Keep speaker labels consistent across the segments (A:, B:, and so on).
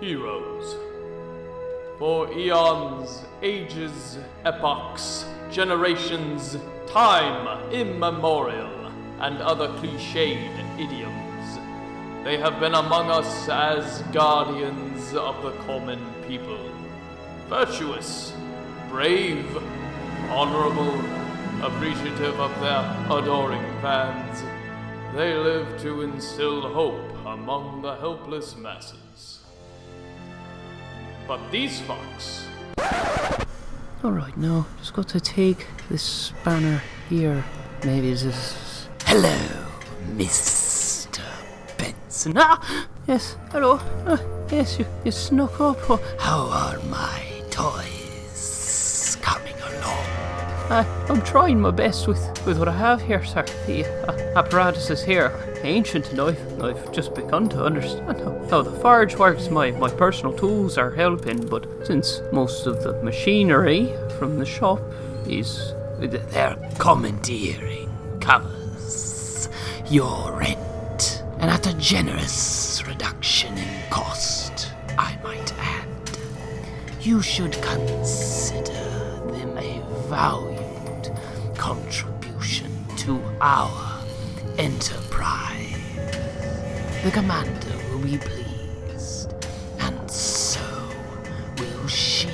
A: heroes. For eons, ages, epochs, generations, time immemorial, and other cliched idioms, they have been among us as guardians of the common people. Virtuous, brave, honorable, appreciative of their adoring fans, they live to instill hope among the helpless masses. But these fucks.
B: Alright, now, just got to take this banner here. Maybe this is. Hello, Mr. Benson. Ah! Yes, hello. Ah, yes, you, you snuck up. Oh, How are my toys coming along? I, Uh, I'm trying my best with, with what I have here, sir. The uh, apparatus is here, ancient, and I've, I've just begun to understand how, how the forge works. My, my personal tools are helping, but since most of the machinery from the shop is. They're commandeering covers your rent, and at a generous reduction in cost, I might add you should consider them a valued contribution to our enterprise. The commander will be pleased, and so will she.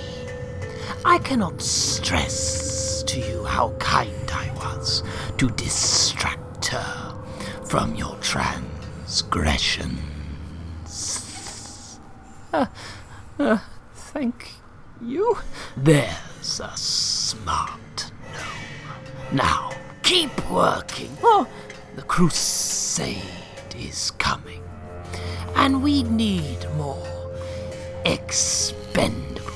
B: I cannot stress to you how kind I was to distract her from your transgression. Thank you. There's a smart gnome. Now, keep working. Oh, the crusade is coming. And we need more expendable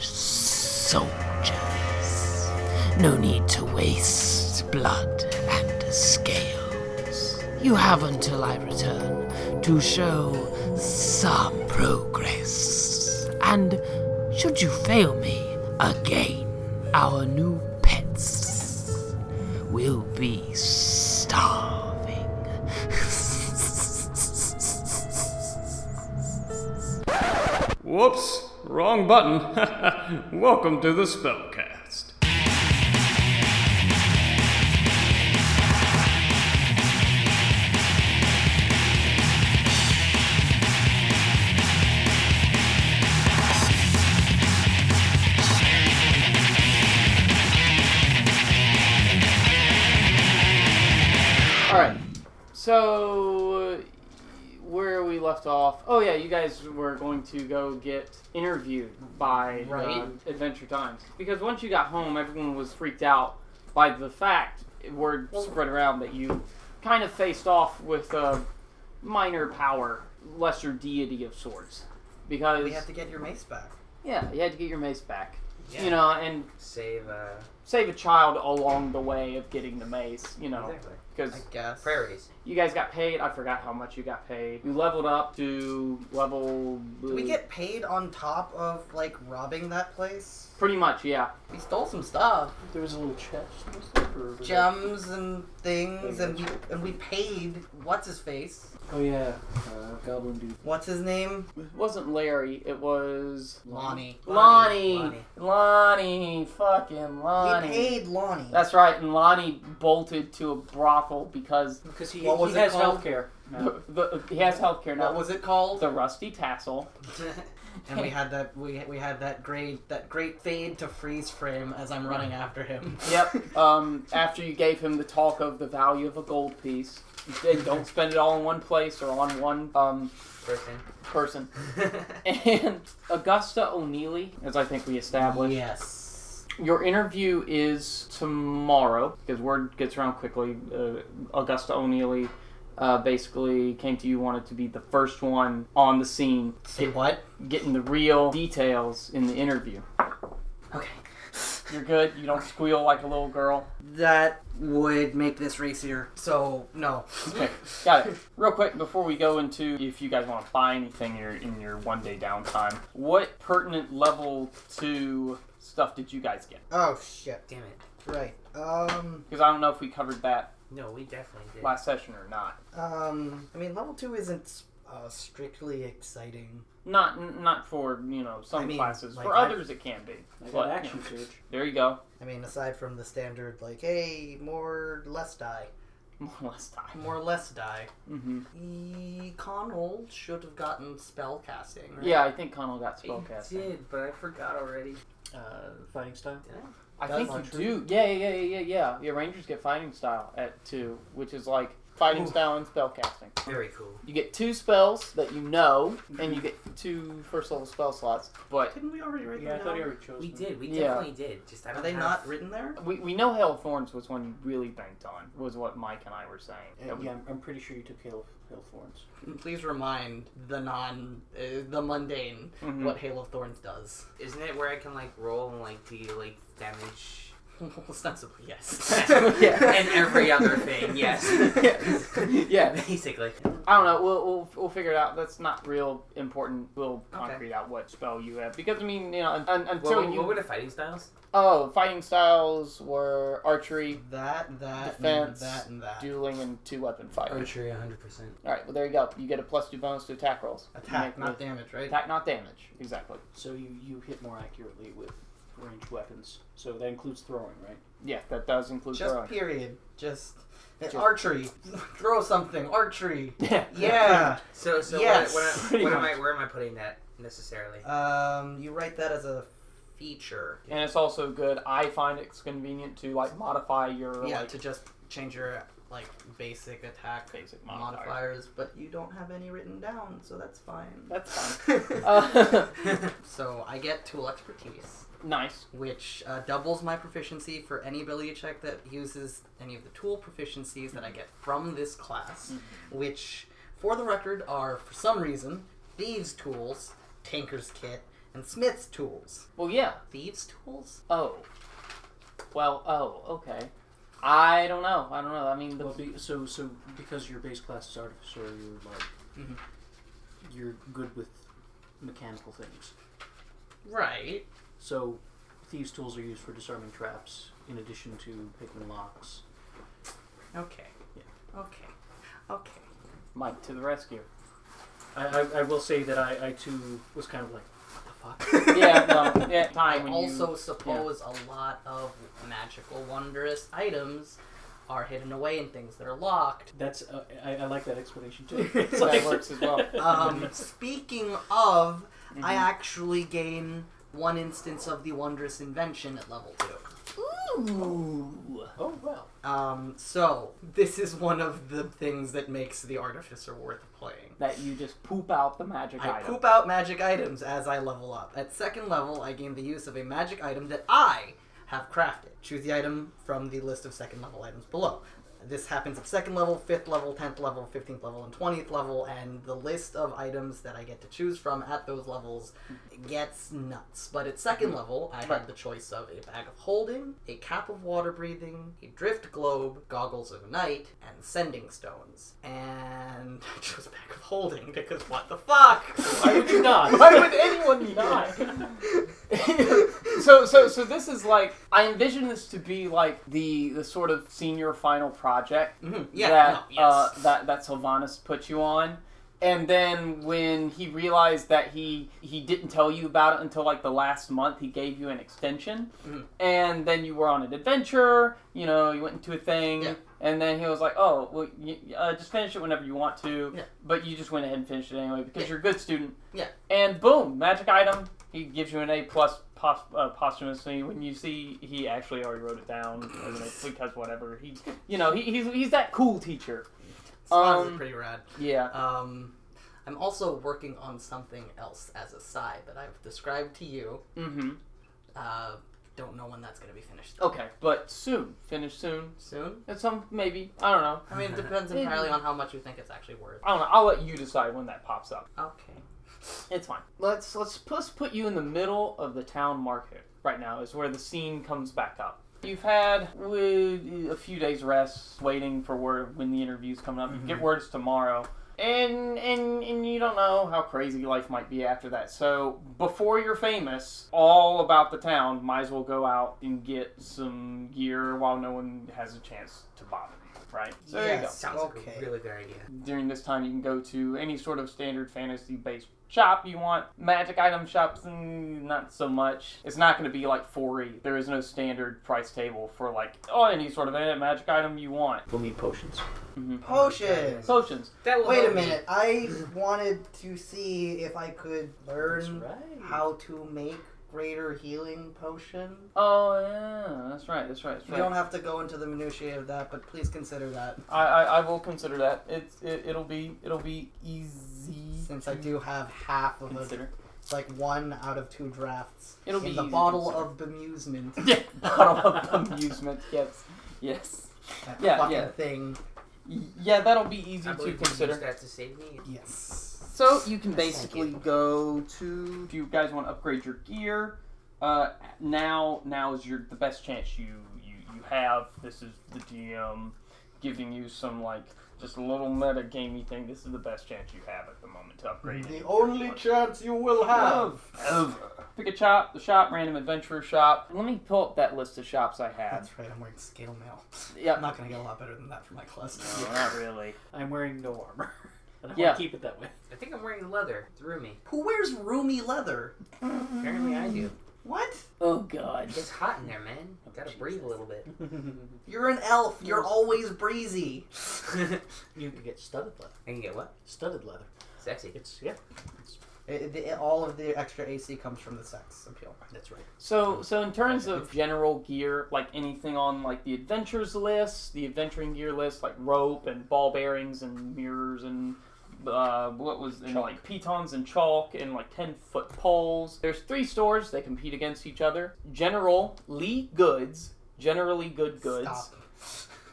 B: soldiers. No need to waste blood and scales. You have until I return to show some progress. And should you fail me again, our new pets will be starving.
A: Whoops, wrong button. Welcome to the Spellcast.
C: All right. So uh, where we left off. Oh yeah, you guys were going to go get interviewed by uh,
D: Right.
C: Adventure Times because once you got home, everyone was freaked out by the fact word spread around that you kind of faced off with a minor power, lesser deity of sorts. Because
D: We have to get your mace back.
C: yeah, you had to get your mace back.
D: Yeah.
C: You know, and
D: Save uh,
C: save a child along the way of getting the mace. You know,
D: exactly.
C: because
D: I guess prairies.
C: You guys got paid. I forgot how much you got paid. You leveled up to level.
D: Did we get paid on top of like robbing that place?
C: pretty much, yeah.
D: We stole some stuff,
E: There was a little chest and stuff. Or was it-
D: gems and things, and we and we paid what's his face,
E: Oh yeah, uh, Goblin Dude.
D: what's his name,
C: It wasn't Larry. It was
D: Lonnie.
C: Lonnie. Lonnie. fucking Lonnie.
D: We paid Lonnie.
C: That's right. And Lonnie bolted to a brothel because
E: Because he,
D: What was
E: he
D: it
E: has
D: called?
E: healthcare. now.
C: the, the, he has healthcare now.
E: What was it called?
C: the rusty tassel?
D: and we had that we we had that great that great fade to freeze frame as I'm running after him.
C: Yep. Um, after you gave him the talk of the value of a gold piece, and don't spend it all in one place or on one um,
D: Person.
C: person. And Augusta O'Neely, as I think we established,
D: yes.
C: your interview is tomorrow because word gets around quickly. Uh, Augusta O'Neely uh, basically came to you, wanted to be the first one on the scene,
D: Say what?
C: getting the real details in the interview.
D: Okay.
C: You're good. You don't squeal like a little girl.
D: That would make this racier. So no.
C: Okay, got it. Real quick before we go into if you guys want to buy anything your in your one day downtime, what pertinent level two stuff did you guys get?
D: Oh shit! Damn it! Right. Um.
C: Because I don't know if we covered that
D: No, we definitely did.
C: last session or not.
D: Um. I mean, level two isn't. uh, strictly exciting.
C: Not n- not for you know some
D: I mean,
C: classes.
D: like,
C: for
D: I-
C: others, it can be.
E: I
C: But,
E: got
C: you
E: action
C: know,
E: search.
C: there you go.
D: I mean, aside from the standard, like, hey, more, less die.
C: More or less time.
D: More, less die.
C: hmm
D: E- Conroll should have gotten spell casting, right?
C: Yeah, I think Connell got
E: He
C: spellcasting.
E: did, but I forgot already.
D: Uh, fighting style?
C: I
D: That's
C: think
D: not
C: you
D: true.
C: do. Yeah, yeah, yeah, yeah, yeah. Your rangers get fighting style at two, which is like fighting
D: Oof.
C: style and spellcasting.
D: Very cool.
C: You get two spells that you know, and you
D: Mhm.
C: get two first level spell slots. But
D: Didn't we already write
E: Yeah, I
D: that
E: thought he
D: down?
E: already chose.
F: We
E: one.
F: did. We
C: Yeah.
F: definitely did. Just I
D: Are
F: don't
D: they
F: have-
D: not written there?
C: we, we know Hail of Thorns was one you really banked on, was what Mike and I were saying.
E: Uh, yeah, I'm, I'm pretty sure you took Hail, Hail Thorns.
D: Mm-hmm. Please remind the non, uh, the mundane,
C: Mhm.
D: what Hail of Thorns does.
F: Isn't it where I can like roll and like do like damage
D: Ostensibly, yes.
C: Yeah.
F: and every other thing? Yes.
C: yeah,
F: Basically.
C: I don't know. We'll, we'll, we'll figure it out. That's not real important. We'll concrete out what spell you have because I mean, you know, un- un-
F: What,
C: until
F: what,
C: you.
F: what were the fighting styles?
C: oh, fighting styles were archery,
D: That, that,
C: Defense,
D: and that, and that.
C: dueling, and two weapon fighting.
F: Archery, 100%.
C: All right. Well, there you go. You get a plus two bonus to attack rolls.
D: Attack,
C: You make
D: not
C: with-
D: damage, right?
C: attack, not damage. Exactly.
E: So you, you hit more accurately with ranged weapons. So that includes throwing, right?
C: Yeah, that does include
D: Just
C: throwing.
D: period. Just,
C: Just-
D: archery. Throw something. Archery.
C: Yeah.
D: Yeah.
F: So, so
D: Yes,
F: what, what,
C: pretty
F: what am
C: much.
F: I, where am I putting that necessarily?
D: um, you write that as a feature.
C: And it's also good. I find it's convenient to like modify your
D: Yeah,
C: like
D: to just change your like basic attack
C: basic modifier.
D: modifiers, but you don't have any written down, so that's fine.
C: That's fine. Uh,
F: Uh,
D: So I get tool expertise,
C: nice.
D: which uh, doubles my proficiency for any ability check that uses any of the tool proficiencies that I get from this class,
C: Mm-hmm.
D: which, for the record, are for some reason thieves' tools, tinker's kit, and smith's tools.
C: Well, yeah.
D: Thieves' tools?
C: Oh. Well. Oh. Okay. I don't know. I don't know. I mean, the,
E: Well, be, so so because your base class is artificer, you're like
C: Mm-hmm.
D: Mhm.
E: you're good with mechanical things.
D: Right.
E: So thieves' tools are used for disarming traps, in addition to picking locks.
D: Okay. Okay. Okay.
C: Mike to the rescue.
E: I, I, I will say that I, I too was kind of like, what the fuck?
C: Yeah. No. Yeah.
D: I
C: Time when
D: also
C: you.
D: suppose a lot of magical, wondrous items are hidden away in things that are locked.
E: That's uh, I, I like that explanation too. It's
C: That works as well.
D: Um, speaking of, I
E: Mm-hmm.
C: Mhm.
D: actually gain one instance of the wondrous invention at level two.
E: Ooh. Oh well.
D: Um, so this is one of the things that makes the artificer worth playing.
C: That you just poop out the magic
D: I
C: item.
D: poop out magic items as I level up. At second level, I gain the use of a magic item that I have crafted. Choose the item from the list of second level items below. This happens at second level, fifth level, tenth level, fifteenth level, and twentieth level, and the list of items that I get to choose from at those levels gets nuts. But at second level, I had the choice of a bag of holding, a cap of water breathing, a drift globe, goggles of night, and sending stones. And I chose bag of holding because what the fuck?
C: Why would you not? Why would anyone not? so so so this is like I envision this to be like the the sort of senior final project
D: Mhm, Yeah.
C: that
D: no, yes.
C: uh, that that Sylvanas put you on. And then when he realized that he he didn't tell you about it until like the last month, he gave you an extension.
D: Mhm.
C: And then you were on an adventure. You know, you went into a thing,
D: Yeah.
C: and then he was like, "Oh, well, you, uh, just finish it whenever you want to."
D: Yeah.
C: But you just went ahead and finished it anyway because
D: Yeah.
C: you're a good student.
D: Yeah.
C: And boom, magic item. He gives you an A plus pos- uh, posthumously when you see he actually already wrote it down as an A- because whatever he you know, he, he's he's that cool teacher.
D: It's honestly
C: um,
D: pretty rad.
C: Yeah.
D: Um, I'm also working on something else as a side that I've described to you.
C: Mm-hmm.
D: Uh, don't know when that's gonna be finished. though.
C: Okay, but soon, finish soon.
D: Soon?
C: At some maybe I don't know.
D: I mean, it depends entirely on how much you think it's actually worth.
C: I don't know. I'll let you decide when that pops up.
D: Okay.
C: It's fine. Let's let's let's put you in the middle of the town market right now. Is where the scene comes back up. You've had with a few days rest, waiting for word when the interview's coming up. You get words tomorrow, and and and you don't know how crazy life might be after that. So before you're famous, all about the town, might as well go out and get some gear while no one has a chance to bother you.
A: right? So there you
D: Yes.
F: Sounds
D: Okay.
F: like a really good idea.
A: go. During this time, you can go to any sort of standard fantasy based shop you want. Magic item shops, mm, not so much. It's not going to be like 4E. There is no standard price table for like, oh, any sort of magic item you want.
B: We'll need potions.
D: Potions.
A: Potions.
F: That will
D: Wait a
F: help me.
D: minute. I wanted to see if I could learn how to make greater healing potion.
A: Oh, yeah. That's right. That's right. That's
D: We
A: right.
D: don't have to go into the minutiae of that, but please consider that
A: I, I, I will consider that. It's it, it'll be it'll be easy.
D: since I do have half of a,
A: consider.
D: like one out of two drafts
A: It'll
D: in
A: be
D: the
A: easy to
D: bottle
A: consider.
D: of bemusement.
A: Yeah, bottle of amusement. Yes, yes,
D: That
A: Yeah,
D: fucking
A: yeah.
D: thing.
A: yeah. That'll be easy
F: I
A: to
F: believe you use
A: consider.
F: that to save me.
D: Yes.
A: So you can
F: Yes, thank
A: basically
F: you.
A: go to if you guys want to upgrade your gear. Uh, now now is your the best chance you you you have. This is the DM giving you some like just a little meta gamey thing. This is the best chance you have at the moment to upgrade.
D: The
A: any-
D: only chance you will have.
A: Pick a shop, the shop, random adventurer shop. Let me pull up that list of shops I had.
D: That's right, I'm wearing scale mail.
A: Yeah,
D: I'm not gonna get a lot better than that for my cluster.
A: not really.
B: I'm wearing no armor. And I
A: Yeah.
B: want to keep it that way.
F: I think I'm wearing leather. It's roomy.
D: Who wears roomy leather?
F: Apparently I do.
D: What?
A: Oh god.
F: It's hot in there, man. Gotta breathe a little bit.
D: You're an elf. You're always breezy.
B: You can get studded leather.
F: I can get what?
B: Studded leather.
F: Sexy.
B: It's yeah.
D: It, it- all of the extra AC comes from the sex appeal.
B: That's right.
A: So, so in terms of general gear, like anything on like the adventures list, the adventuring gear list, like rope and ball bearings and mirrors and uh, what was and, like pitons and chalk and like ten foot poles. There's three stores. They compete against each other. General Lee Goods, generally good goods.
D: Stop.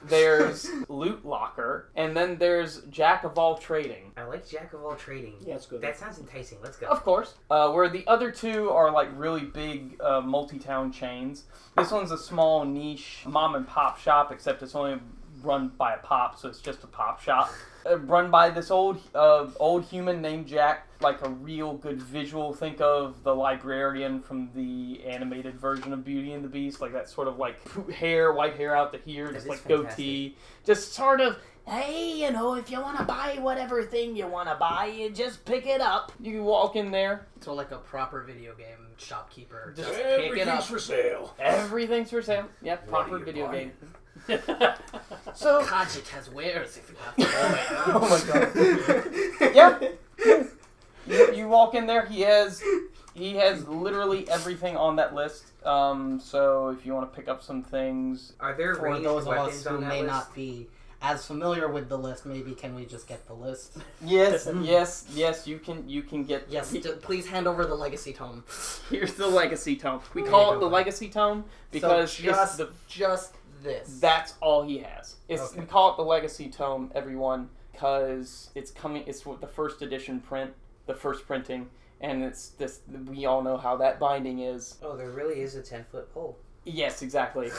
A: There's loot locker, and then there's jack of all trading.
F: I like jack of all trading.
B: Yeah, it's good.
F: That sounds enticing. Let's go.
A: Of course. Uh, where the other two are like really big uh, multi town chains. This one's a small niche mom and pop shop, except it's only run by a pop, so it's just a pop shop. Uh, run by this old uh, old human named Jack, like a real good visual. Think of the librarian from the animated version of Beauty and the Beast, like that sort of like hair, white hair out to here, just
F: is
A: like
F: fantastic.
A: goatee, just sort of hey, you know, if you want to buy whatever thing you want to buy, you just pick it up. You can walk in there.
D: So like a proper video game shopkeeper.
A: Just
D: pick it up.
B: for sale.
A: Everything's for sale. Yeah,
F: What
A: proper
F: are you
A: video
F: buying?
A: game. so,
D: Kajik has wares if you have to go
A: oh my god. Yeah.
D: in.
A: You, you walk in there. He has he has literally everything on that list. Um, so if you want to pick up some things,
F: Are there
D: For
F: ranged
D: those of us
F: weapons
D: who
F: on that
D: may
F: list?
D: not be as familiar with the list, maybe can we just get the list?
A: yes,
E: mm.
A: yes, yes, you can you can get
D: Yes, d- please hand over the legacy tome.
A: Here's the legacy tome. We
E: Mm.
A: call it the legacy tome because it's
D: so just
A: the
D: just this.
A: That's all he has. It's
D: Okay.
A: we call it the Legacy Tome, everyone, because it's coming. It's with the first edition print, the first printing, and it's this. We all know how that binding is.
F: Oh, there really is a ten foot pole.
A: Yes, exactly.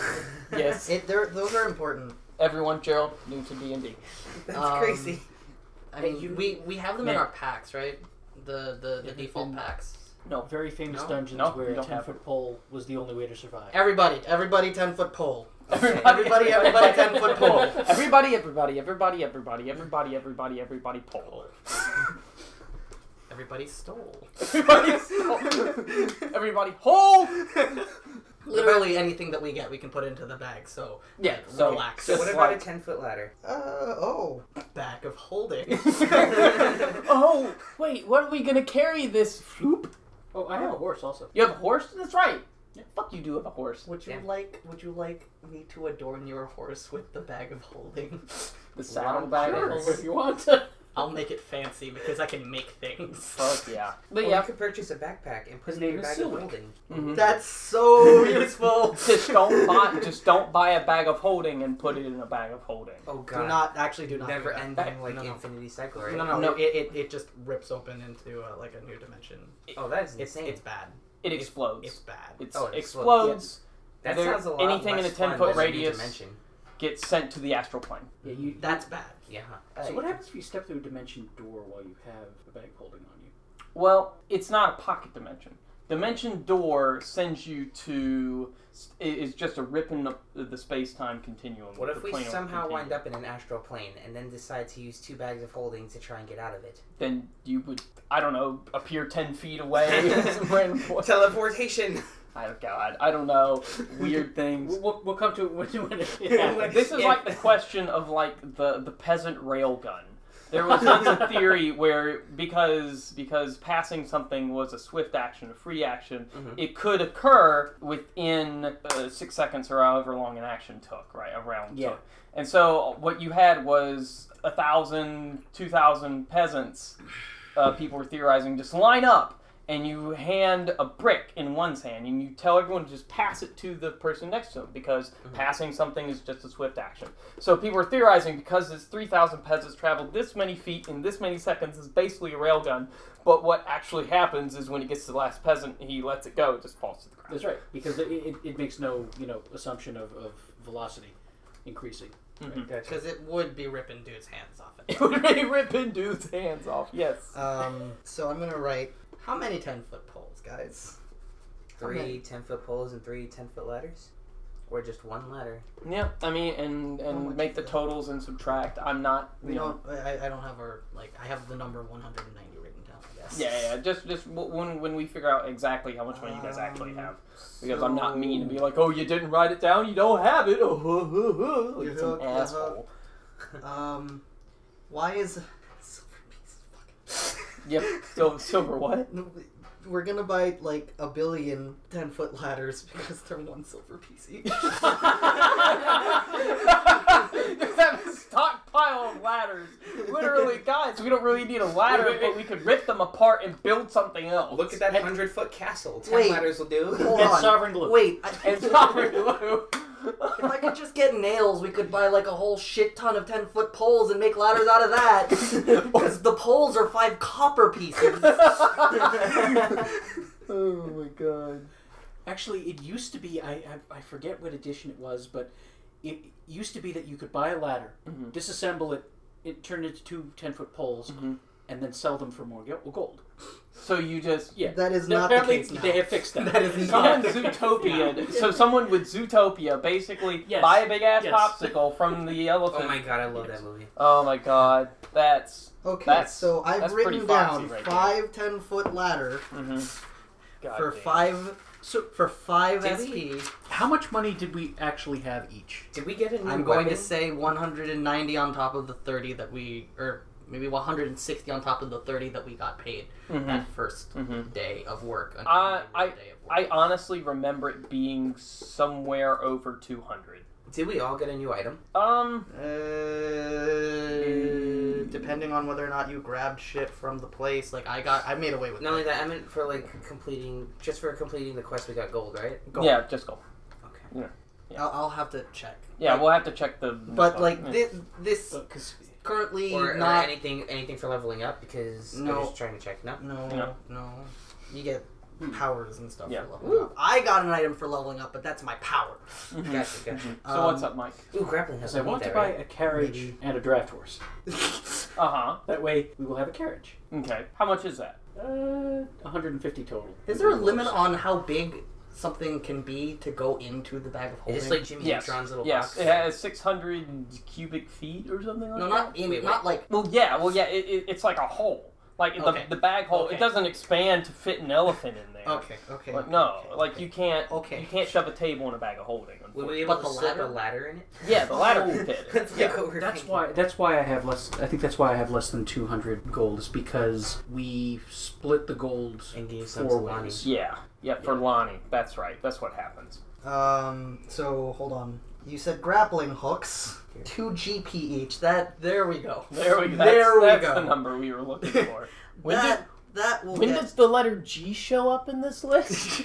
A: yes,
D: It, they're- those are important.
A: everyone. Gerald new to D and D.
F: That's
D: Um,
F: crazy.
D: I
F: Hey,
D: mean,
F: you-
D: we we have them in
A: Man.
D: our packs, right? The the, the
B: Yeah,
D: default
B: in-
D: packs.
B: Very famous
F: No,
B: dungeons
A: no,
B: where
A: you
B: a
A: don't
B: ten
A: have
B: foot pole was the only way to survive.
D: Everybody, everybody, ten foot pole.
A: Everybody,
D: everybody, everybody, ten foot pole.
A: Everybody, everybody, everybody, everybody, everybody, everybody, everybody, pole.
D: Everybody stole.
A: Everybody, everybody, hole.
D: Literally anything that we get, we can put into the bag. So
A: Yeah,
D: like,
A: so-
D: relax.
A: so
F: what
A: Just
F: about
A: like-
F: a ten foot ladder?
D: uh oh, bag of holding.
A: oh, wait, what are we gonna carry this floop?
B: Oh, I have a horse also.
A: You have a horse? That's right. Fuck, you do have a horse.
D: Would you
F: Yeah.
D: like? Would you like me to adorn your horse with the bag of holding?
A: The
F: saddlebag
A: saddlebag,
F: horse.
A: if you want to.
D: I'll make it fancy because I can make things.
A: Fuck yeah. But
F: Or
A: yeah,
F: you could purchase a backpack and put it
B: name
F: in your
B: is
F: bag of
B: Silwick.
F: holding.
D: That's so useful.
A: just don't buy just don't buy a bag of holding and put it in a bag of holding.
F: Oh
D: Do
F: god.
D: not actually do not do
F: Never
D: that.
F: ending like
D: No, no.
F: infinity cycle, right?
D: No, no,
A: No.
D: no. It, it, it just rips open into uh, like a new dimension.
F: Oh, that's
D: It's
F: insane.
D: it's bad.
A: It
D: It's-
A: explodes.
D: It's bad.
A: It's,
F: oh, it
A: explodes.
F: that
A: there-
F: sounds a lot
A: anything in
F: less
A: a 10
F: fun
A: foot
F: than a new
A: radius.
F: dimension.
A: Gets sent to the astral plane.
B: Yeah, you,
D: That's bad.
F: Yeah.
B: so
F: Hey.
B: what happens if you step through a dimension door while you have a bag holding on you?
A: Well, it's not a pocket dimension. Dimension Door sends you to i- is just a rip in the, the space time continuum.
F: What
A: the
F: if we
A: planar
F: somehow
A: continuum.
F: wind up in an astral plane and then decide to use two bags of holding to try and get out of it?
A: Then you would I don't know appear ten feet away. somewhere in-
F: Teleportation!
A: I don't God I don't know weird things.
E: We'll, we'll, we'll come to it when, when it
F: Like-
E: happens.
A: this is
F: Yeah.
A: like the question of like the the peasant rail gun. There was once a theory where because because passing something was a swift action, a free action, it could occur within uh, six seconds or however long an action took, right? A round
E: Yeah.
A: took. And so uh, what you had was a thousand, two thousand peasants. Uh, people were theorizing just line up and you hand a brick in one's hand and you tell everyone to just pass it to the person next to them because passing something is just a swift action. So people are theorizing because it's 3,000 peasants traveled this many feet in this many seconds is basically a railgun, but what actually happens is when it gets to the last peasant, he lets it go, it just falls to the ground.
E: That's right, because it, it, it makes no you know assumption of, of velocity increasing.
D: Because it would be ripping dudes' hands off it.
A: It would be ripping dude's hands off. Yes.
D: Um, so I'm gonna write how many ten foot poles, guys?
F: Three 10 foot poles and three 10 foot ladders? Or just one ladder?
A: Yeah, I mean, and
D: How
A: and
D: much
A: make
D: is
A: the
D: that?
A: totals and subtract. I'm not.
D: We
A: you know,
D: don't. I, I don't have our like. I have the number 190 written down. I guess.
A: Yeah, yeah, yeah. Just, just w- when when we figure out exactly how much money you guys actually have, because I'm not mean to be like, oh, you didn't write it down, you don't have it. Oh, huh, huh, huh," like
D: You
A: some
D: hook, you
A: asshole.
D: Um, why is silver piece?
A: Yep. Silver, silver. What?
D: fuck. We're gonna buy like a billion 10 foot ladders because they're one silver piece each.
A: Just have a stockpile of ladders. Literally, guys, we don't really need a ladder, but we could rip them apart and build something else.
F: Look at that 100 foot castle. 10
D: Wait.
F: ladders will do.
D: Hold
E: That's
D: on.
E: sovereign glue.
D: Wait, I,
A: And sovereign glue.
D: if I could just get nails, we could buy like a whole shit ton of 10 foot poles and make ladders out of that. Because the poles are five copper pieces. oh my god.
E: Actually, it used to be I, I, I forget what edition it was, but it used to be that you could buy a ladder, disassemble it, it turned into two 10 foot poles, and then sell them for more go- gold.
A: So you just
E: Yeah,
D: That is
E: No,
D: not the
E: apparently
D: case now.
E: they have fixed that.
D: That is
A: Someone
D: not.
A: Zootopia. So someone with Zootopia basically
E: Yes.
A: buy a big ass
E: Yes.
A: popsicle from the elephant.
F: Oh my god, I love that movie.
A: Oh my god, that's
D: Okay,
A: That's-
D: so I've
A: that's pretty
D: written
A: foxy
D: down
A: right there. Mm-hmm.
D: five 10 foot ladder
A: God
D: for
A: damn.
D: five.
E: So-
D: for five
F: Did
D: SP,
E: How much money did we actually have each?
F: Did we get a new
D: I'm going to
F: weapon?
D: say 190 on top of the 30 that we, or maybe 160 on top of the 30 that we got paid
A: Mm-hmm.
D: that 1st day of work.
A: Uh, I
D: Day of work.
A: I honestly remember it being somewhere over two hundred.
F: Did we all get a new item?
A: Um,
D: Uh, depending on whether or not you grabbed shit from the place, like I got, I made away with
F: Not only that, I meant for like completing, just for completing the quest, we got gold, right?
D: Gold.
A: yeah, just go.
F: Okay.
D: I'll, I'll have to check.
A: Yeah,
D: Like,
A: we'll have to check the.
D: but like
A: Yeah.
D: this, this
E: Because
D: currently
F: Or, or
D: not.
F: anything, anything for leveling up because
D: No.
F: I'm just trying to check. No.
D: no,
A: Yeah. Hmm.
D: no. You get powers and stuff
A: Yeah.
D: for leveling up. I got an item for leveling up, but that's my power. Mm-hmm.
F: Gotcha, gotcha.
A: so what's up, Mike?
F: Ooh, grappling hook.
E: I want to buy a carriage
D: Maybe.
E: and a draft horse.
D: Um,
A: Uh huh.
E: That way we will have a carriage.
A: Okay. How much is that?
E: Uh, 150 total.
D: Is there a limit on how big something can be to go into the bag of holding?
F: It's like Jimmy
A: Yes.
F: Neutron's little
A: Yes,
F: box.
A: it has six hundred cubic feet or something like
D: no,
A: that.
D: not in,
F: Wait, wait.
D: not like
A: Well, yeah. Well, yeah. It, it, it's like a hole. Like
D: Okay.
A: the, the bag hole.
D: Okay.
A: It doesn't expand to fit an elephant in there.
D: okay, okay.
A: Like, no, like you can't.
D: Okay.
A: You can't shove a table in a bag of holding.
F: Would
A: unfortunately.
F: we be able
D: But
F: to
D: the
F: slip a
D: ladder?
F: ladder in it?
A: Yeah, the ladder
E: Oh.
A: would fit.
F: That's
A: Yeah.
F: what we're
E: That's
F: thinking.
E: why. That's why I have less. I think that's why I have less than two hundred gold is because we split the gold
F: And gave some
E: four
F: to Lonnie.
E: ways.
A: Yeah, yeah, for Lonnie. That's right. That's what happens.
D: Um. So hold on. You said grappling hooks. Two GP each. That there we go.
A: There we go. That's,
D: There we
A: that's
D: go.
A: the number we were looking for.
G: When,
D: that that will
G: did, when
D: get.
G: does the letter G show up in this list?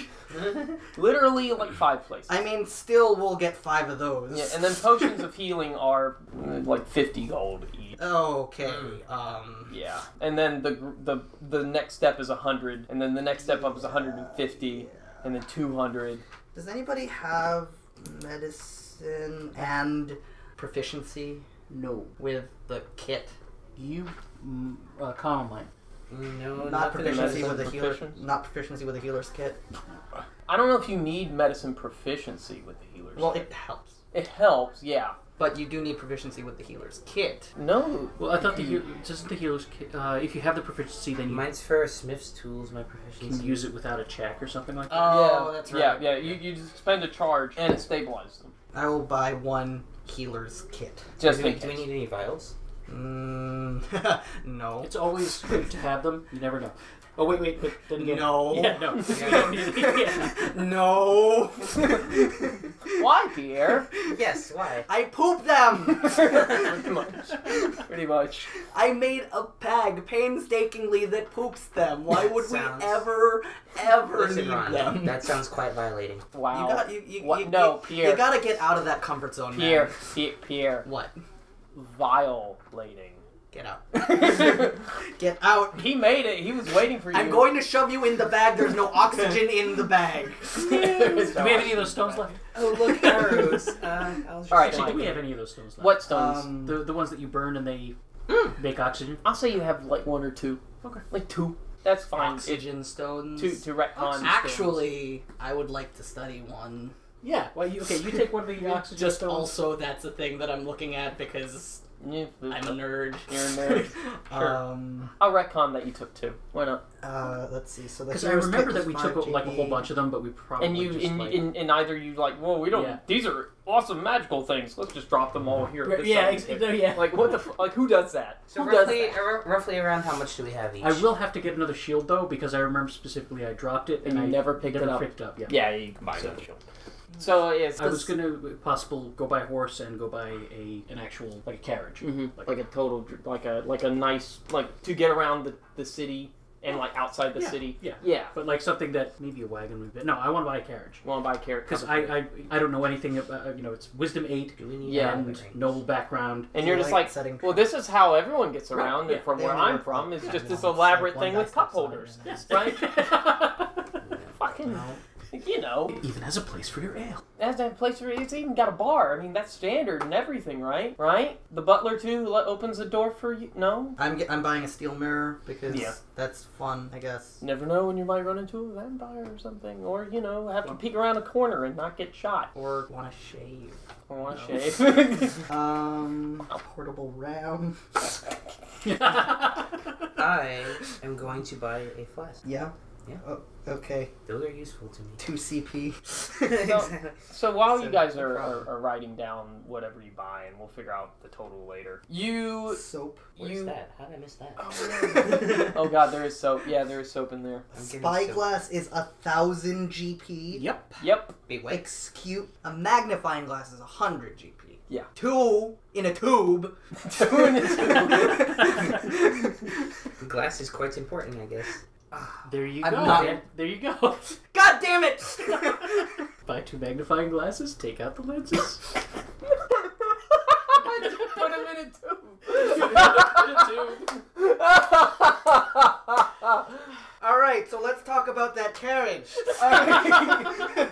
A: Literally like five places.
D: I mean, still we'll get five of those.
A: yeah, and then potions of healing are uh, like fifty gold each.
D: okay. Um.
A: E Yeah, and then the gr- the the next step is hundred, and then the next step up is hundred and fifty, and then two hundred.
D: Does anybody have medicine and proficiency
E: No,
D: with the kit?
E: you mm, uh, common line.
F: No,
D: Not
F: not for the
D: proficiency
F: medicine
D: with a healer.
H: proficiency?
D: Not proficiency with a healer's kit.
H: I don't know if you need medicine proficiency with the healers.
D: Well, it helps,
H: it helps, yeah.
D: but you do need proficiency with the healer's kit.
H: No,
E: Well, I thought the heal- doesn't the healers ki- uh, if you have the proficiency, then you
F: Mine's for Smith's tools, my
E: can
F: proficiency.
E: use it without a check or something like that.
D: Oh,
H: yeah,
D: that's right.
H: Yeah, yeah. You, you just spend a charge and it stabilizes them.
D: I will buy one healer's kit.
H: Just
F: do, we,
H: in
F: do we
H: case.
F: need any vials?
D: Mm, no.
E: It's always good to have them. You never know. Oh wait, wait, but then again,
D: No.
E: yeah, no, You don't need- yeah.
D: No.
H: Why, Pierre?
F: yes, why?
D: I pooped them.
H: Pretty much. Pretty much.
D: I made a bag painstakingly that poops them. Why would we
F: Sounds-
D: ever, ever
F: Listen,
D: need
F: Ron,
D: them?
F: that sounds quite violating.
H: Wow.
D: You got you, you,
H: What?
D: you-
H: No,
D: you-
H: Pierre.
D: You gotta get out of that comfort zone, man.
H: Pierre, Pierre, Pierre,
D: What?
H: violating.
D: Get out. Get out.
H: he made it. He was waiting for you.
D: I'm going to shove you in the bag. There's no oxygen in the bag.
E: Do we have any of those stones left?
F: Oh, look, arrows. Uh, I'll just
H: All right,
E: Actually, do
H: fine.
E: we have any of those stones left?
H: What stones?
D: Um,
E: The the ones that you burn and they make oxygen.
H: Hmm. I'll say you have like one or two.
E: Okay.
H: Like two. That's fine. It,
D: oxygen stones.
H: to to retcon.
D: Actually, I would like to study one.
E: Yeah. Well, you, okay, you take one of the oxygen
D: Just
E: stones.
D: also, that's a thing that I'm looking at because
H: Yeah,
D: I'm a nerd.
H: You're a nerd. Sure.
D: Um,
H: I'll retcon that you took two. Why not?
D: uh, let's see. So
E: Because I remember that we took like a whole bunch of them, but we probably
H: and you
E: just
H: and,
E: like,
H: and, and either you like, whoa, we don't.
E: Yeah.
H: These are awesome magical things. Let's just drop them all here. at this
E: yeah,
H: time.
E: ex- no, yeah.
H: Like what the f- like who does that?
F: So
H: who does
F: roughly,
H: that?
F: ar- roughly around how much do we have each?
E: I will have to get another shield though because I remember specifically I dropped it and,
H: And you
E: I
H: never picked
E: never
H: it up.
E: Picked up. Yeah.
H: Yeah, you can buy another shield. So yes,
E: I was gonna if possible go buy a horse and go buy a an actual like a carriage.
H: Mhm,
E: Like-
H: like a total, dr- like a like a nice like to get around the, the city and like outside the
E: Yeah,
H: city.
E: yeah.
H: yeah.
E: But like something that maybe a wagon would be. No, I want to buy a carriage
H: Want to buy a carrot?
E: because
H: cover
E: I,
H: for it.
E: I I don't know anything about uh, you know it's wisdom eight
F: Do we need
H: Yeah.
F: any
E: and
F: rings?
E: noble background.
H: and you're
D: I
H: just
D: like
H: like,
D: setting
H: well, this is how everyone gets
E: Right,
H: around
E: yeah.
H: it from
D: They
H: where
D: only
H: I'm
D: work
H: from.
D: like
H: It's
D: that.
H: just
D: Yeah,
H: this
D: it's like
H: elaborate
D: one
H: thing
D: guy
H: with cup
D: steps on it
H: holders.
D: and
E: Yes.
H: Right?
E: it
H: Fucking, you know,
E: even has a place for your ale.
H: that's that place where it's even got a bar. I mean, that's standard and everything, right? Right? The butler too le- opens the door for you. No,
D: I'm ge- I'm buying a steel mirror because
H: Yeah.
D: that's fun, I guess.
H: never know when you might run into a vampire or something, or you know, have to peek around a corner and not get shot. Oh,
D: Or want to shave.
H: Or want to shave.
D: Um, a portable ram.
F: I am going to buy a flask.
D: Yeah.
F: Yeah.
D: Oh, okay.
F: Those are useful to me.
D: Two CP.
F: Exactly.
H: So while
D: So,
H: you guys
D: no
H: are,
D: problem.
H: are, are writing down whatever you buy, and we'll figure out the total later. You,
D: Soap.
F: Where's
H: you.
F: that? How did I miss that?
H: Oh God, there is soap. Yeah, there is soap in there.
F: I'm getting
D: Spyglass is a thousand GP.
E: Yep.
H: Yep.
F: Wait, wait.
D: Excuse. A magnifying glass is a hundred GP.
H: Yeah.
D: Two in a tube.
H: Two in a tube.
F: The glass is quite important, I guess.
E: There you
D: I'm
E: go.
D: not-
E: Dan. There you go.
D: God damn it!
E: Buy two magnifying glasses. Take out the lenses.
H: Put him in a tube.
D: All right, so let's talk about that carriage.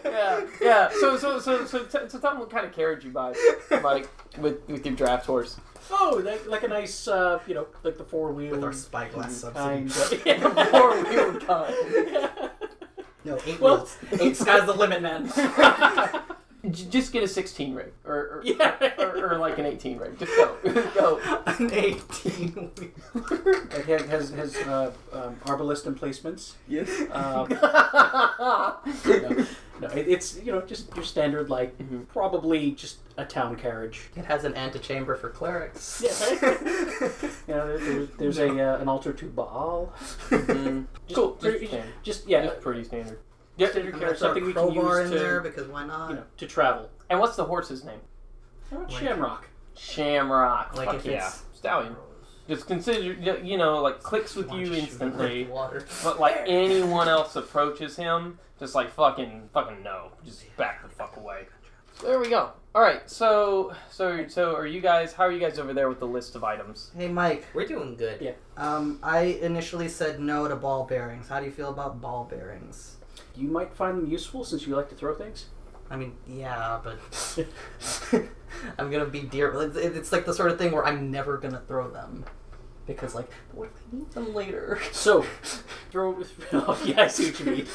H: yeah, yeah. So, so, so, so, t- so, tell them what kind of carriage you buy, Mike, with with your draft horse.
E: oh, like, like a nice, uh, you know, like the four wheel.
D: With our spyglass subsidy.
H: Mm,
E: kind uh,
H: Yeah,
E: of-
H: before we were done.
D: No, eight
E: Well-
D: wheels. Eight sky's the limit, man.
H: J- just get a 16 rig, or or,
E: Yeah.
H: or, or like an 18 rig. Just go, go.
D: An 18 wheel.
E: It has has, has uh, um, arbalist emplacements.
H: Yes.
E: Um, no, it, it's you know just your standard like
H: Mhm.
E: probably just a town carriage.
D: It has an antechamber for clerics.
E: You know, there, there's, there's a uh, an altar to Baal.
D: Mm-hmm.
H: Mhm. Just-
E: Cool.
H: Just, standard.
E: Just yeah,
H: Just pretty standard.
E: yeah standard
D: I'm
E: carriage,
D: gonna throw
E: something
D: a
E: we can
D: crowbar
E: use
D: in
E: to
D: there because why not?
E: you know to travel.
H: And what's the horse's name?
E: How about
D: Like-
E: Shamrock?
H: Shamrock.
D: Like
H: Fuck
D: if
H: yeah.
D: it's-
H: Stallion. Just consider, y- you know, like clicks with you instantly,
D: Water.
H: but like anyone else approaches him, just like fucking, fucking no, just back the fuck away. There we go. All right, so, so, so, are you guys? How are you guys over there with the list of items?
D: Hey, Mike.
F: We're doing good.
E: Yeah.
D: Um, I initially said no to ball bearings. How do you feel about ball bearings?
E: You might find them useful since you like to throw things.
D: I mean, yeah, but I'm gonna be dear. It's, it's like the sort of thing where I'm never gonna throw them. because like, what if I need them later?
E: So, throw. Oh, yeah, I see what you mean.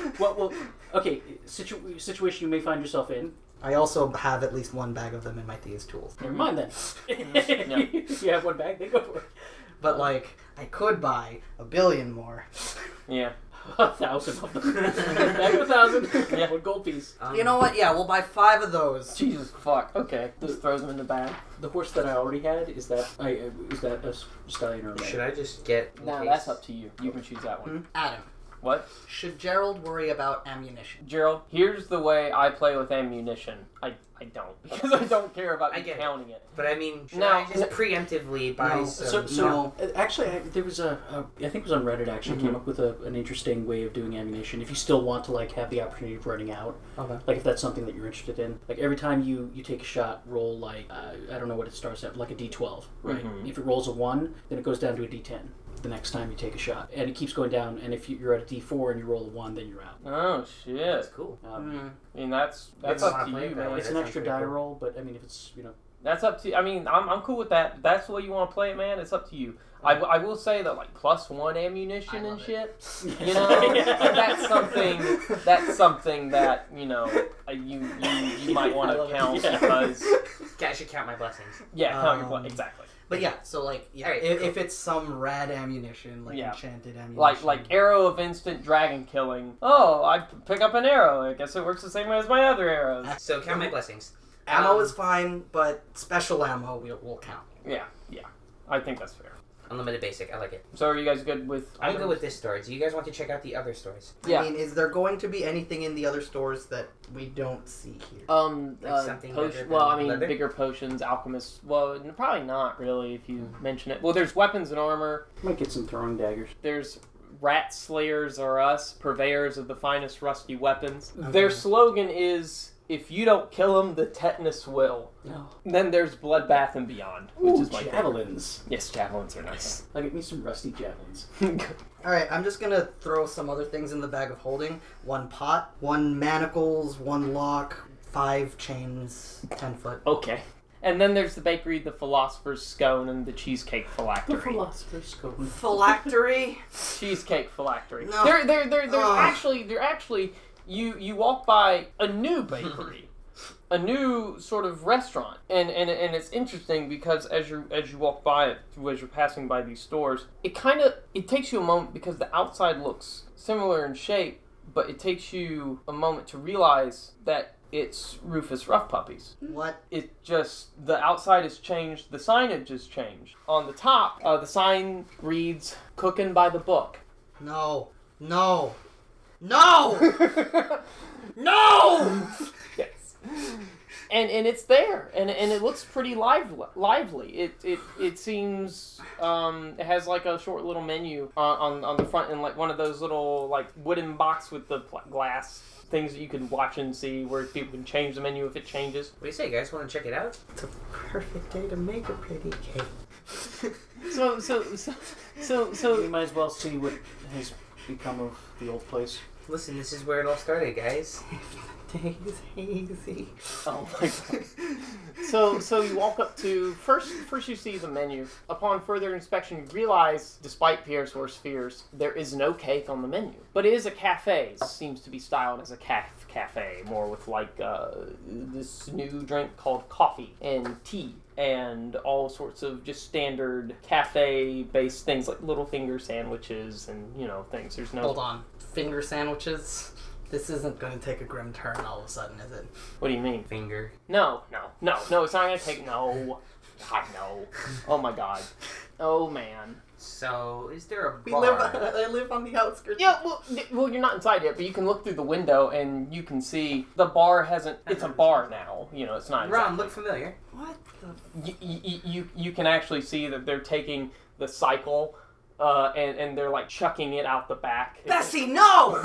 E: Well, well, okay. Situ- situation you may find yourself in.
D: I also have at least one bag of them in my thieves' tools.
E: Never mind then. you have one bag. They go for it.
D: But like, I could buy a billion more.
H: Yeah.
E: A thousand of them. bag of a thousand.
H: Yeah.
E: One gold piece.
F: Um,
D: You know what? Yeah, we'll buy five of those.
H: Jesus fuck. Okay. Just throws them in the bag.
E: The horse that I already had is that. I uh, is that a s- stallion or a
F: Should
E: red?
F: I just get? in
H: No,
F: case-
H: that's up to you. You can choose that one.
D: Adam,
H: What?
D: should Gerald worry about ammunition?
H: Gerald, here's the way I play with ammunition. I, I don't because I don't care about
F: I
H: you
F: get it.
H: counting it.
F: But I mean, should
H: No,
F: I just
H: no.
F: preemptively buy
D: No.
F: some?
E: So, so
D: no.
E: uh, actually, I, there was a, a. I think it was on Reddit. Actually, came up with a, an interesting way of doing ammunition. If you still want to like have the opportunity of running out,
D: Okay.
E: like if that's something that you're interested in, like every time you you take a shot, roll like uh, I don't know what it starts at, like a D12, right? If it rolls a one, then it goes down to a D10 the next time you take a shot, and it keeps going down. And if you, you're at a D4 and you roll a one, then you're out.
H: Oh
F: that's
H: shit.
F: cool.
E: Um,
H: I mean that's Mm-hmm. that's
F: Yeah,
H: up
F: I
H: to
F: play
H: you,
F: that way.
H: man.
E: It's an
F: sounds
E: extra
F: pretty
E: die
F: cool.
E: roll, but I mean, if it's you know,
H: That's up to. I mean, I'm, I'm cool with that. If That's the way you want to play it, man. It's up to you. I, I will say that like plus one
D: I
H: ammunition
D: love
H: and shit. You know, that's something. That's something that you know uh, you you, you might want
E: I love
H: to
E: it.
H: count
E: Yeah.
H: because
F: I should count my blessings.
H: yeah, count your
D: Um,
H: pl- exactly.
D: But yeah, so like, yeah,
F: Alright,
D: if,
F: cool.
D: if it's some rad ammunition, like
H: Yeah.
D: enchanted ammunition,
H: Like like arrow of instant dragon killing. Oh, I p- pick up an arrow. I guess it works the same way as my other arrows.
F: So count my blessings.
D: ammo
F: um,
D: is fine, but special ammo will will count.
H: Yeah, yeah. I think that's fair.
F: Unlimited basic. I like it.
H: So are you guys good with?
F: I'm good with this store. Do you guys want to check out the other stores?
H: Yeah.
D: I mean, is there going to be anything in the other stores that we don't see here?
H: Um,
F: Like
H: uh,
F: something
H: potion-
F: bigger
H: well,
F: than
H: I mean,
F: leather?
H: bigger potions, alchemists. Well, n- probably not really if you mention it. Well, there's weapons and armor.
E: might get some throwing daggers.
H: There's rat slayers are us, purveyors of the finest rusty weapons.
D: Okay.
H: Their slogan is, "If you don't kill them, the tetanus will."
E: No,
H: Then there's bloodbath and beyond, which is my favorite.
E: javelins.
H: Yes, javelins are nice.
E: Like, get me some rusty javelins.
D: All right, I'm just gonna throw some other things in the bag of holding: one pot, one manacles, one lock, five chains, ten foot.
H: okay. And then there's the bakery, the philosopher's scone, and the cheesecake
E: The
H: phylactery.
E: philosopher's cone.
D: Phylactery.
H: cheesecake phylactery.
D: No.
H: They're they're they're they're
D: Ugh.
H: actually they're actually you you walk by a new bakery, a new sort of restaurant, and and and it's interesting because as you as you walk by it, as you're passing by these stores, it kind of it takes you a moment because the outside looks similar in shape, but it takes you a moment to realize that it's Rufus Rough Puppies
D: what?
H: it just the outside has changed the signage has changed on the top uh, the sign reads cooking by the book
D: No. No. No.
H: no yes and and it's there and and it looks pretty lively lively it it, it seems um it has like a short little menu on, on on the front and like one of those little like wooden box with the pl- glass things that you can watch and see where people can change the menu if it changes
F: What do you say, guys? Want to check it out?
D: it's a perfect day to make a pretty cake.
H: so so so so
E: We
H: so
E: might as well see what has become of the old place.
F: Listen, this is where it all started, guys.
D: Day is hazy.
H: Oh my god. So so you walk up to first first you see the menu. Upon further inspection you realize, despite Pierre's worst fears, there is no cake on the menu. But it is a cafe. It seems to be styled as a caf cafe, more with like uh, this new drink called coffee and tea and all sorts of just standard cafe based things like little finger sandwiches and you know things. There's no
D: Hold on. Finger sandwiches. This isn't going to take a grim turn all of a sudden, is it?
H: what do you mean?
F: Finger.
H: No, no, no, no, it's not gonna take no. God, no. Oh my god. Oh man.
F: So, is there a bar?
D: We live. I live on the outskirts.
H: Yeah, well, th- well, you're not inside yet, but you can look through the window and you can see the bar hasn't. It's a
D: Uh-huh.
H: bar now. You know, it's not.
F: Ron, look familiar.
D: What the?
H: you, you, you, you can actually see that they're taking the cycle. Uh, and, and they're like chucking it out the back.
D: Bessie, no!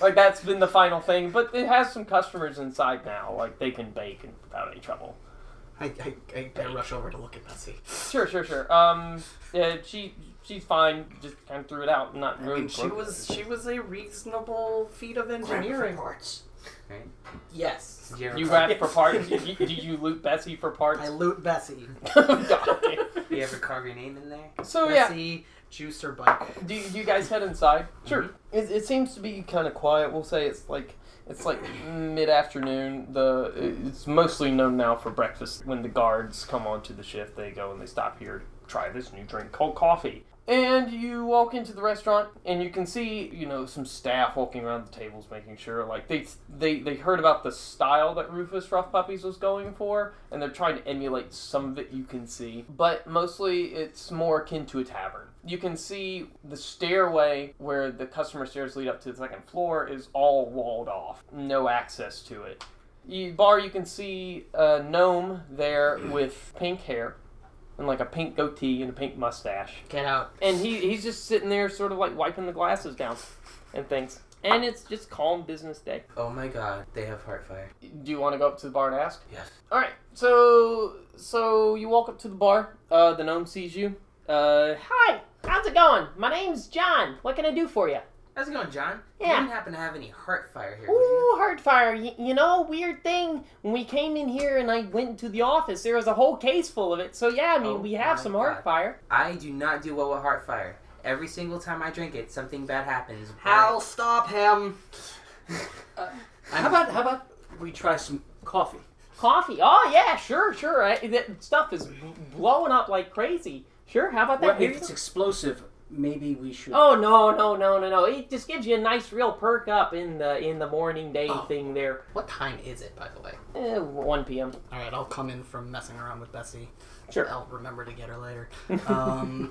H: Like that's been the final thing, but it has some customers inside now. Like they can bake and without any trouble.
D: I, I, I, I rush over to look at Bessie.
H: Sure, sure, sure. Um, yeah, she she's fine. Just kind of threw it out. Not
D: I
H: really.
D: mean, she
H: broke it.
D: was she was a reasonable feat of engineering.
E: parts.
D: Yes.
F: Did you ever
H: You
F: call,
H: rap for parts? Do you, do you loot Bessie for parts?
D: I loot Bessie.
H: God, okay.
F: you ever carve your name in there?
H: So yeah,
D: Bessie, juicer bike.
H: do, you- do you guys head inside? Sure. It, it seems to be kind of quiet. We'll say it's like it's like mid afternoon. The it's mostly known now for breakfast. When the guards come onto the shift, they go and they stop here to try this new drink called coffee. And you walk into the restaurant, and you can see, you know, some staff walking around the tables, making sure, like they they, they heard about the style that Rufus Rough Puppies was going for, and they're trying to emulate some of it. You can see, but mostly it's more akin to a tavern. You can see the stairway where the customer stairs lead up to the second floor is all walled off, no access to it. You, bar, you can see a gnome there with pink hair and like a pink goatee and a pink mustache
D: Get out.
H: and he, he's just sitting there sort of like wiping the glasses down and things and it's just calm business day
F: Oh my god, they have heartfire.
H: do you want to go up to the bar and ask
F: Yes.
H: all right so so you walk up to the bar uh, the gnome sees you uh, hi how's it going my name's john what can i do for you
F: How's it going, John? You
H: Yeah.
F: didn't happen to have any heartfire here, would you?
H: Ooh, Heartfire, y- you know, weird thing. When we came in here and I went into the office, there was a whole case full of it. So, yeah, I mean,
F: Oh
H: we have
F: my
H: some
F: God.
H: Heartfire.
F: I do not do well with heartfire. Every single time I drink it, something bad happens.
D: Hal, stop him.
E: How about how about we try some coffee?
H: Coffee. Oh, yeah, sure, sure. I, that stuff is b- blowing up like crazy. Sure, how about
E: Or
H: that?
E: if it's explosive, maybe we should.
H: Oh no no no no no! It just gives you a nice real perk up in the in the morning day
D: Oh.
H: thing there.
D: What time is it, by the way?
H: Eh, One p.m.
D: All right, I'll come in from messing around with Bessie.
H: Sure.
D: I'll remember to get her later. Um,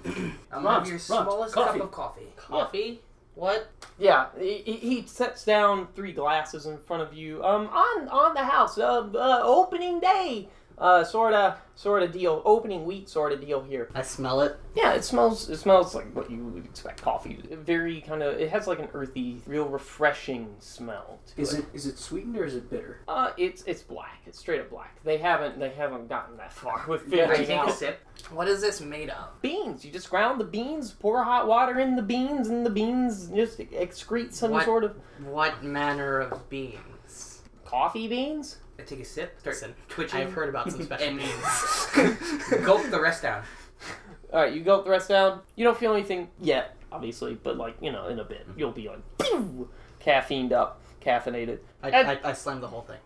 F: I'll
E: Runt,
F: have your
E: runt,
F: smallest
E: coffee.
F: cup of coffee.
D: coffee? What?
H: Yeah, he, he- he sets down three glasses in front of you. Um, on on the house. Uh, uh opening day. Uh, sorta sorta deal. Opening week sorta deal here.
D: I smell it.
H: Yeah, it smells it smells like what you would expect coffee. Very kind of it has like an earthy, real refreshing smell. To
E: Is it is it sweetened or is it bitter?
H: Uh, it's it's black. It's straight up black. They haven't they haven't gotten that far with
F: I
H: figuring
F: take
H: out.
F: a sip.
D: What is this made of?
H: beans. You just ground the beans, pour hot water in the beans, and the beans just excrete some
D: What?
H: sort of
D: What manner of beans?
H: coffee beans.
F: I take a sip. Start
D: Listen,
F: twitching.
D: I've heard about some special
F: and
D: beans.
F: gulp the rest down.
H: All right, you gulp the rest down. You don't feel anything yet, obviously, but like you know, in a bit you'll be like pew, caffeined up, caffeinated.
D: I, I,
H: And-
D: I slammed the whole thing.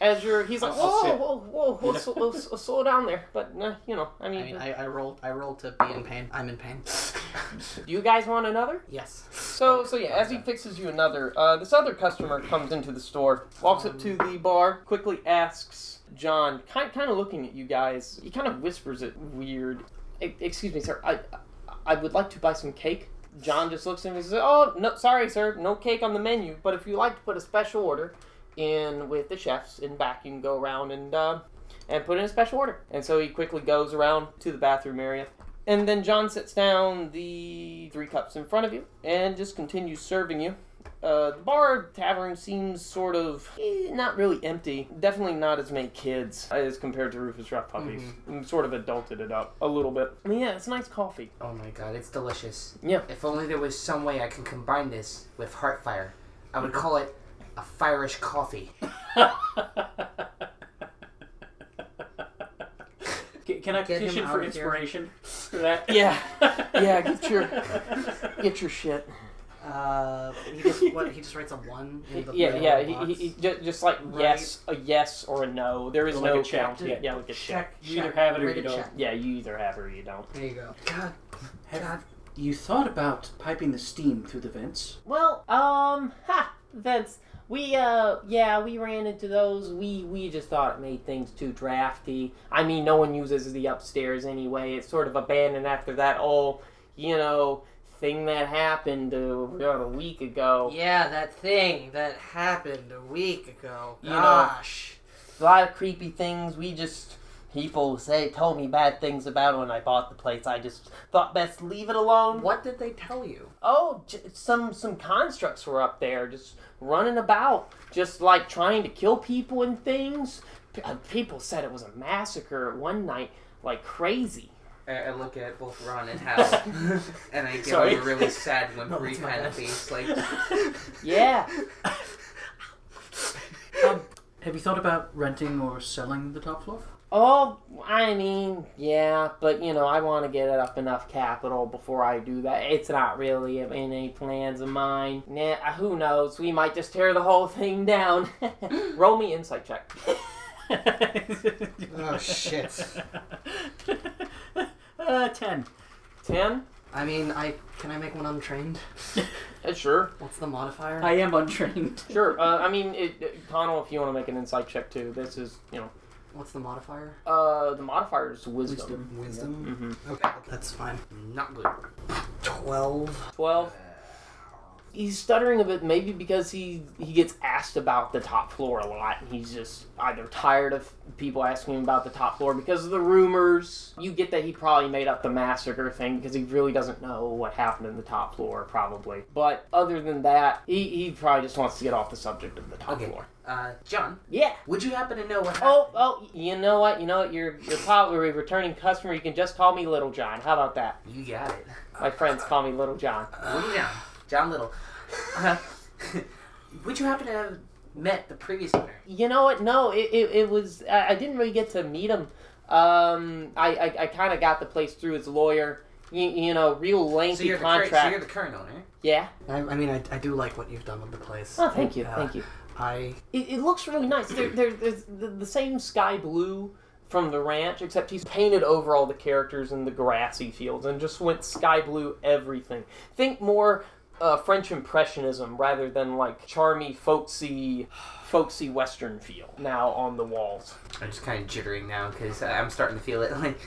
H: As you're, he's like,
E: I'll- I'll
H: whoa,
E: sit.
H: whoa, whoa, whoa, slow, whoa, slow- slow down there. But uh, you know, I mean,
D: I mean, I, I rolled. I rolled to be in pain. I'm in pain.
H: do you guys want another?
D: yes.
H: So, so yeah, as he fixes you another, uh, this other customer comes into the store, walks up to the bar, quickly asks John, kind kind of looking at you guys. He kind of whispers it weird. "E- Excuse me, sir. I I would like to buy some cake. John just looks at him and says, "Oh, no, sorry, sir. No cake on the menu. But if you like to put a special order in with the chefs in back, you can go around and uh, and put in a special order." And so he quickly goes around to the bathroom area. And then John sets down the three cups in front of you and just continues serving you. Uh, the bar tavern seems sort of eh, not really empty. Definitely not as many kids as compared to Rufus Rough Puppies.
E: Mm-hmm.
H: Mm, Sort of adulted it up a little bit. I mean, yeah, it's nice coffee.
F: Oh my god, it's delicious.
H: Yeah.
F: If only there was some way I can combine this with heartfire. I would call it a fireish coffee.
E: Can, can I
D: Get him
E: petition
D: out
E: for
D: of here.
E: inspiration for that?
H: Yeah. Yeah, get your- Get your shit.
D: Uh, he just what? He just writes a one. In the
H: Yeah,
D: middle
H: yeah.
D: of the
H: He, he,
D: box.
H: he- ju- just like
D: Right.
H: yes, a yes or a no. There is
E: Or like
H: no
E: a check.
H: count. Yeah, yeah, like a check.
D: check.
E: You either
D: check,
E: have it or
D: rated
E: you don't.
D: check.
H: Yeah, you either have or you don't.
D: There you go.
F: God,
E: Have you thought about piping the steam through the vents?
H: Well, um, ha, that's we uh yeah, we ran into those. We we just thought it made things too drafty. I mean, no one uses the upstairs anyway. It's sort of abandoned after that whole, you know, thing that happened uh, about a week ago.
D: Yeah, that thing that happened a week ago.
H: You know.
D: Gosh.
H: A lot of creepy things. We just people say told me bad things about when I bought the place. I just thought best leave it alone.
D: What did they tell you?
H: Oh, j- some some constructs were up there, just running about, just like trying to kill people and things. P- uh, people said it was a massacre one night, like crazy.
F: I, I look at both Ron and Hal, and I give
H: Sorry.
F: them a really sad, whimpery
D: it's my
F: kind of
D: bad.
F: face. Like,
H: Yeah,
E: Have you thought about renting or selling the top floor?
H: Oh, I mean, yeah, but you know, I want to get it up enough capital before I do that. It's not really in any plans of mine. Nah, uh, who knows? We might just tear the whole thing down. Roll me insight check.
E: oh
D: shit.
E: Uh, ten.
H: Ten?
D: I mean, I can I make one untrained?
H: Yeah, sure,
D: What's the modifier?
E: I am untrained.
H: sure. Uh, I mean, it, it- Connell, if you want to make an insight check too, this is you know,
D: What's the modifier?
H: uh, the modifier is wisdom.
D: Wisdom.
H: Mhm.
D: Okay, that's fine.
F: Not good.
D: Twelve.
H: Twelve. He's stuttering a bit, maybe because he he gets asked about the top floor a lot, and he's just either tired of people asking him about the top floor because of the rumors. You get that he probably made up the massacre thing because he really doesn't know what happened in the top floor, probably. But other than that, he, he probably just wants to get off the subject of the top
F: Okay.
H: floor.
F: Uh, John,
H: Yeah.
F: would you happen to know what happened?
H: Oh, oh, you know what? You know what? You're you're probably a returning customer. You can just call me Little John. How about that?
F: You got it.
H: My friends call me Little John.
F: Little John. John Little. Uh, would you happen to have met the previous owner?
H: You know what? No, it, it, it was. I, I didn't really get to meet him. Um, I, I, I kind of got the place through his lawyer. You, you know, real
F: So
H: lengthy
F: you're, the current,
H: contract.
F: so you're the current owner.
H: yeah.
D: I, I mean, I, I do like what you've done with the place.
H: Oh, thank you,
D: Yeah.
H: thank you.
D: I
H: It, it looks really nice. There, there, there's the, the same sky blue from the ranch, except he's painted over all the characters in the grassy fields and just went sky blue everything. Think more uh, French impressionism rather than like charmy, folksy, folksy western feel now on the walls.
F: I'm just kind of jittering now because I'm starting to feel it. Like,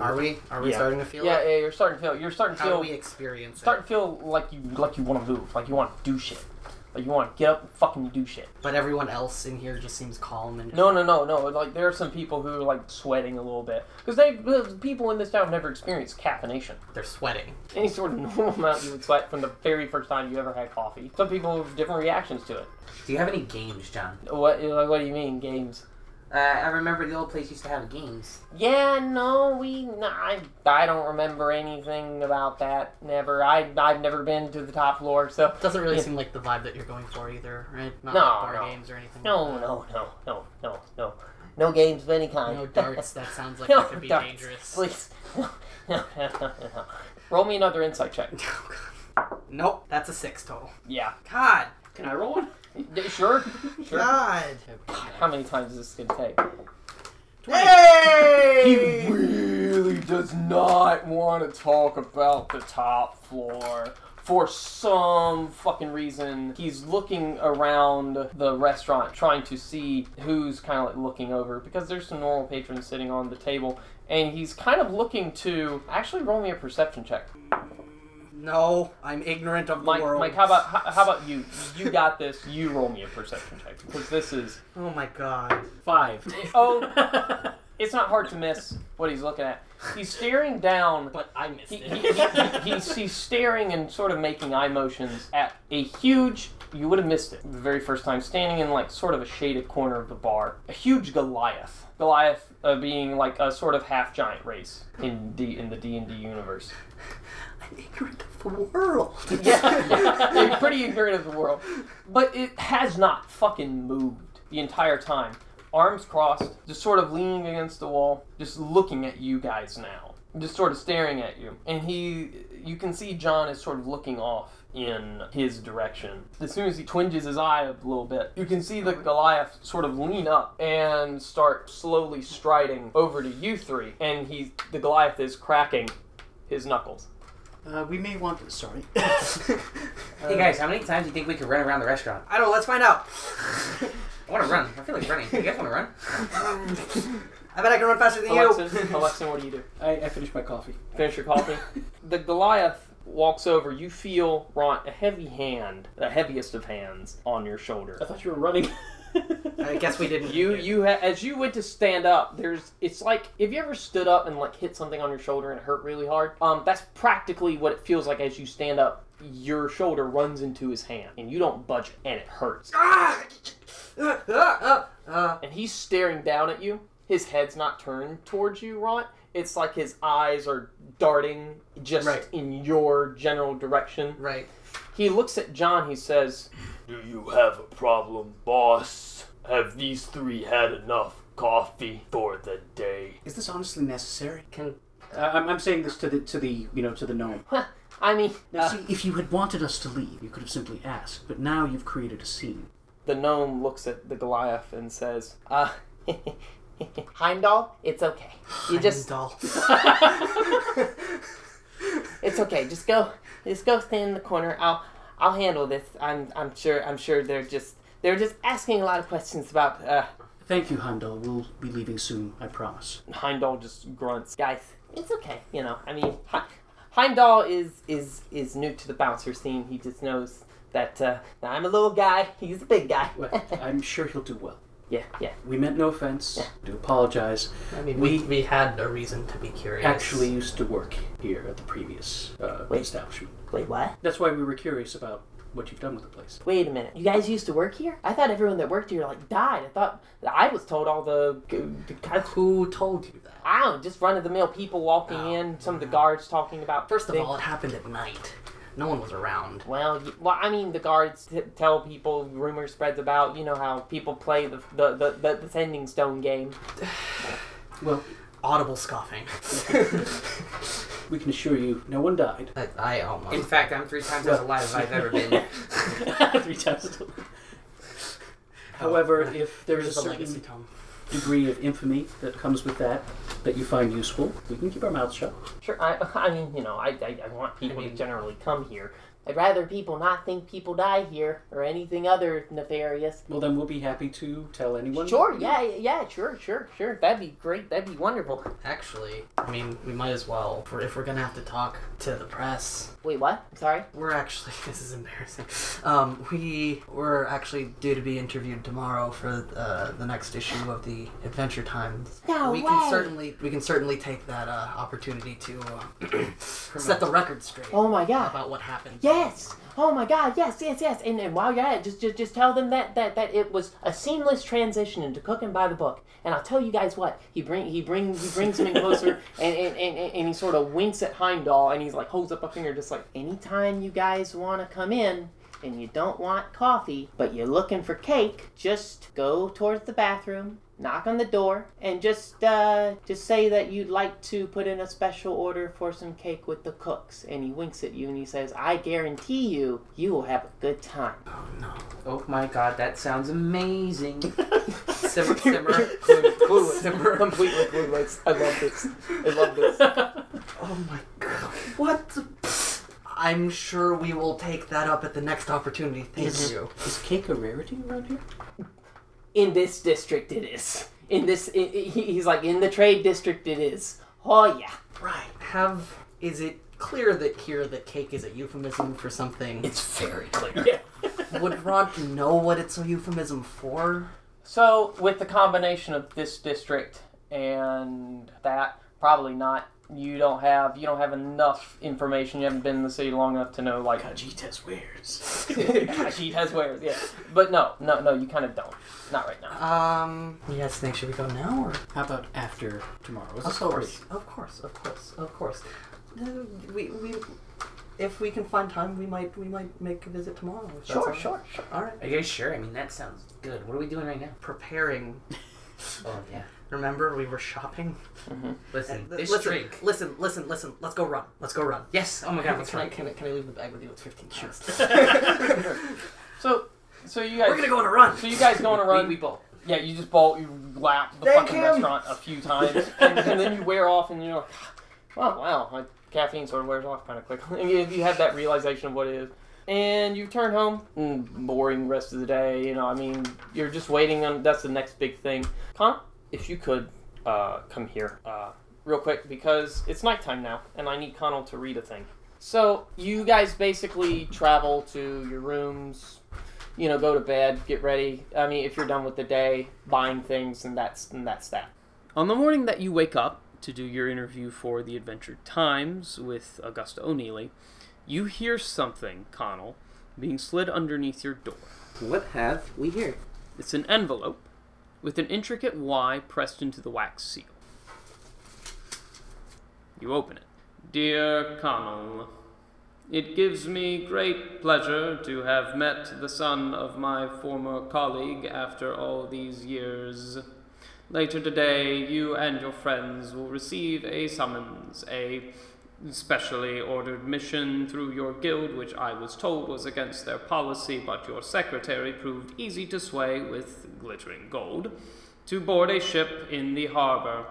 D: are we are we
H: Yeah.
D: starting to feel
H: Yeah,
D: it?
H: yeah, you're starting to feel. You're starting to
D: How do
H: feel.
D: we experience
H: starting to feel like you like you want to move, like you want to do shit, like you want to get up and fucking do shit.
D: it? But everyone else in here just seems calm and
H: No, no, no, no. Like there are some people who are like sweating a little bit because they the people in this town have never experienced caffeination,
D: they're sweating.
H: any sort of normal amount you would sweat from the very first time you ever had coffee. Some people have different reactions to it.
F: do you have any games, John?
H: What like, what do you mean games?
F: Uh, I remember the old place used to have games.
H: Yeah, no, we. No, I, I don't remember anything about that. Never. I I've never been to the top floor, so
D: Doesn't really
H: Yeah.
D: seem like the vibe that you're going for either, right? Not
H: No,
D: like bar
H: no.
D: games or anything.
H: No, no, no, no, no, no. No games of any kind.
D: No darts. That sounds like
H: No
D: it could be
H: darts,
D: dangerous.
H: Please. No, no, no, no, no. Roll me another insight check.
D: oh, Nope, that's a six total.
H: Yeah.
D: God,
E: Can I roll one?
H: D- Sure. Sure.
D: God.
H: How many times is this gonna take? He
D: Hey!
H: really does not want to talk about the top floor. For some fucking reason, he's looking around the restaurant trying to see who's kind of like looking over because there's some normal patrons sitting on the table, and he's kind of looking to actually roll me a perception check.
D: No, I'm ignorant of the
H: Mike,
D: world.
H: Mike, how about how, how about you? You got this. You roll me a perception check because this is
D: Oh my god.
E: Five.
H: oh, it's not hard to miss what he's looking at. He's staring down
D: But I missed
H: he, he,
D: it.
H: he- he's, he's staring and sort of making eye motions at a huge you would have missed it the very first time standing in like sort of a shaded corner of the bar a huge goliath goliath uh, being like a sort of half giant race in d in the d&d universe
D: I'm ignorant of the world.
H: yeah, yeah. They're pretty ignorant of the world. But it has not fucking moved the entire time. Arms crossed, just sort of leaning against the wall, just looking at you guys now. Just sort of staring at you. And he you can see John is sort of looking off in his direction. As soon as he twinges his eye a little bit, you can see the Goliath sort of lean up and start slowly striding over to you three, and he's the Goliath is cracking his knuckles.
E: Uh, we may want. Sorry.
F: hey guys, how many times do you think we could run around the restaurant?
D: I don't know, let's find out.
F: I want to run. I feel like running. You guys want to run?
D: I bet I can run faster than
H: Alexis,
D: you.
H: Alexis, what do you do?
E: I, I finished my coffee.
H: Finish your coffee. the Goliath walks over. You feel, Ront, a heavy hand, the heaviest of hands, on your shoulder.
E: I thought you were running.
D: I guess we didn't.
H: You, you, ha- as you went to stand up, there's, it's like, if you ever stood up and like hit something on your shoulder and it hurt really hard, um, that's practically what it feels like as you stand up. Your shoulder runs into his hand, and you don't budge, it, and it hurts.
D: Ah! Ah, ah, ah.
H: And he's staring down at you. His head's not turned towards you, Ront. It's like his eyes are darting just
D: Right.
H: in your general direction.
D: Right.
H: He looks at John. He says, "Do you have a problem, boss?"
I: Have these three had enough coffee for the day?
E: Is this honestly necessary?
F: Can
E: I, I'm, I'm saying this to the to the you know to the gnome.
H: I mean,
E: Now, see, if you had wanted us to leave, you could have simply asked. But now you've created a scene.
H: the gnome looks at the Goliath and says, uh, Heimdall, it's okay. You just,
D: doll.
H: it's okay. Just go, just go stand in the corner. I'll, I'll handle this. I'm, I'm sure, I'm sure they're just, they're just asking a lot of questions about, uh,
E: Thank you, Heimdall. We'll be leaving soon. I promise.
H: Heimdall just grunts. Guys, it's okay. You know, I mean, he- Heimdall is is is new to the bouncer scene. He just knows that uh, I'm a little guy. He's a big guy.
E: Well, I'm sure he'll do well.
H: yeah, yeah.
E: We meant no offense. Do apologize.
F: I mean
E: We-
F: we, we had no reason to be curious.
E: Actually, used to work here at the previous uh,
H: Wait.
E: establishment.
H: Wait, what?
E: That's why we were curious about what you've done with the place.
H: Wait a minute. You guys used to work here? I thought everyone that worked here like died. I thought I was told all the, the kind of
F: who told you that?
H: I don't know, just run of the mill people walking in. Some of the guards talking about
F: First of
H: things.
F: all, it happened at night. No one was around.
H: Well, y- well, I mean, the guards t- tell people rumor spreads about you know how people play the the, the, the, the sending stone game.
E: Well,
D: Audible scoffing.
E: we can assure you, no one died.
F: I, I almost.
J: In fact, I'm three times as alive as I've ever been.
E: Three times. However, if there's a
D: There's a legacy
E: certain
D: tome.
E: degree of infamy that comes with that that you find useful, we can keep our mouths shut.
H: Sure, I, I mean, you know, I, I, I want people to
F: mean-
H: generally come here. I'd rather people not think people die here or anything other nefarious.
E: Well, then we'll be happy to tell anyone.
H: Sure, yeah, yeah, yeah, sure, sure, sure. That'd be great. That'd be wonderful.
F: Actually,
D: I mean, we might as well. For if we're gonna have to talk to the press,
H: Wait, what? I'm sorry.
D: we're actually this is embarrassing. Um, we were actually due to be interviewed tomorrow for uh, the next issue of the Adventure Times.
H: No
D: we can certainly we can certainly take that uh, opportunity to uh, set the record straight
H: Oh my god.
D: about what happened.
H: Yes. Oh my god. Yes, yes, yes. And, and while you're at it, just, just just tell them that that that it was a seamless transition into cooking by the book. And I'll tell you guys what. He bring he bring he brings him in closer and, and, and, and, and he sort of winks at Heimdall and he's like holds up a finger just like anytime you guys want to come in and you don't want coffee, but you're looking for cake, just go towards the bathroom, knock on the door, and just uh, just say that you'd like to put in a special order for some cake with the cooks. And he winks at you and he says, "I guarantee you, you will have a good time."
J: Oh my god, that sounds amazing. simmer, simmer, glue, glue, simmer.
H: Completely clueless. I love this. I love this.
D: Oh my god! What? the- I'm sure we will take that up at the next opportunity. Thank
E: Is,
D: you.
E: is cake a rarity around here?
H: In this district, it is. In this, i i- he- he's like in the trade district. It is. Oh yeah,
D: Right. Have is it clear that here that cake is a euphemism for something?
F: it's very clear.
D: Would Rod know what it's a euphemism for?
H: So, with the combination of this district and that, probably not. You don't have you don't have enough information. You haven't been in the city long enough to know like
E: Ajitas wares.
H: she has wares. Yeah, but no, no, no. You kind of don't. Not right now.
D: Um. Yes, think should we go now or?
E: How about after tomorrow? Is
D: Of
E: this
D: course, of course, of course, of course. Uh, We we. If we can find time, we might we might make a visit tomorrow. if that's all right.
H: sure.
D: All right.
F: Are you guys sure? I mean, that sounds good. What are we doing right now?
D: Preparing.
F: Oh yeah.
D: Remember, we were shopping.
F: Listen,
D: Th-
F: this
D: uh, listen,
F: drink.
D: listen, listen, listen. Let's go run. Let's go run.
F: Yes. Oh my god. Let's
D: can, I,
F: right.
D: can I can I leave the bag with you? It's fifteen pounds.
H: So, so you
D: We're
H: guys,
D: gonna go on a run.
H: so you guys go on a run.
F: We, we both.
H: yeah, you just bolt, you lap the
D: Thank
H: fucking
D: him.
H: restaurant a few times, and, and then you wear off, and you're like, wow, wow, my caffeine sort of wears off kind of quickly. And you, you have that realization of what it is. And you turn home, mm, boring rest of the day. You know, I mean, you're just waiting on. That's the next big thing. Connor, if you could uh, come here uh, real quick because it's nighttime now, and I need Connell to read a thing. So you guys basically travel to your rooms, you know, go to bed, get ready. I mean, if you're done with the day, buying things, and that's and that's that. On the morning that you wake up to do your interview for the Adventure Times with Augusta O'Neely, you hear something, Connell, being slid underneath your door.
J: What have we here?
A: It's an envelope with an intricate Y pressed into the wax seal. You open it. Dear Connell,
K: It gives me great pleasure to have met the son of my former colleague after all these years. Later today, you and your friends will receive a summons, a specially ordered mission through your guild, which I was told was against their policy, but your secretary proved easy to sway with glittering gold, to board a ship in the harbor.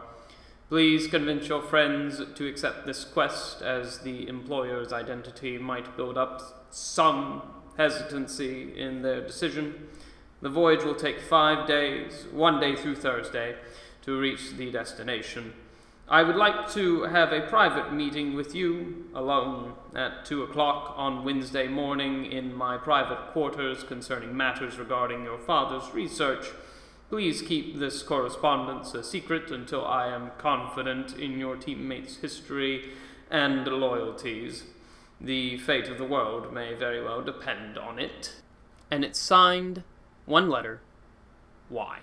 K: Please convince your friends to accept this quest, as the employer's identity might build up some hesitancy in their decision. The voyage will take five days, one day through Thursday, to reach the destination. I would like to have a private meeting with you alone at 2 o'clock on Wednesday morning in my private quarters concerning matters regarding your father's research. Please keep this correspondence a secret until I am confident in your teammates' history and loyalties. The fate of the world may very well depend on it. And it's signed one letter Y.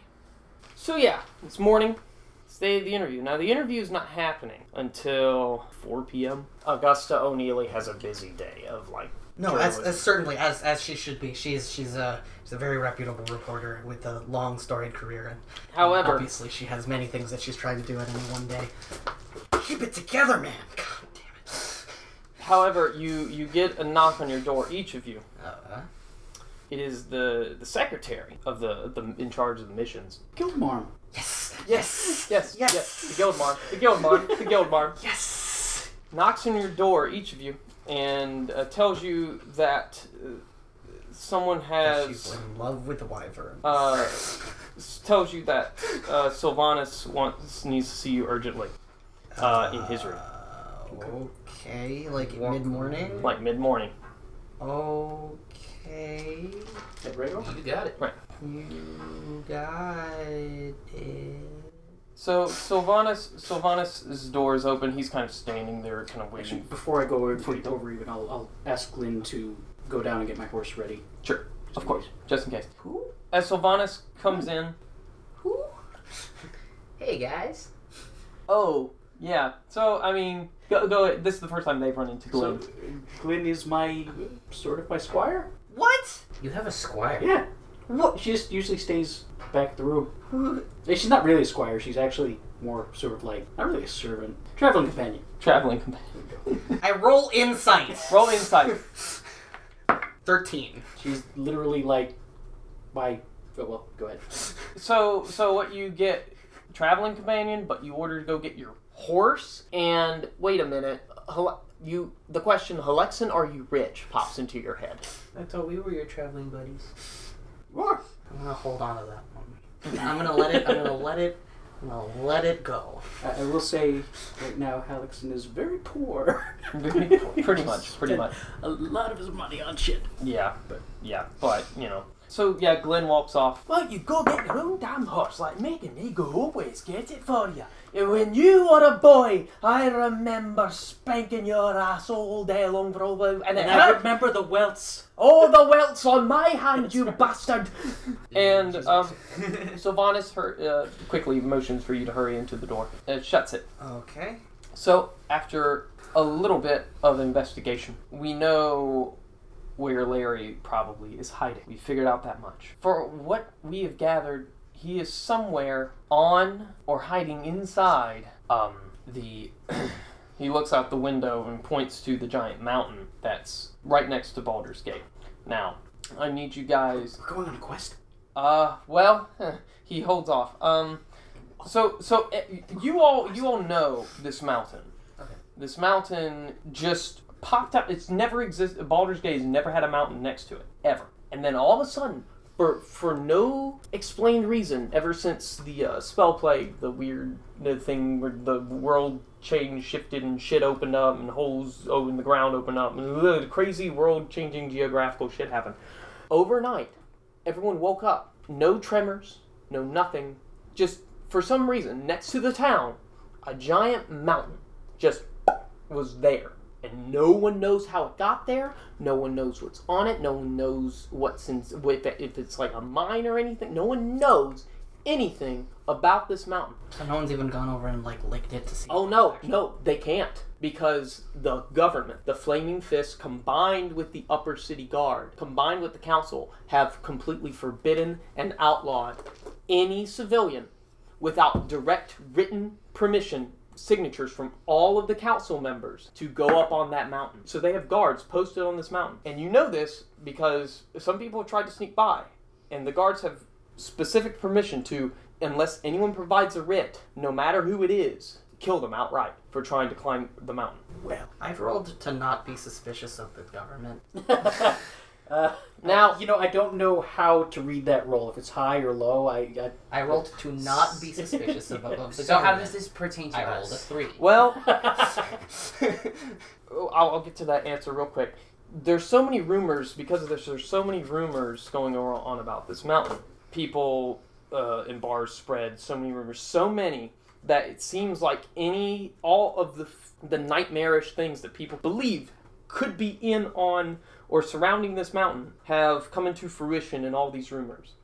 A: So yeah, it's morning. It's the day of the interview. Now the interview is not happening until 4 p.m. Augusta O'Neely has a busy day of like
F: No, as,
A: journalism.
F: as certainly as as she should be. She's she's a she's a very reputable reporter with a long storied career, and
A: However,
F: obviously she has many things that she's trying to do at any one day. Keep it together, man. God damn
A: however, you you get a knock on your door, each of you.
F: it. Uh,
A: It is the the secretary of the the in charge of the missions.
E: Guildmarm.
F: yes.
A: Yes, yes, yes.
F: Yes.
A: The Guildmarm, the Guildmarm, the Guildmarm
F: Yes.
A: knocks on your door, each of you, and uh, tells you that uh, someone
F: She's
A: has
F: in love with the wyvern.
A: uh, s- tells you that uh, Sylvanas wants needs to see you urgently uh, in his room,
F: Okay, like mid morning.
A: like mid morning.
F: Okay,
E: At Rhaegal?
D: You got it.
F: you got it.
A: So Sylvanas Sylvanas' door is open. He's kind of standing there, kind of
E: Actually,
A: waiting.
E: before I go over, over even, I'll, I'll ask Lynn to go down and get my horse ready.
A: Sure, of course, just in case. As Sylvanas comes in,
D: Who? Hey guys.
A: oh yeah. So I mean, go go. This is the first time they've run into Glenn.
E: So, Glenn is my uh, sort of my squire.
F: What?
D: You have a squire.
E: Yeah.
F: What?
E: She just usually stays back the room.
F: Who?
E: Eh, She's not really a squire. She's actually more sort of like not really a servant, traveling companion.
A: traveling companion.
F: I roll insight.
A: Roll insight.
F: Thirteen.
E: She's literally like my. Oh, well, go ahead.
A: So, so what you get? Traveling companion, but you order to go get your horse. And wait a minute, Hel- you the question, Helexin, are you rich? Pops into your head.
D: I thought we were your traveling buddies.
F: I'm gonna hold on to that one. I'm gonna let it. I'm gonna let it. I'm gonna let it go.
E: I, I will say right now, Halixon is very poor.
A: pretty much, pretty much.
E: a lot of his money on shit.
A: Yeah, but yeah, but you know. So yeah, Glenn walks off. Well, you go get your own damn horse, like making me go always get it for you. And when you were a boy, I remember spanking your ass all day long for all and it hurt
E: remember the welts.
A: Oh, the welts on my hand, you bastard! And um, Sylvanas hur- uh, quickly motions for you to hurry into the door. It shuts it.
F: Okay.
A: So, after a little bit of investigation, we know where Larry probably is hiding. We figured out that much. For what we have gathered, he is somewhere on or hiding inside um, the. he looks out the window and points to the giant mountain that's right next to Baldur's Gate. Now, I need you guys
E: We're going on a quest.
A: uh, well, he holds off. Um, so so uh, you all you all know this mountain. This mountain just popped up. It's never existed. Baldur's Gate has never had a mountain next to it ever. And then all of a sudden, for for no explained reason, ever since the uh, spell plague, the weird the thing where the world changed, shifted, and shit opened up, and holes oh, in the ground opened up, and the crazy world-changing geographical shit happened. Overnight, everyone woke up. No tremors, no nothing. Just for some reason, next to the town, a giant mountain just was there. And no one knows how it got there. No one knows what's on it. No one knows what's in, if if it's like a mine or anything. No one knows anything about this mountain.
F: So no one's even gone over and like licked it to see.
A: Oh no, no, they can't. because the government, the Flaming Fist, combined with the Upper City Guard, combined with the Council, have completely forbidden and outlawed any civilian without direct written permission signatures from all of the council members to go up on that mountain. So they have guards posted on this mountain. And you know this because some people have tried to sneak by, and the guards have specific permission to, unless anyone provides a writ, no matter who it is, kill them outright for trying to climb the mountain.
D: I've rolled to not be suspicious of the government.
E: now you know I don't know how to read that roll if it's high or low. I, I
D: I rolled to not be suspicious of, of the
F: So how
D: government.
F: does this pertain to
D: I rolled a
F: us?
D: three.
A: Well, Oh, I'll, I'll get to that answer real quick. There's so many rumors because of this. There's so many rumors going ar- on about this mountain. People uh, in bars spread so many rumors, so many that it seems like any all of the f- the nightmarish things that people believe could be in on or surrounding this mountain have come into fruition in all these rumors.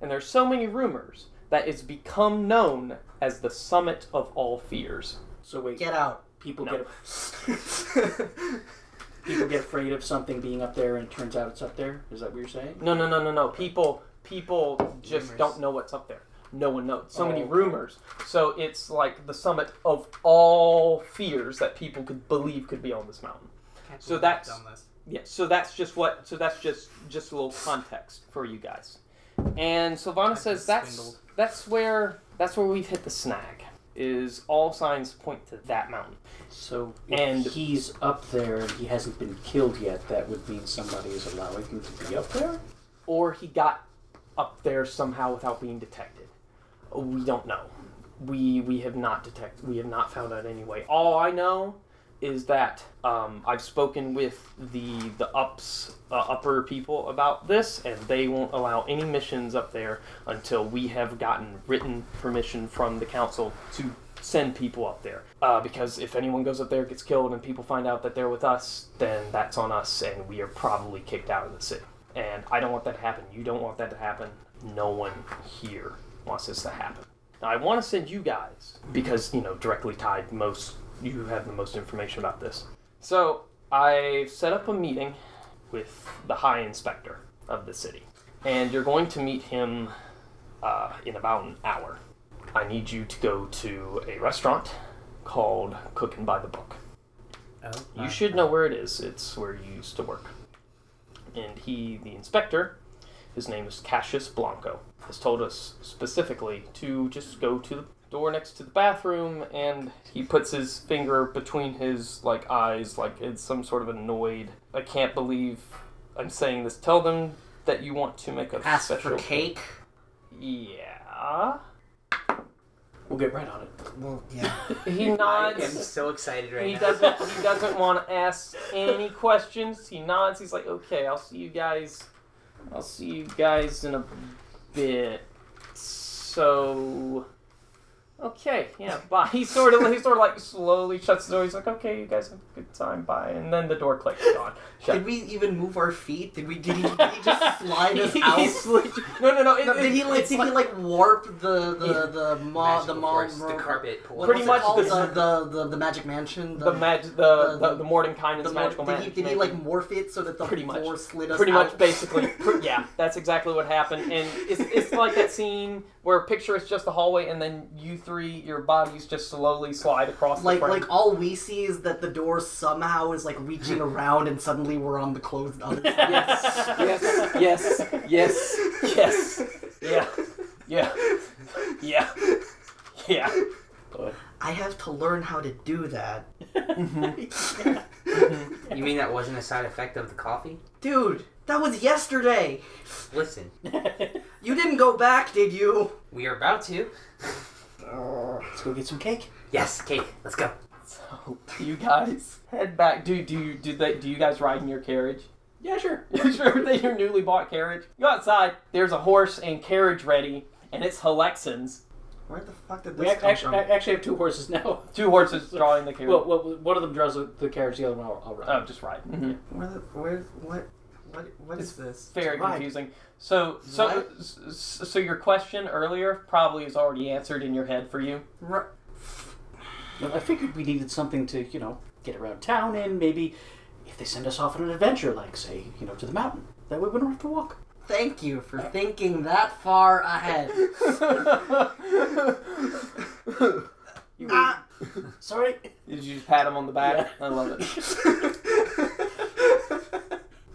A: And there's so many rumors that it's become known as the summit of all fears.
E: so wait.
D: Get out.
E: people
A: No.
E: get people get afraid of something being up there, and it turns out it's up there. Is that what you're saying?
A: No, no, no, no, no. People, people just don't know what's up there. No one knows. So many
E: Oh.
A: rumors. So it's like the summit of all fears that people could believe could be on this mountain. So that's yeah. So that's just what. So that's just just a little context for you guys. And Sylvana says that's
D: swindled.
A: that's where that's where we've hit the snag. Is all signs point to that mountain?
E: So
A: And-
E: and he's up there, and he hasn't been killed yet. That would mean somebody is allowing him to be up there.
A: or he got up there somehow without being detected. We don't know. We we have not detected. We have not found out anyway. All I know is that um, I've spoken with the the ups uh, upper people about this, and they won't allow any missions up there until we have gotten written permission from the council to send people up there. Uh, because if anyone goes up there, gets killed, and people find out that they're with us, then that's on us, and we are probably kicked out of the city. And I don't want that to happen. You don't want that to happen. No one here wants this to happen. Now, I want to send you guys because, you know, directly tied, most you have the most information about this. So, I set up a meeting with the high inspector of the city, and you're going to meet him uh, in about an hour. I need you to go to a restaurant called Cooking by the Book. You should know where it is. It's where you used to work. And he, the inspector, his name is Cassius Blanco, has told us specifically to just go to the door next to the bathroom and he puts his finger between his like eyes like it's some sort of annoyed I can't believe I'm saying this. Tell them that you want to make a
F: Ask
A: special
F: for cake.
A: Yeah.
E: We'll get right on it.
D: Well, yeah.
A: He
F: I am
A: nods.
F: so excited right
A: He
F: now.
A: doesn't. He doesn't want to ask any questions. He nods. He's like, "Okay, I'll see you guys. I'll see you guys in a bit." So, okay, yeah, bye. He sort of, he sort of like slowly shuts the door. He's like, "Okay, you guys have a good time, bye." And then the door clicks on. Shut.
D: Did we even move our feet? Did we? Did he, did he just slide us
A: He-
D: out?
A: he slid- no, no, no. It,
D: No, did he like?
A: it's
D: Did he like warp the the the mall the
F: Magical
D: mall
F: force, the carpet pull.
D: what
A: Pretty
D: was it
A: much
D: called?
A: the-
D: the, the, the the magic mansion.
A: the mag, the the, the
D: the
A: Mordenkainen's
D: mor-
A: magical
D: did, he,
A: magic.
D: did he like morph it so that the
A: Pretty much.
D: floor slid us
A: pretty
D: out?
A: much basically pr- yeah that's exactly what happened and it's, it's like that scene where picture it's just a hallway and then you three your bodies just slowly slide across
D: Like
A: the frame.
D: like all we see is that the door somehow is like reaching around and suddenly we're on the closed other side.
A: yes yes yes yes yeah yeah yeah yeah
D: I have to learn how to do that.
F: You mean that wasn't a side effect of the coffee?
D: Dude, that was yesterday.
F: Listen,
D: You didn't go back, did you?
F: we are about to.
E: Let's go get some cake.
F: Yes, cake. Let's go.
A: so Oh, you guys head back do do you do they do you guys ride in your carriage
E: Yeah, sure.
A: sure that your newly bought carriage you go outside there's a horse and carriage ready and it's Halexin's
D: Where the fuck did
E: We
D: this
E: ac-
D: come
E: actually,
D: from?
E: I actually have two horses now.
A: two horses drawing the carriage
E: Well, well, one of them draws the, the carriage, the other one I'll, I'll ride.
A: oh just ride Mhm.
D: Where the where what what what is this?
A: very
D: Why?
A: confusing. So, so, s- s- so your question earlier probably is already answered in your head for you.
D: Ru-
E: I figured we needed something to, you know, get around town in. Maybe if they send us off on an adventure, like say, you know, to the mountain, that way we don't have to walk.
D: Thank you for thinking that far ahead.
E: Ah, sorry.
L: Did you just pat him on the back? I love it.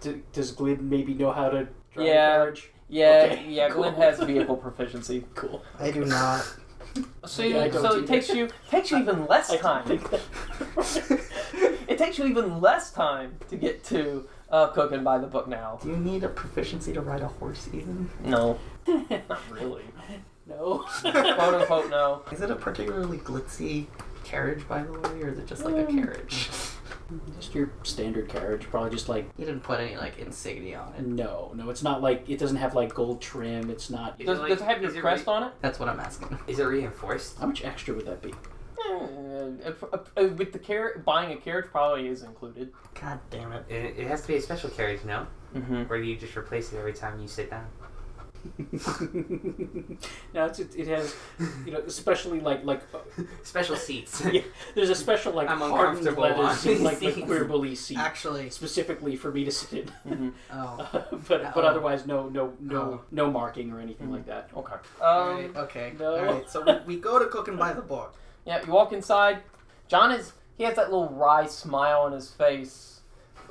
E: D- does Glid maybe know how to drive
L: Yeah.
E: a carriage?
L: Yeah,
E: Okay,
L: yeah.
E: cool.
L: Glenn has vehicle proficiency. Cool.
D: I do not.
L: So,
E: Yeah, I
L: you,
E: don't
L: so
E: either.
L: it takes you takes you even less
E: I don't
L: time.
E: think that-
L: It takes you even less time to get to uh, cooking by the book now.
D: Do you need a proficiency to ride a horse, even?
L: No, not really.
E: no.
L: Quote unquote, no.
D: Is it a particularly glitzy carriage, by the way, or is it just like a
F: Mm.
D: carriage?
E: Just your standard carriage, probably just like
D: You didn't put any like insignia on it.
E: no, no. It's not like it doesn't have like gold trim. It's not.
L: Does, does it have your crest on it?
D: That's what I'm asking.
F: Is it reinforced?
E: How much extra would that be?
L: Eh, uh, uh, with the car- buying a carriage probably is included.
D: God damn it.
F: It, it has to be a special carriage, no?
L: Mm-hmm.
F: Or do you just replace it every time you sit down?
E: no, it's, it, it has, you know, especially like like uh,
F: Special seats.
E: yeah, there's a special like
F: I'm
E: hardened
F: uncomfortable
E: leather
F: on
E: seat,
F: these
E: like the
F: seats.
E: queer bully seat,
D: Actually,
E: specifically for me to sit in.
D: oh.
E: but but
D: Oh.
E: otherwise, no no no
D: Oh. Hmm.
E: no marking or anything like that.
L: Okay.
D: All
L: Um,
D: right, okay.
E: no.
D: All right, so we, we go to cook and buy the book.
L: Yeah, you walk inside. John is he has that little wry smile on his face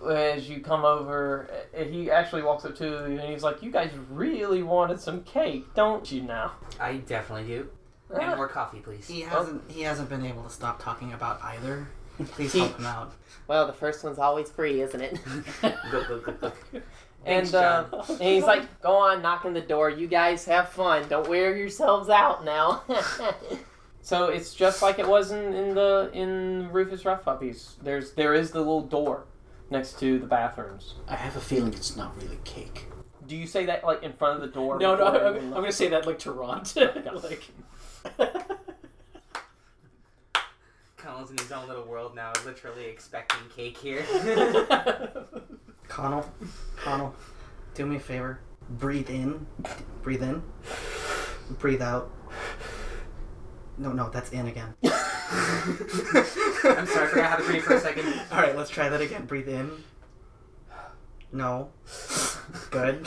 L: as you come over. Uh, He actually walks up to you and he's like, "You guys really wanted some cake, don't you now?"
F: I definitely do. And more coffee, please.
E: Oh.
D: He hasn't he hasn't been able to stop talking about either. Please
L: He-
D: help him out.
H: Well, the first one's always free, isn't it?
F: Go, go, go, go.
L: and
F: Thanks,
L: uh,
F: John.
H: and he's like, go on, knock on the door. You guys have fun. Don't wear yourselves out now.
L: so it's just like it was in, in the in Rufus Rough Puppies. There's there is the little door next to the bathrooms.
E: I have a feeling it's not really cake.
L: Do you say that like in front of the door?
E: No, no,
L: before
E: I'm, I'm
L: everyone
E: gonna say that like Toronto, like.
F: Colin's in his own little world now, literally expecting cake here.
D: Connell, Connell, do me a favor. Breathe in, breathe in, breathe out. No, no, that's in again.
F: I'm sorry, I forgot how to breathe for a second.
D: All right, let's try that again. Breathe in. No. Good.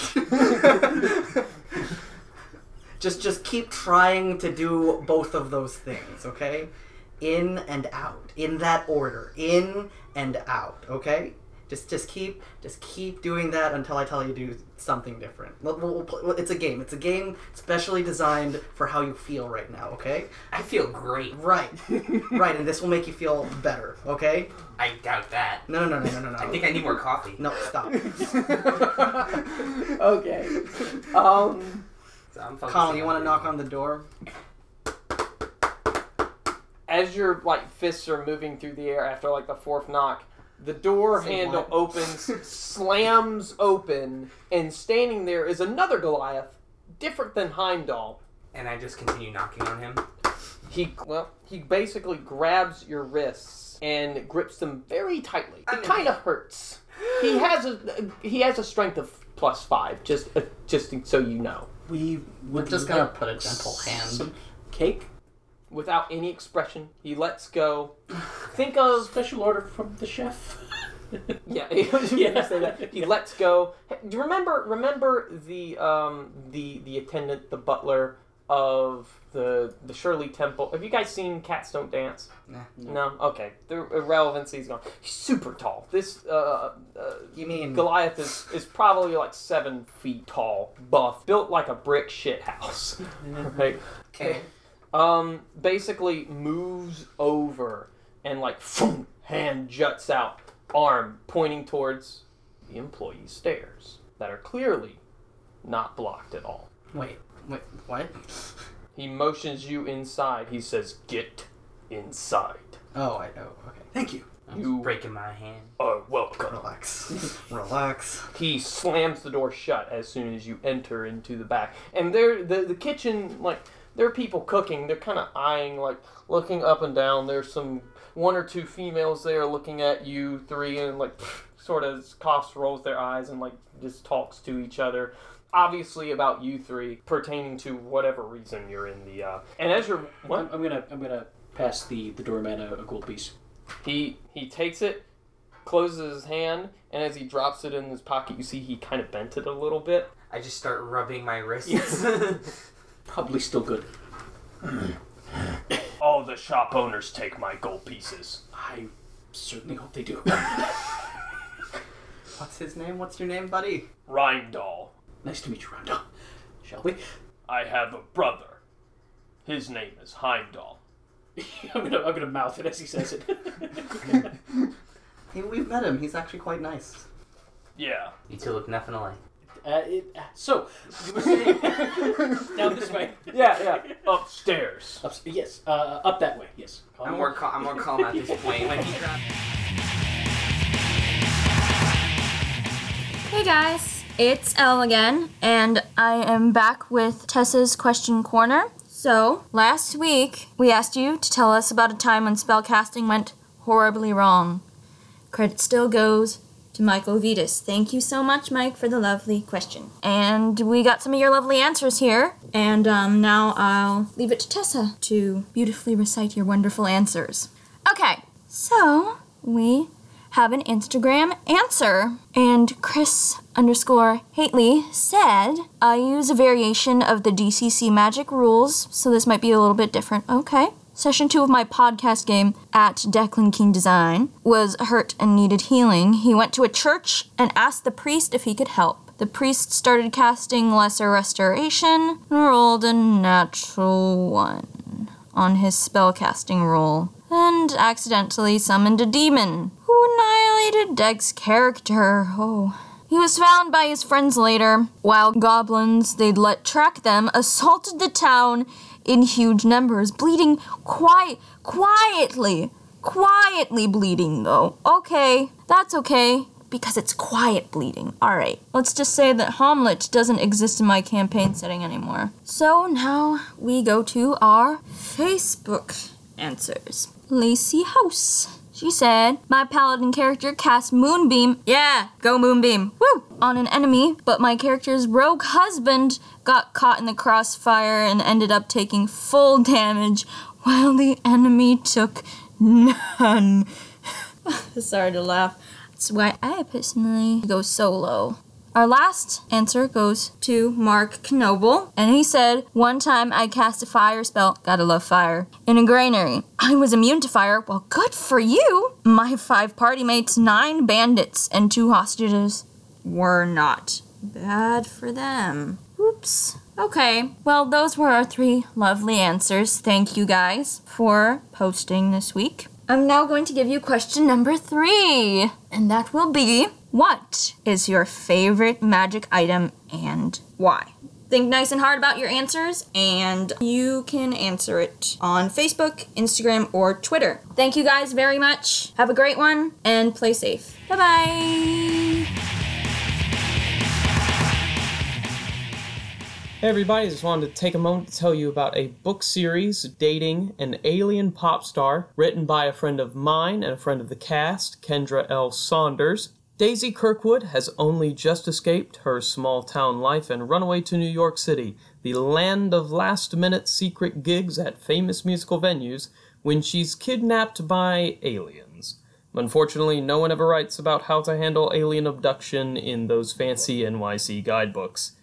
D: just just keep trying to do both of those things, okay? In and out. In that order. In and out, okay? Just just keep just keep doing that until I tell you to do something different. We'll, we'll, we'll play- it's a game. It's a game specially designed for how you feel right now, okay?
F: I feel great.
D: Right. right, and this will make you feel better, okay?
F: I doubt that.
D: No, no, no, no, no, no.
F: I think I need more coffee.
D: No, stop.
L: okay. Um.
F: So I'm focusing
D: Connell, you want to
F: on breathing.
D: knock on the door?
L: as your like fists are moving through the air after like the fourth knock, the door
D: Say
L: handle
D: what?
L: opens, slams open, and standing there is another Goliath, different than Heimdall.
F: And I just continue knocking on him.
L: He well, he basically grabs your wrists and grips them very tightly. It kind of hurts. He has a he has a strength of plus five. Just uh, just so you know,
E: We would
D: I'm just
E: like
D: gonna put a gentle hand.
E: some cake.
L: without any expression, he lets go. Think of
E: Special order from the chef.
L: Yeah, he yeah. say that. He lets go. Hey, Do you remember remember the um the the attendant, the butler of the the Shirley Temple? Have you guys seen Cats Don't Dance?
D: Nah.
L: No. Okay. The irrelevancy's gone. He's super tall. This uh, uh
D: You mean
L: Goliath is is probably like seven feet tall, buff, built like a brick shit house. right.
F: Okay.
L: Um, basically moves over and like phoom, hand juts out, arm pointing towards the employee stairs that are clearly not blocked at all.
D: wait, wait, what?
L: He motions you inside. He says, "Get inside.
D: Oh, I know. Okay,
E: Thank you.
L: You
F: Breaking my hand.
L: are welcome."
D: relax, relax.
L: He slams the door shut as soon as you enter into the back. And there, the the kitchen, like there are people cooking. They're kind of eyeing, like looking up and down. There's some one or two females there looking at you three, and like sort of coughs, rolls their eyes, and like just talks to each other. Obviously about you three pertaining to whatever reason you're in the. Uh, and as you're what?
E: I'm, I'm gonna I'm gonna pass the the doorman a, a gold piece.
A: He he takes it, closes his hand, and as he drops it in his pocket, you see he kind of bent it a little bit.
F: I just start rubbing my wrists.
E: Probably still good.
M: All the shop owners take my gold pieces.
E: I certainly hope they do.
D: What's his name? What's your name, buddy?
M: Rheindahl.
E: nice to meet you, Rhonda. Shall we?
M: I have a brother. His name is Heimdall.
E: I'm gonna I'm gonna mouth it as he says it.
D: Hey, we've met him. He's actually quite nice.
M: Yeah.
F: You two look nothing alike.
E: uh, it uh, so you were saying down this way.
A: Yeah, yeah. Upstairs.
E: Up, yes, uh, up that way. Yes.
F: I'm more cal- I'm more calm at this point. Like he dropped
L: Hey guys, it's Elle again, and I am back with Tessa's Question Corner. So, last week we asked you to tell us about a time when spellcasting went horribly wrong. Credit still goes to Michael Vitas. Thank you so much, Mike, for the lovely question. And we got some of your lovely answers here, and um, now I'll leave it to Tessa to beautifully recite your wonderful answers. Okay, so we have an Instagram answer. And Chris underscore Haitley said, I use a variation of the DCC magic rules, so this might be a little bit different. Okay. Session two of my podcast game at Declan King Design was hurt and needed healing. He went to a church and asked the priest if he could help. The priest started casting Lesser Restoration and rolled a natural one on his spellcasting roll and accidentally summoned a demon who annihilated Deg's character. Oh. He was found by his friends later. While goblins they'd let track them assaulted the town in huge numbers, bleeding quiet quietly. Quietly bleeding though. Okay, that's okay. Because it's quiet bleeding. Alright. Let's just say that Hamlet doesn't exist in my campaign setting anymore. So now we go to our Facebook answers. Lacey House. She said, My paladin character cast Moonbeam. Yeah, go Moonbeam. Woo! On an enemy, but my character's rogue husband got caught in the crossfire and ended up taking full damage while the enemy took none. Sorry to laugh. That's why I personally go solo. Our last answer goes to Mark Knoble, and he said, One time I cast a fire spell, gotta love fire, in a granary. I was immune to fire. Well, good for you! My five party mates, nine bandits, and two hostages were not. Bad for them. Oops. Okay, well, those were our three lovely answers. Thank you guys for posting this week. I'm now going to give you question number three, and that will be What is your favorite magic item and why? Think nice and hard about your answers, and you can answer it on Facebook, Instagram, or Twitter. Thank you guys very much. Have a great one, and play safe. Bye bye.
A: Hey everybody, just wanted to take a moment to tell you about a book series dating an alien pop star written by a friend of mine and a friend of the cast, Kendra L. Saunders. Daisy Kirkwood has only just escaped her small town life and run away to New York City, the land of last minute secret gigs at famous musical venues, when she's kidnapped by aliens. Unfortunately, no one ever writes about how to handle alien abduction in those fancy NYC guidebooks.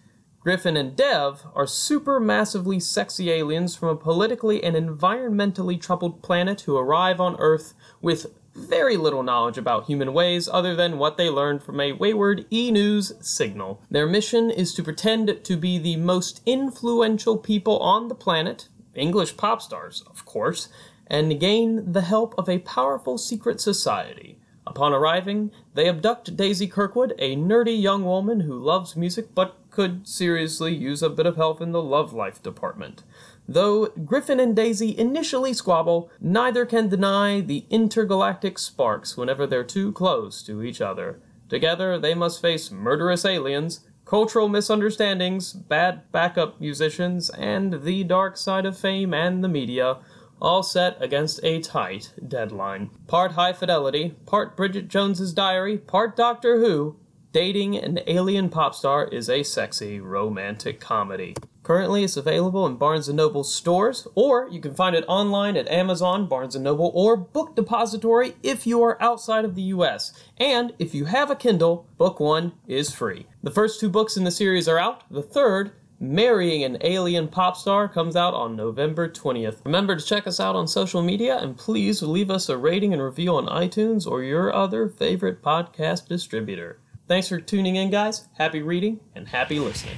A: Griffin and Dev are super massively sexy aliens from a politically and environmentally troubled planet who arrive on Earth with very little knowledge about human ways other than what they learned from a wayward e news signal. Their mission is to pretend to be the most influential people on the planet, English pop stars, of course, and gain the help of a powerful secret society. Upon arriving, they abduct Daisy Kirkwood, a nerdy young woman who loves music but could seriously use a bit of help in the love life department. Though Griffin and Daisy initially squabble, neither can deny the intergalactic sparks whenever they're too close to each other. Together, they must face murderous aliens, cultural misunderstandings, bad backup musicians, and the dark side of fame and the media, all set against a tight deadline. Part High Fidelity, part Bridget Jones's Diary, part Doctor Who, dating an alien pop star is a sexy romantic comedy. Currently, it's available in Barnes & Noble stores, or you can find it online at Amazon, Barnes & Noble, or Book Depository if you are outside of the US. And if you have a Kindle, book one is free. The first two books in the series are out. The third, Marrying an Alien Pop Star, comes out on November 20th. Remember to check us out on social media and please leave us a rating and review on iTunes or your other favorite podcast distributor. Thanks for tuning in, guys. Happy reading and happy listening.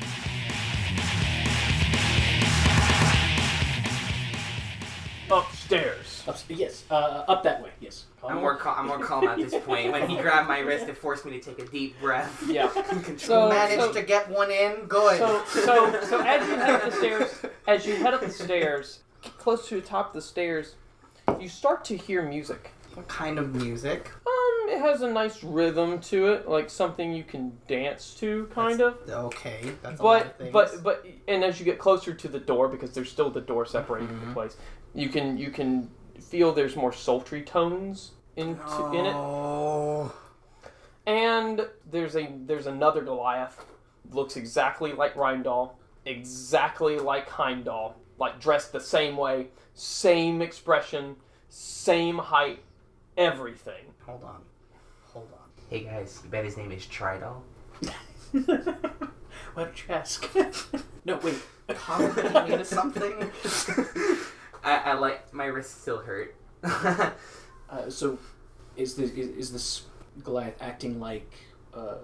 E: Upstairs. yes, uh, up that way. Yes.
F: I'm more cal- I'm more calm at this point. When he grabbed my wrist and forced me to take a deep breath.
C: Yeah.
D: So, managed to get one in. Good.
C: So, so, so as you head up the stairs, as you head up the stairs, get close to the top of the stairs, you start to hear music.
D: What kind of music?
A: Um, it has a nice rhythm to it, like something you can dance to, kind of.
D: Okay, that's a lot of
A: But
D: things.
A: but but, and as you get closer to the door, because there's still the door separating the place, you can you can feel there's more sultry tones into in it.
D: Oh.
A: And there's a there's another Goliath, looks exactly like Rheindahl, exactly like Heimdall, like dressed the same way, same expression, same height, everything.
D: Hold on, hold on.
F: Hey guys, you bet his name is Tridal.
E: Why don't you ask? no, wait.
D: Complicated or something.
F: I, I like my wrist still hurt.
E: Uh, so, is this is, is this Goliath acting like, uh,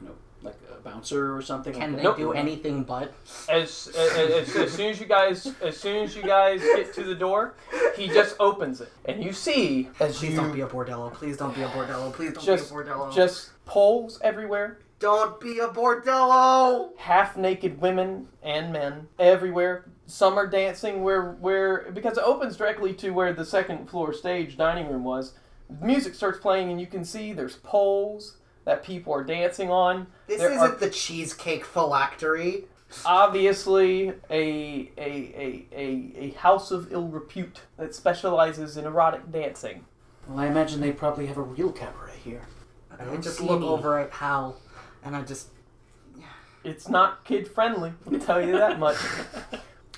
E: you know, like a bouncer or something?
D: Can
E: like
D: they
E: that?
D: do anything but?
A: As, as, as soon as you guys as soon as you guys get to the door, he just opens it, and you see as
D: Please
A: you
D: don't be a bordello. Please don't be a bordello. Please don't
A: just
D: be a bordello.
A: just poles everywhere,
D: don't be a bordello.
A: half naked women and men everywhere. Some are dancing where where because it opens directly to where the second floor stage dining room was. Music starts playing, and you can see there's poles that people are dancing on.
D: This
A: There
D: isn't
A: are
D: the cheesecake phylactery.
A: obviously a a, a, a a house of ill repute that specializes in erotic dancing.
E: Well, I imagine they probably have a real cabaret here.
D: And I just
E: see
D: look
E: any.
D: over at Hal, and I just
A: It's not kid friendly, I'll tell you that much.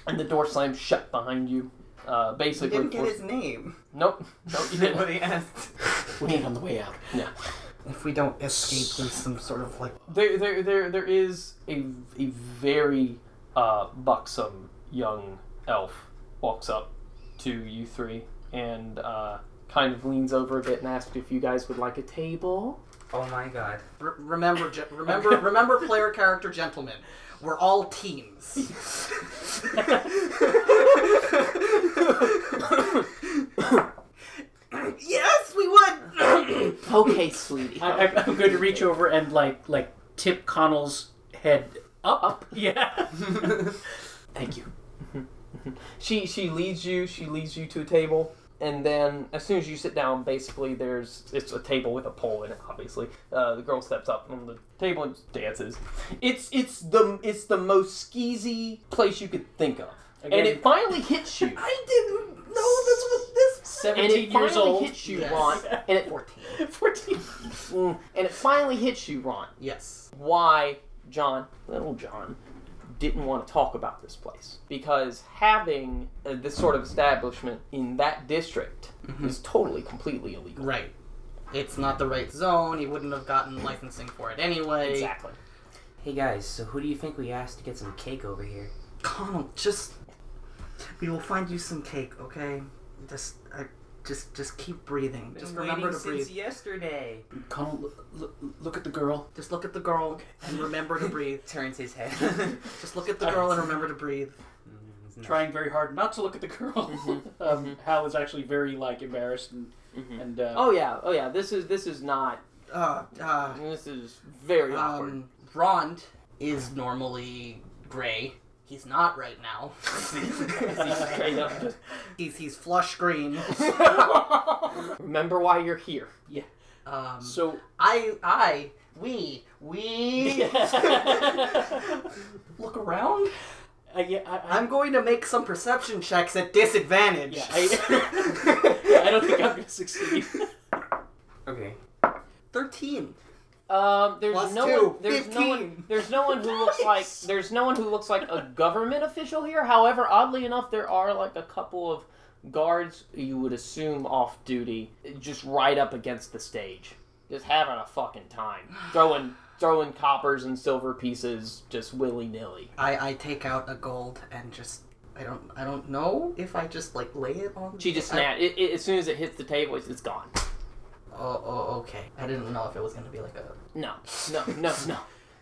A: and the door slams shut behind you. Uh,
D: he
A: basically,
D: didn't get
A: for-
D: his name.
A: nope, nope, you didn't.
F: Nobody asked.
E: We need it on the way out.
D: If we don't escape, there's some sort of like
A: There, there, there, there is a, a very uh, buxom young elf walks up to you three and uh, kind of leans over a bit and asks if you guys would like a table.
F: Oh my god.
D: R- remember, gen- remember, remember, player character gentlemen. We're all teams. yes, we would.
N: Okay, sweetie.
E: I, I'm, I'm going to reach over and like like tip Connell's head up. Yeah. Thank you.
A: she she leads you she leads you to a table and then as soon as you sit down basically there's it's a table with a pole in it obviously uh, the girl steps up on the table and dances it's it's the it's the most skeezy place you could think of and it finally hits you
D: I didn't know this was this.
A: and it
E: 17
A: finally
E: years old.
A: hits you
D: Yes.
A: ron and it,
D: 14.
E: 14.
A: mm, and it finally hits you ron
D: Yes.
A: why John, little John, didn't want to talk about this place because having uh, this sort of establishment in that district is totally completely illegal.
D: Right. It's not the right zone. He wouldn't have gotten licensing for it anyway.
A: Exactly.
F: Hey guys, so who do you think we asked to get some cake over here?
D: Connell, just we will find you some cake, okay? Just, I, just, just keep breathing. Just remember to breathe.
F: yesterday.
E: Connell, look, look, look at the girl.
D: Just look at the girl and remember to breathe.
F: Turns his head.
D: Just look at the girl and remember to breathe.
E: Trying very hard not to look at the girl. um, Hal is actually very like embarrassed and and uh,
A: Oh yeah, oh yeah. This is this is not.
D: Uh, uh,
A: This is very awkward.
D: um, Rond is normally gray. He's not right now.
A: He's straight up just-
D: he's he's flush green.
A: Remember why you're here.
D: Um,
E: so
D: I I we we look around.
E: I, uh, yeah, I, I,
D: I'm going to make some perception checks at disadvantage.
E: yeah, I, yeah, I don't think I'm gonna succeed.
F: okay.
D: Thirteen.
A: Um, there's
O: Plus
A: no
O: two,
A: one. There's no one.
O: 15.
A: There's no one who looks like. There's no one who looks like a government official here. However, oddly enough, there are like a couple of guards you would assume off duty, just right up against the stage, just having a fucking time, throwing throwing coppers and silver pieces, just willy nilly.
D: I, I take out a gold and just I don't I don't know if I just like lay it on.
A: She just snap. It, it, as soon as it hits the table, it's, it's gone.
D: Oh, oh okay. I didn't know if it was gonna be like a.
A: No, no, no, no,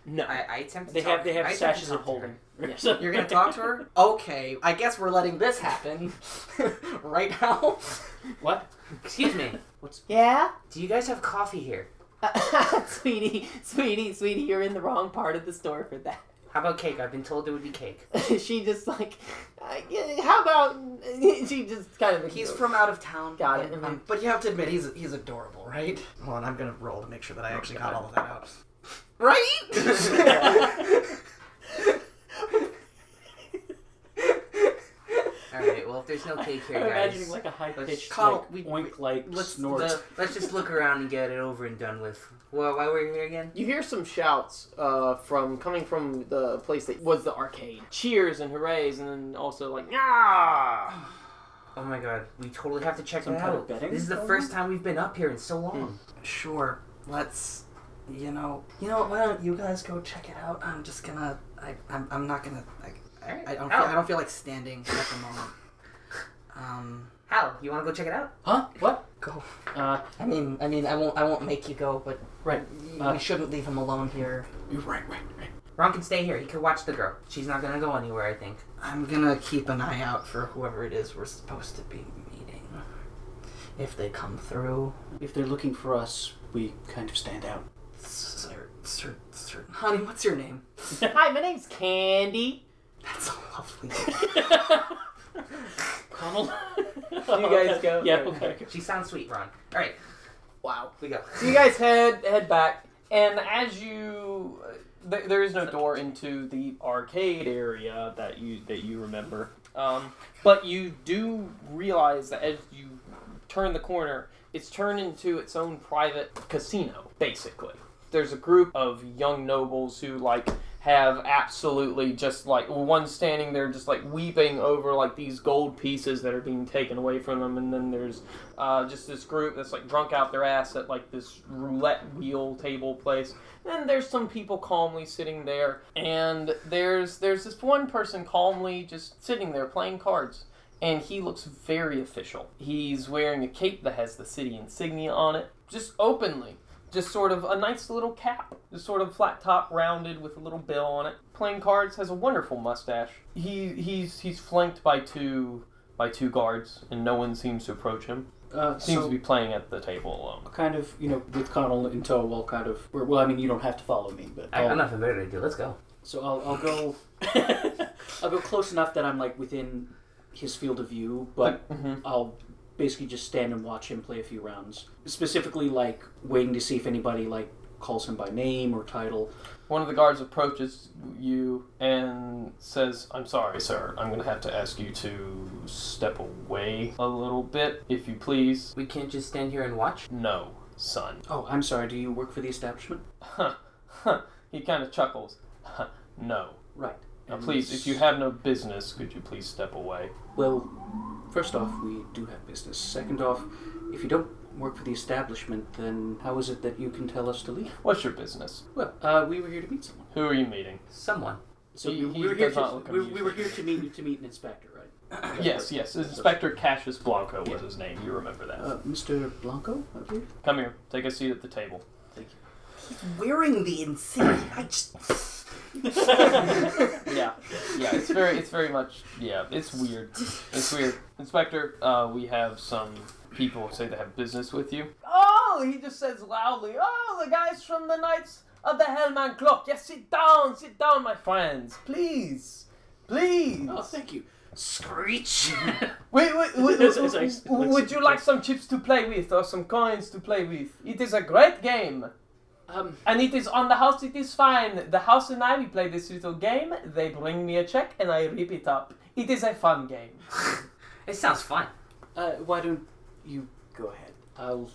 A: no.
F: I, I attempt to
E: They
F: talk.
E: have they
F: I
E: have
F: attempt
E: sashes
F: to
E: of
F: talk to her.
E: holding. Yes.
D: You're gonna talk to her? Okay, I guess we're letting this happen right now.
E: What?
F: Excuse me.
H: Yeah?
F: Do you guys have coffee here?
H: sweetie, sweetie, sweetie, you're in the wrong part of the store for that.
F: How about cake? I've been told it would be cake.
H: she just like,
A: uh,
H: "I- yeah, how about? She just kind of.
D: He's from out of town.
H: Got it.
D: Um,
E: Mm-hmm.
D: but you have to admit he's he's adorable, right? Hold on, I'm gonna roll to make sure that I actually got all of that out. Right?
F: All right. Well, if there's no cake here,
E: I'm
F: guys,
E: imagining like a high pitched
F: Connell,
E: like, oink like snort.
F: the- let's just look around and get it over and done with. Well, why were you here again?
A: You hear some shouts uh, from coming from the place that was the arcade. Cheers and hoorays, and then also like ah.
F: Oh my god, we totally have to check
E: Some
F: it
E: kind
F: out.
E: of betting Mm-hmm.
F: this is the
E: going
F: first time we've been up here in so long.
D: sure. Let's. You know. You know. what, Why don't you guys go check it out? I'm just gonna. I. I'm, I'm not gonna. I, I, I don't. Feel, I don't feel like standing at the moment. Um.
F: Hal, you want to go check it out?
E: Huh? What?
D: Go.
E: Uh,
D: I mean. I mean. I won't. I won't make you go. But
E: right.
D: y- we shouldn't leave him alone here.
E: You're right, right, right.
F: Ron can stay here. He can watch the girl. She's not gonna go anywhere, I think.
D: I'm gonna keep an eye out for whoever it is we're supposed to be meeting. If they come through,
E: If they're looking for us, we kind of stand out.
D: sir, sir, sir. Honey, what's your name?
H: Hi, my name's Candy.
D: That's a lovely.
E: Connell?
A: You guys go.
E: Yeah, okay.
F: She sounds sweet, Ron. All right,
A: Wow.
F: we go.
A: So you guys head head back, and as you, uh, th- there is no door into the arcade area that you that you remember. Um, but you do realize that as you turn the corner, it's turned into its own private casino, basically. There's a group of young nobles who like have absolutely just like one standing there just like weeping over like these gold pieces that are being taken away from them and then there's uh, just this group that's like drunk out their ass at like this roulette wheel table place. And there's some people calmly sitting there, and there's there's this one person calmly just sitting there playing cards, and he looks very official. He's wearing a cape that has the city insignia on it, just openly. Just sort of a nice little cap, just sort of flat top, rounded with a little bill on it. Playing cards has a wonderful mustache. He he's he's flanked by two by two guards, and no one seems to approach him.
E: Uh,
A: Seems
E: so,
A: to be playing at the table alone.
E: kind of, you know, with Connell in tow, I'll kind of. we're- Well, I mean, you don't have to follow me, but.
F: I,
E: I'll-
F: I'm not familiar with you. Let's go.
E: So I'll, I'll go. I'll go close enough that I'm like within his field of view, but
A: Mhm.
E: I'll basically just stand and watch him play a few rounds. Specifically, like waiting to see if anybody like calls him by name or title.
A: One of the guards approaches you and says, I'm sorry, sir. I'm going to have to ask you to step away a little bit, if you please.
F: We can't just stand here and watch.
A: No, son.
E: Oh, I'm sorry. Do you work for the establishment?
A: Huh, huh. he kind of chuckles. Huh, no.
E: Right.
A: Now,
E: And
A: please, if you have no business, could you please step away?
E: Well, first off, we do have business. Second off, if you don't work for the establishment, then how is it that you can tell us to leave?
A: What's your business?
E: Well, uh, we were here to meet someone.
A: Who are you meeting?
F: Someone.
E: So
A: He-
E: we, we
A: he
E: were here
A: does not
E: to
A: look
E: we,
A: amused.
E: we were here to meet to meet an inspector, right?
A: Yes, yes. Inspector Cassius Blanco was his name. You remember that.
E: Uh, Mr. Blanco, I believe.
A: Come here. Take a seat at the table.
E: Thank you.
D: Wearing the insignia, I just.
A: yeah, yeah. It's very, it's very much. Yeah, it's weird. It's weird. Inspector, uh, we have some people say they have business with you. Oh, he just says loudly. Oh, the guys from the Knights of the Hellman Clock. Yes, sit down, sit down, my friends. Please, please.
E: Oh, thank you. Screech.
A: Wait, wait, wait,
E: It's- it's like-
A: would
E: like-
A: you like some chips to play with or some coins to play with? It is a great game.
E: um,
A: And it is on the house, it is fine. The house and I, we play this little game. They bring me a check and I rip it up. It is a fun game.
F: It sounds fun.
E: uh, why don't you go ahead? I'll.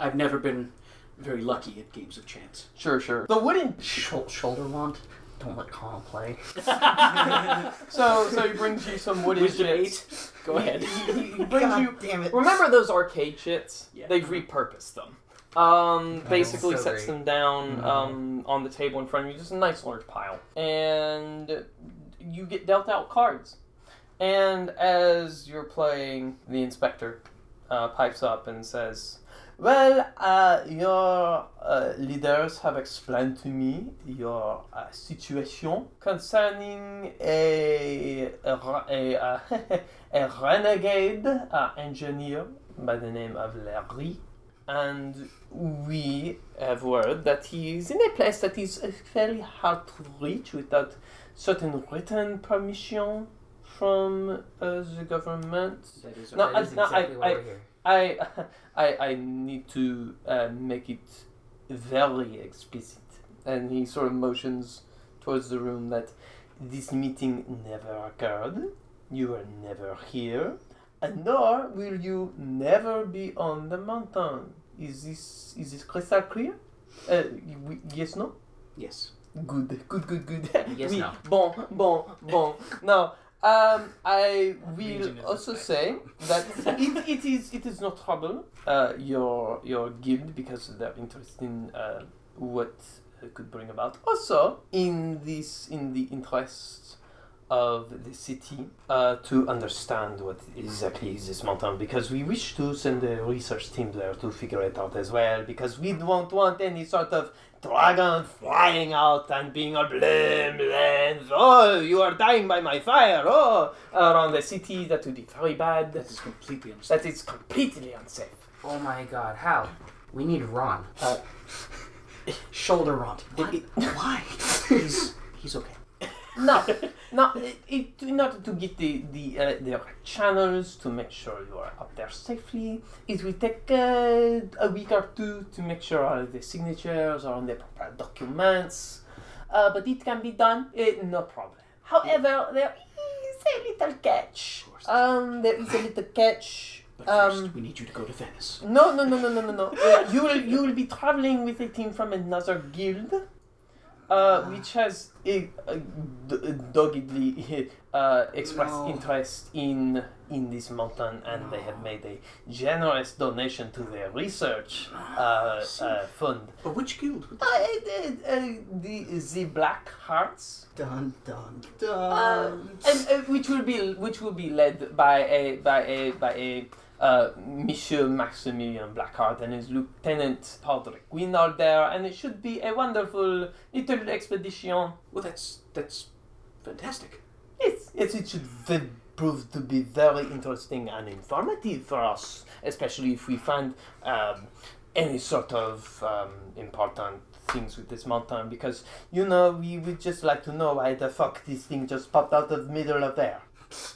E: I've never been very lucky at games of chance.
A: Sure, sure. The wooden
D: shoulder wand. Don't let Colin play.
A: so, so he brings you some wooden
D: Wisdom
A: shits.
D: Go ahead.
A: he brings
D: God
A: you.
D: damn it.
A: Remember those arcade shits? They've repurposed them. Um, basically
P: so
A: sets
P: great.
A: them down um, on the table in front of you, just a nice large pile, and you get dealt out cards. And as you're playing, the inspector uh, pipes up and says, Well, uh, your uh, leaders have explained to me your uh, situation concerning a, a, re- a, uh, a renegade uh, engineer by the name of Larry. And we have word that he is in a place that is uh, fairly hard to reach without certain written permission from uh, the government.
Q: That is-
A: No,
Q: that
A: I-
Q: is
A: no, I-
Q: exactly why
A: I-
Q: we're here.
A: I, I, I need to uh, make it very explicit. And he sort of motions towards the room that this meeting never occurred. You were never here. And nor will you never be on the mountain. Is this is this crystal clear? Uh, we, yes, no.
E: Yes.
A: Good, good, good, good.
Q: Yes,
A: Oui,
Q: no.
A: Bon, bon, bon. No. Um, I will also say that it, it is it is no trouble. Uh, your your guild because of their interest in uh, what it could bring about. Also, in this in the interest of the city uh, to understand what exactly is this mountain because we wish to send a research team there to figure it out as well because we don't want any sort of dragon flying out and being a blame blame oh you are dying by my fire oh around the city that would be very bad that
E: is completely
A: unsafe that is completely unsafe
F: Oh my god, how? We need Ron.
E: Uh, shoulder rot.
D: Um,
E: Why? he's he's okay.
A: no, no, it, it, in order to get the the, uh, the right channels to make sure you are up there safely, it will take uh, a week or two to make sure all the signatures are on the proper documents. Uh, but it can be done, uh, no problem. However, there is a little catch. Um, there is a little catch. Um,
E: We need you to go to Venice.
A: no, no, no, no, no, no, no. Uh, you will you will be traveling with a team from another guild, uh, which has a, a d- doggedly uh, expressed
E: No.
A: interest in in this mountain, and they have made a generous donation to their research uh, uh, fund.
E: But which guild?
A: Uh, uh, uh, the the Black Hearts.
D: Dun dun
A: Uh, and, uh, which will be which will be led by a by a by a uh, Monsieur Maximilian Blackheart and his lieutenant Patrick Win are there, and it should be a wonderful little expedition.
E: Well, that's that's fantastic.
A: It's, it's it should ve- prove to be very interesting and informative for us, especially if we find um, any sort of um, important things with this mountain, because you know we would just like to know why the fuck this thing just popped out of the middle of air.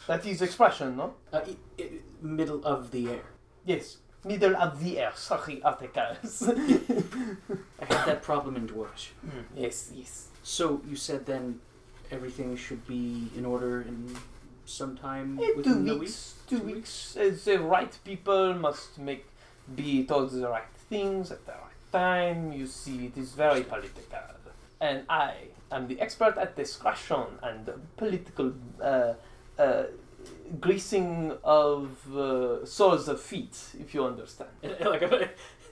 A: That is expression, no?
E: Uh, i i middle of the air.
A: Yes, middle of the air. Sorry, articles.
E: I had that problem in Dwarvish.
A: yes, yes.
E: So you said then everything should be in order in sometime
A: Eh, two
E: within the week?
A: weeks. Two weeks. Uh, the right people must make be told the right things at the right time. You see, it is very political, and I am the expert at discussion and political uh, uh, greasing of uh, soles of feet, if you understand.
E: like I'm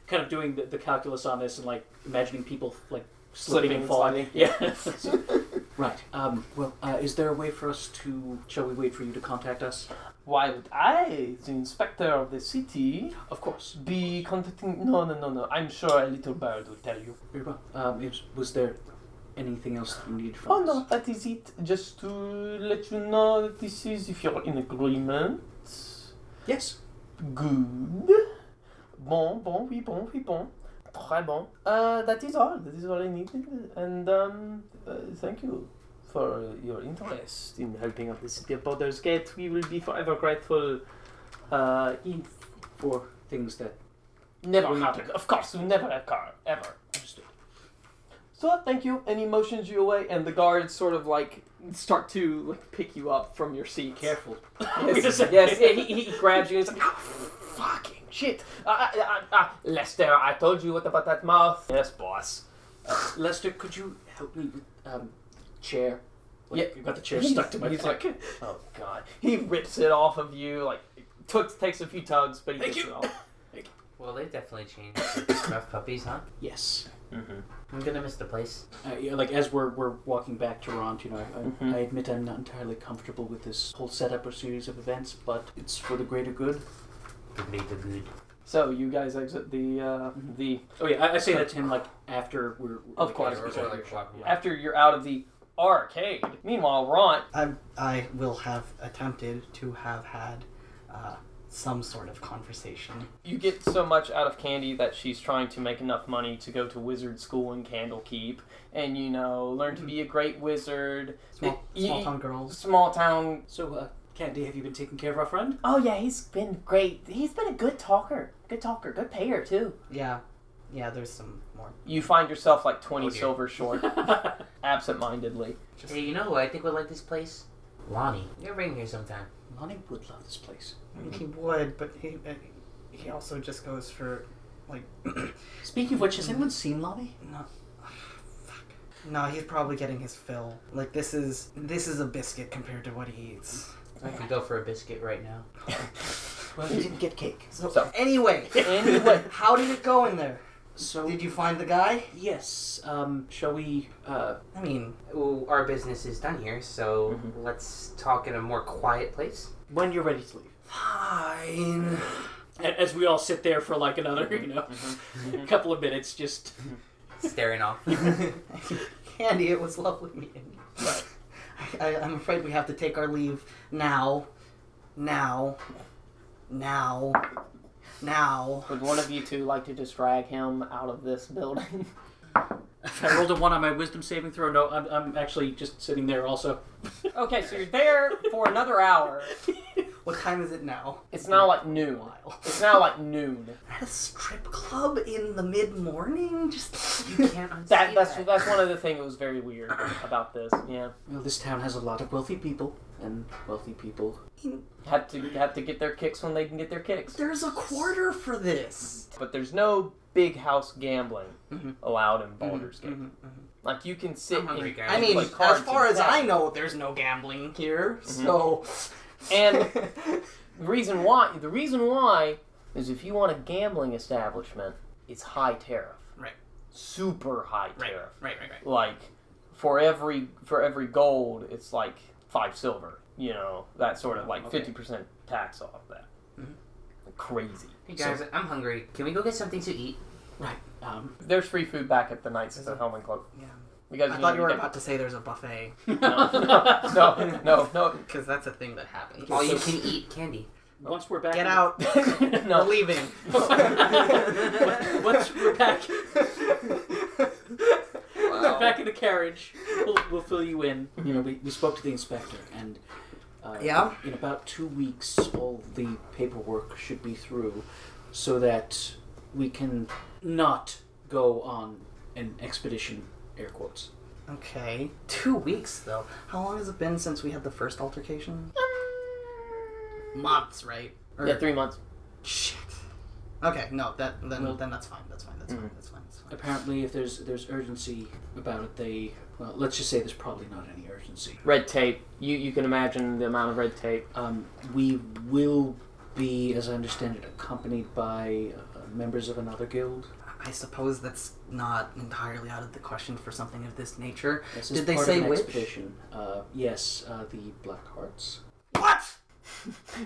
E: kind of doing the, the calculus on this and like imagining people like
A: Slipping
E: slipping
A: and
E: and falling.
A: sliding.
E: Yeah. right. Um, well, uh, is there a way for us to? Shall we wait for you to contact us?
A: Why would I, the inspector of the city,
E: of course,
A: be contacting? No, no, no, no. I'm sure a little bird will tell you.
E: Very well. Um, is, was there anything else that you needed from
A: Oh
E: us?
A: no, that is it. Just to let you know that this is if you're in agreement.
E: Yes.
A: Good. Bon, bon, oui, bon, oui, bon. Très bon. Uh, that is all. That is all I needed. And um, uh, thank you for your interest in helping out the city of Baldur's Gate. We will be forever grateful. Uh, in
E: for things that
A: never happened. Of course, will never occur ever.
E: Understood.
A: So thank you, and he motions you away, and the guards sort of like start to like pick you up from your seat.
E: Careful.
H: "Ah!"
A: yes, yes, yeah, he, he grabs you and he's like,
H: Fucking
R: shit. Ah, ah, ah, ah. Lester, I told you what about that mouth.
H: Yes, boss.
E: Uh, Lester, could you help me with um, chair? Like, You got the chair stuck to my
H: He's
E: back.
H: like, oh god. He rips it off of you. Like, took, takes a few tugs, but he gets it off.
J: Well, they definitely changed the rough puppies, huh?
E: yes.
H: Mm-hmm.
J: I'm gonna miss the place.
E: Uh, yeah, like as we're, we're walking back to Rond, you know, I, I,
H: Mhm.
E: I admit I'm not entirely comfortable with this whole setup or series of events, but it's for the greater good.
J: The greater good.
H: So you guys exit the uh, the
E: Oh yeah, I, I say that to him like after we're
H: Of
E: like,
H: course,
E: after-
H: of
J: Or like walk-
H: after you're out of the arcade. Meanwhile, Ront
D: I, I will have attempted to have had uh, some sort of conversation.
H: you get so much out of Candy that she's trying to make enough money to go to wizard school in Candlekeep and, you know, learn to be a great wizard.
D: Small,
H: It-
D: small
H: you-
D: town girls.
H: Small town.
E: So, uh, Candy, have you been taking care of our friend?
R: Oh yeah, he's been great. He's been a good talker, good talker, good payer too.
D: Yeah, yeah. There's some more.
H: You find yourself like 20
J: Oh, dear.
H: silver short, absent mindedly.
J: Hey, you know who I think would like this place? Lonnie. You're bring here sometime.
E: Lonnie would love this place.
D: He would, but he uh, he also just goes for like
E: Speaking of which, has anyone seen Lonnie?
D: no. Fuck. No, he's probably getting his fill. Like this is this is a biscuit compared to what he eats.
J: I could go for a biscuit right now.
E: Well, he didn't get cake.
D: So,
H: So-
D: anyway,
H: Anyway.
D: how did it go in there?
E: So
D: Did you find the guy?
E: yes, um, shall we? Uh,
D: I mean,
J: Well, our business is done here, so let's talk in a more quiet place.
E: when you're ready to leave.
D: fine.
E: A- As we all sit there for like another, you know, couple of minutes, just
J: Staring off.
D: Candy, it was lovely meeting you. I, I, I'm afraid we have to take our leave now. Now. Now. Now.
R: Would one of you two like to just drag him out of this building?
E: I rolled a one on my wisdom saving throw. No, I'm, I'm actually just sitting there also.
H: Okay, so you're there for another hour.
D: What time is it now?
H: It's now like noon. It's now like noon.
D: At a strip club in the mid morning? Just.
H: That, that's, that's one of the things that was very weird about this. Yeah.
E: Well, this town has a lot of wealthy people, and wealthy people.
H: Had to, had to get their kicks when they can get their kicks.
D: There's a quarter for this.
H: but there's no big house gambling allowed in Baldur's Gate. Like you can sit
J: I'm hungry,
H: and
J: guys.
D: I mean,
H: play
D: as
H: cards
D: far
H: and
D: as
H: stuff.
D: I know, there's no gambling here, so.
H: And- the reason why the reason why is if you want a gambling establishment, it's high tariff,
D: Right.
H: Super high
D: Right,
H: tariff.
D: right, right, right.
H: Like for every for every gold, it's like five silver. You know that sort of like fifty percent tax off that.
D: Mm-hmm.
H: Crazy.
J: Hey guys, I'm hungry. Can we go get something to eat?
E: Um,
H: There's free food back at the Knights of the Helmet Club.
D: Yeah.
H: You guys,
D: I
H: need
D: thought
H: to
D: you were
H: get-
D: about to say there's a buffet.
H: no, no, no, no,
D: Because that's a thing that happens.
J: All you can eat candy.
E: once we're back,
D: Get out.
H: No.
D: We're leaving.
E: once we're back, back in the carriage, we'll, we'll fill you in. You know, we, we spoke to the inspector, and uh,
D: Yeah?
E: in about two weeks, all the paperwork should be through, so that we can not go on an expedition. Air quotes.
D: Okay. Two weeks though. How long has it been since we had the first altercation? Mm. Months, right? Or-
H: yeah, three months.
D: Shit. Okay, no, that then
E: Well-
D: then that's fine. That's fine. That's fine. That's fine. That's fine.
E: Apparently, if there's there's urgency about it, they well, let's just say there's probably not any urgency.
H: Red tape. You you can imagine the amount of red tape.
E: Um, we will be, as I understand it, accompanied by uh, members of another guild.
D: I suppose that's not entirely out of the question for something of this nature.
E: This
D: Did they
E: part of
D: say
E: an
D: which?
E: expedition. Uh, yes, uh, the Black Hearts.
D: What?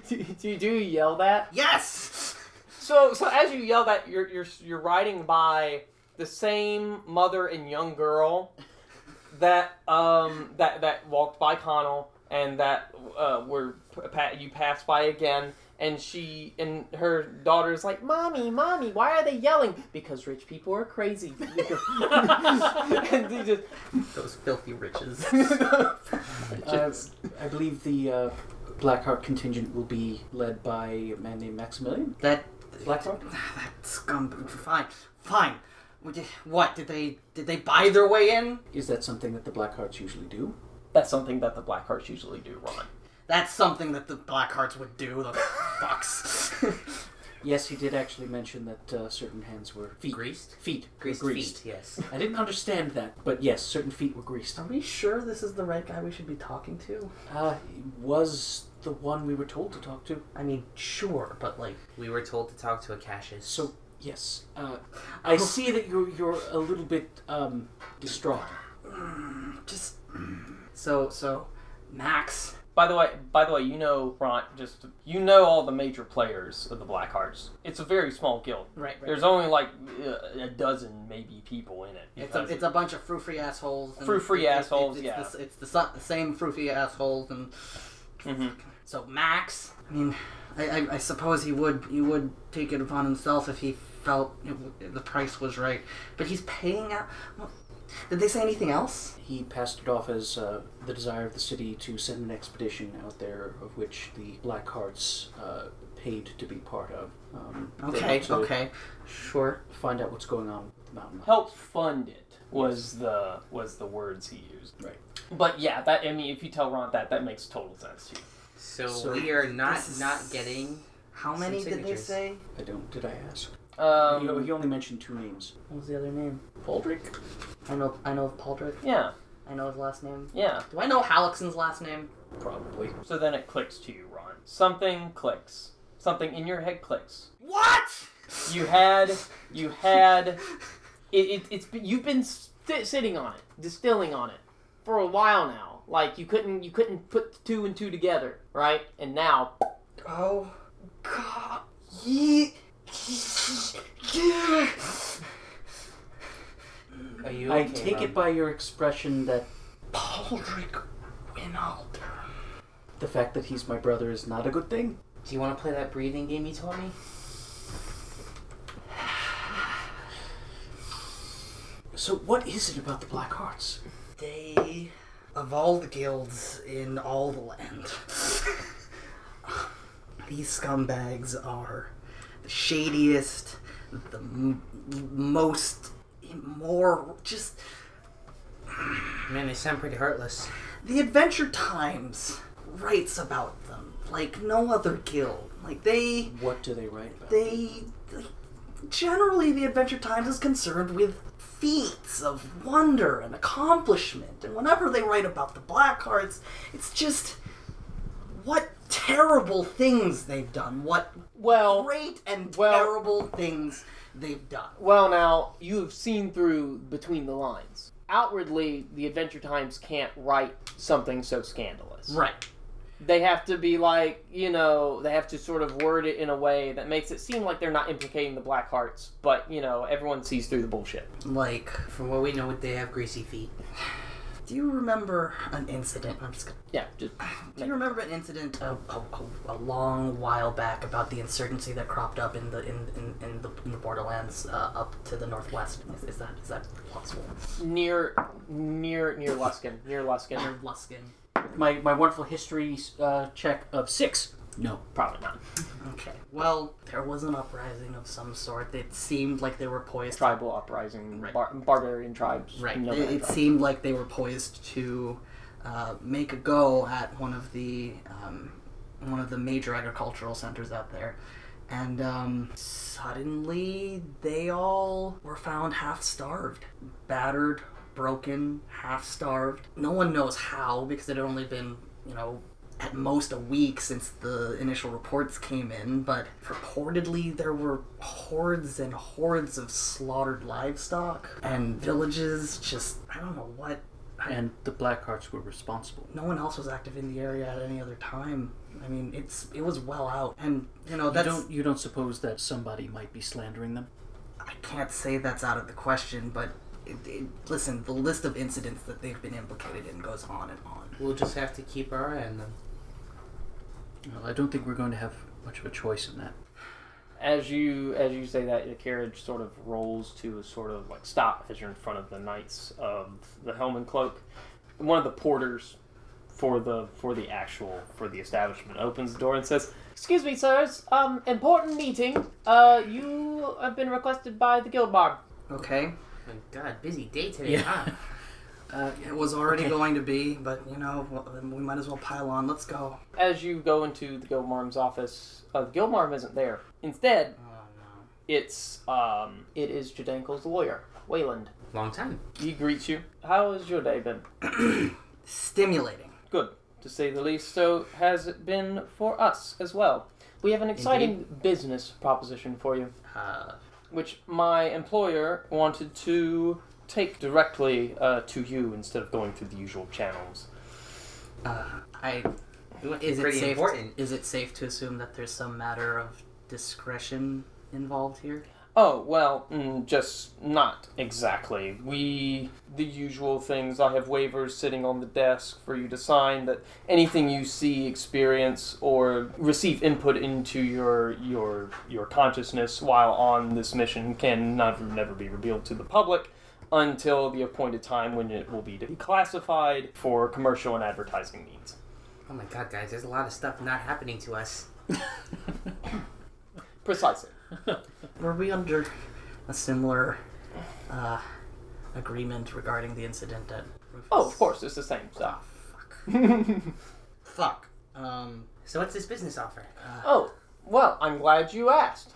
H: do, do, do you yell that?
D: Yes.
H: So so as you yell that, you're you're you're riding by the same mother and young girl that um that that walked by Connell and that uh were pa- you passed by again. And she and her daughter is like, "Mommy, mommy, why are they yelling? Because rich people are crazy." and they just,
D: Those filthy riches.
E: Uh, I believe the uh, Black Heart contingent will be led by a man named Maximilian.
D: that
E: Blackheart.
D: that scum. Fine. Fine. What did they did they buy their way in?
E: Is that something that the Black Hearts usually do?
H: That's something that the Black Hearts usually do, Ron.
D: That's something that the Blackhearts would do, the fucks.
E: Yes, he did actually mention that uh, certain hands were feet.
F: Greased?
E: Feet. were
F: Greased
E: greased.
F: feet, yes.
E: I didn't understand that, but yes, certain feet were greased.
S: Are we sure this is the right guy we should be talking to?
E: Uh, he was the one we were told to talk to.
S: I mean, sure, but like,
F: We were told to talk to Akashis.
E: So, yes, uh, I see that you're, you're a little bit um, distraught.
S: just so so. Max,
C: By the way, by the way, you know, Ron, just you know all the major players of the Blackhearts. It's a very small guild.
D: Right, right.
C: There's only like uh, a dozen, maybe, people in it.
D: It's a,
C: because
D: it's a bunch of frou-free assholes. and
C: Frou-free
D: it- it- it-
C: assholes,
D: it's
C: yeah.
D: The, it's the, su- the same frou-free assholes, and
C: Mhm.
D: so Max. I mean, I, I, I suppose he would he would take it upon himself if he felt it, w- the price was right, but he's paying out. well, Did they say anything else?
E: He passed it off as uh, the desire of the city to send an expedition out there, of which the Blackhearts uh, paid to be part of. Um, they
D: Okay,
E: want to
D: okay,
S: sure.
E: Find out what's going on with the mountain.
C: helped fund it was the was the words he used.
E: Right.
C: But yeah, that I mean, if you tell Ron that, that makes total sense to you.
F: So,
E: So-
F: we are not
D: This is-
F: not getting.
D: How
F: Some
D: many did they
F: signatures.
D: say?
E: I don't. Did I ask?
C: Um,
E: he, he only mentioned two names.
S: What was the other name?
E: Baldric.
S: I know I know of Paulrick.
C: yeah,
S: I know his last name.
C: yeah.
D: Do I know Halixon's last name?
E: Probably.
C: So then it clicks to you, Ron. Something clicks. Something in your head clicks.
D: What?
C: You had you had
H: It, it, it's been- you've been sti sitting on it, distilling on it for a while now. Like you couldn't you couldn't put two and two together, right? And now
D: Oh God! Ye- yeah.
F: Are you
E: I
F: okay,
E: take
F: Ron?
E: it by your expression that
D: Baldric Winalder.
E: the fact that he's my brother is not a good thing.
F: Do you want to play that breathing game you told me?
E: So what is it about the Black Hearts?
D: They, of all the guilds in all the land, these scumbags are the shadiest, the m- most immoral. Just
F: Man, they sound pretty heartless.
D: the Adventure Times writes about them like no other guild. Like they.
E: What do they write about?
D: they generally the adventure times is concerned with feats of wonder and accomplishment and whenever they write about the blackhearts it's just what terrible things they've done what
H: well
D: great and
H: Well-
D: terrible things they've done
H: Well, now you've seen through between the lines. Outwardly, the Adventure Times can't write something so scandalous.
D: right
H: They have to be like, you know, they have to sort of word it in a way that makes it seem like they're not implicating the Black Hearts, but you know, everyone sees through the bullshit.
D: like
F: From what we know, they have greasy feet.
D: do you remember an incident i'm just gonna
H: Yeah, just
D: Do you remember an incident a, a, a, a long while back about the insurgency that cropped up in the in, in, in the, in the borderlands uh, up to the northwest? Is, is that is that possible?
H: near, near, near Luskin, near Luskin.
D: Or Luskin.
E: my my wonderful history uh, check of six. No.
H: Probably not.
D: Okay. Well, there was an uprising of some sort. It seemed like they were poised.
H: Tribal uprising,
D: Right.
H: bar- barbarian tribes.
D: Right.
H: No,
D: It,
H: no,
D: it
H: no.
D: seemed like they were poised to uh, make a go at one of the um, one of the major agricultural centers out there, and um, suddenly they all were found half starved, battered, broken, half starved. No one knows how because it had only been you know at most a week since the initial reports came in, but purportedly there were hordes and hordes of slaughtered livestock and villages just I don't know what. I-
E: And the Black Hearts were responsible.
D: no one else was active in the area at any other time. I mean, it's it was well out, and you know
E: You
D: that's
E: don't you don't suppose that somebody might be slandering them?
D: I can't say that's out of the question, but it, it, listen, the list of incidents that they've been implicated in goes on and on.
F: We'll just have to keep our eye on them.
E: Well, I don't think we're going to have much of a choice in that.
C: As you as you say that, the carriage sort of rolls to a sort of like stop as you're in front of the knights of the helm and cloak. One of the porters for the for the actual for the establishment opens the door and says,
H: Excuse me, sirs. Um, important meeting. Uh, you have been requested by the guild bar.
C: Oh
D: Okay,
F: My God, busy day today, huh? Uh, it was already
D: Okay.
F: going to be, but you know, well, then we might as well pile on. Let's go.
A: As you go into the Gilmarm's office, uh, Gilmarm isn't there. Instead,
F: Oh,
A: it's um, it is Jadenko's lawyer, Wayland.
C: Long time.
A: He greets you. How has your day been?
F: Stimulating.
A: Good, to say the least. So has it been for us as well. We have an exciting business proposition for you, which my employer wanted to take directly uh, to you instead of going through the usual channels.
F: Uh, I is it
C: Pretty
F: safe?
C: important.
F: Is it safe to assume that there's some matter of discretion involved here?
A: Oh, well, mm, just not exactly. We. The usual things. I have waivers sitting on the desk for you to sign that anything you see, experience, or receive input into your your your consciousness while on this mission can never, never be revealed to the public until the appointed time when it will be declassified for commercial and advertising needs.
C: Oh my god, guys, there's a lot of stuff not happening to us.
A: Precisely.
F: Were we under a similar uh, agreement regarding the incident at?
A: Oh, of course, it's the same stuff.
F: Fuck. Um,
C: so what's this business offer?
A: Oh, well, I'm glad you asked.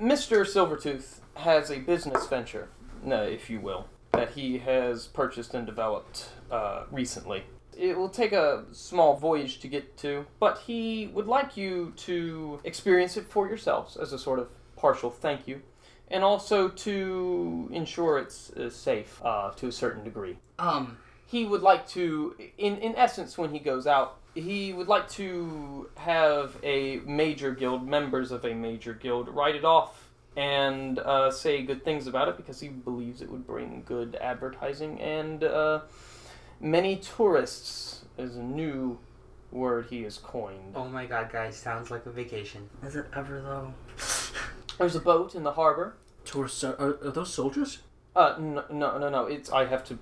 A: Mr. Silvertooth has a business venture, uh, if you will, that he has purchased and developed uh, recently. It will take a small voyage to get to, but he would like you to experience it for yourselves as a sort of partial thank you, and also to ensure it's uh, safe uh, to a certain degree
F: Um,
A: he would like to in in essence when he goes out he would like to have a major guild members of a major guild write it off and uh, say good things about it because he believes it would bring good advertising and uh, many tourists is a new word he has coined
C: Oh my god, guys, sounds like a vacation.
F: is it ever though?
A: there's a boat in the harbor
E: Tourists are, are, are those soldiers?
A: Uh, no, no, no, no. It's I have to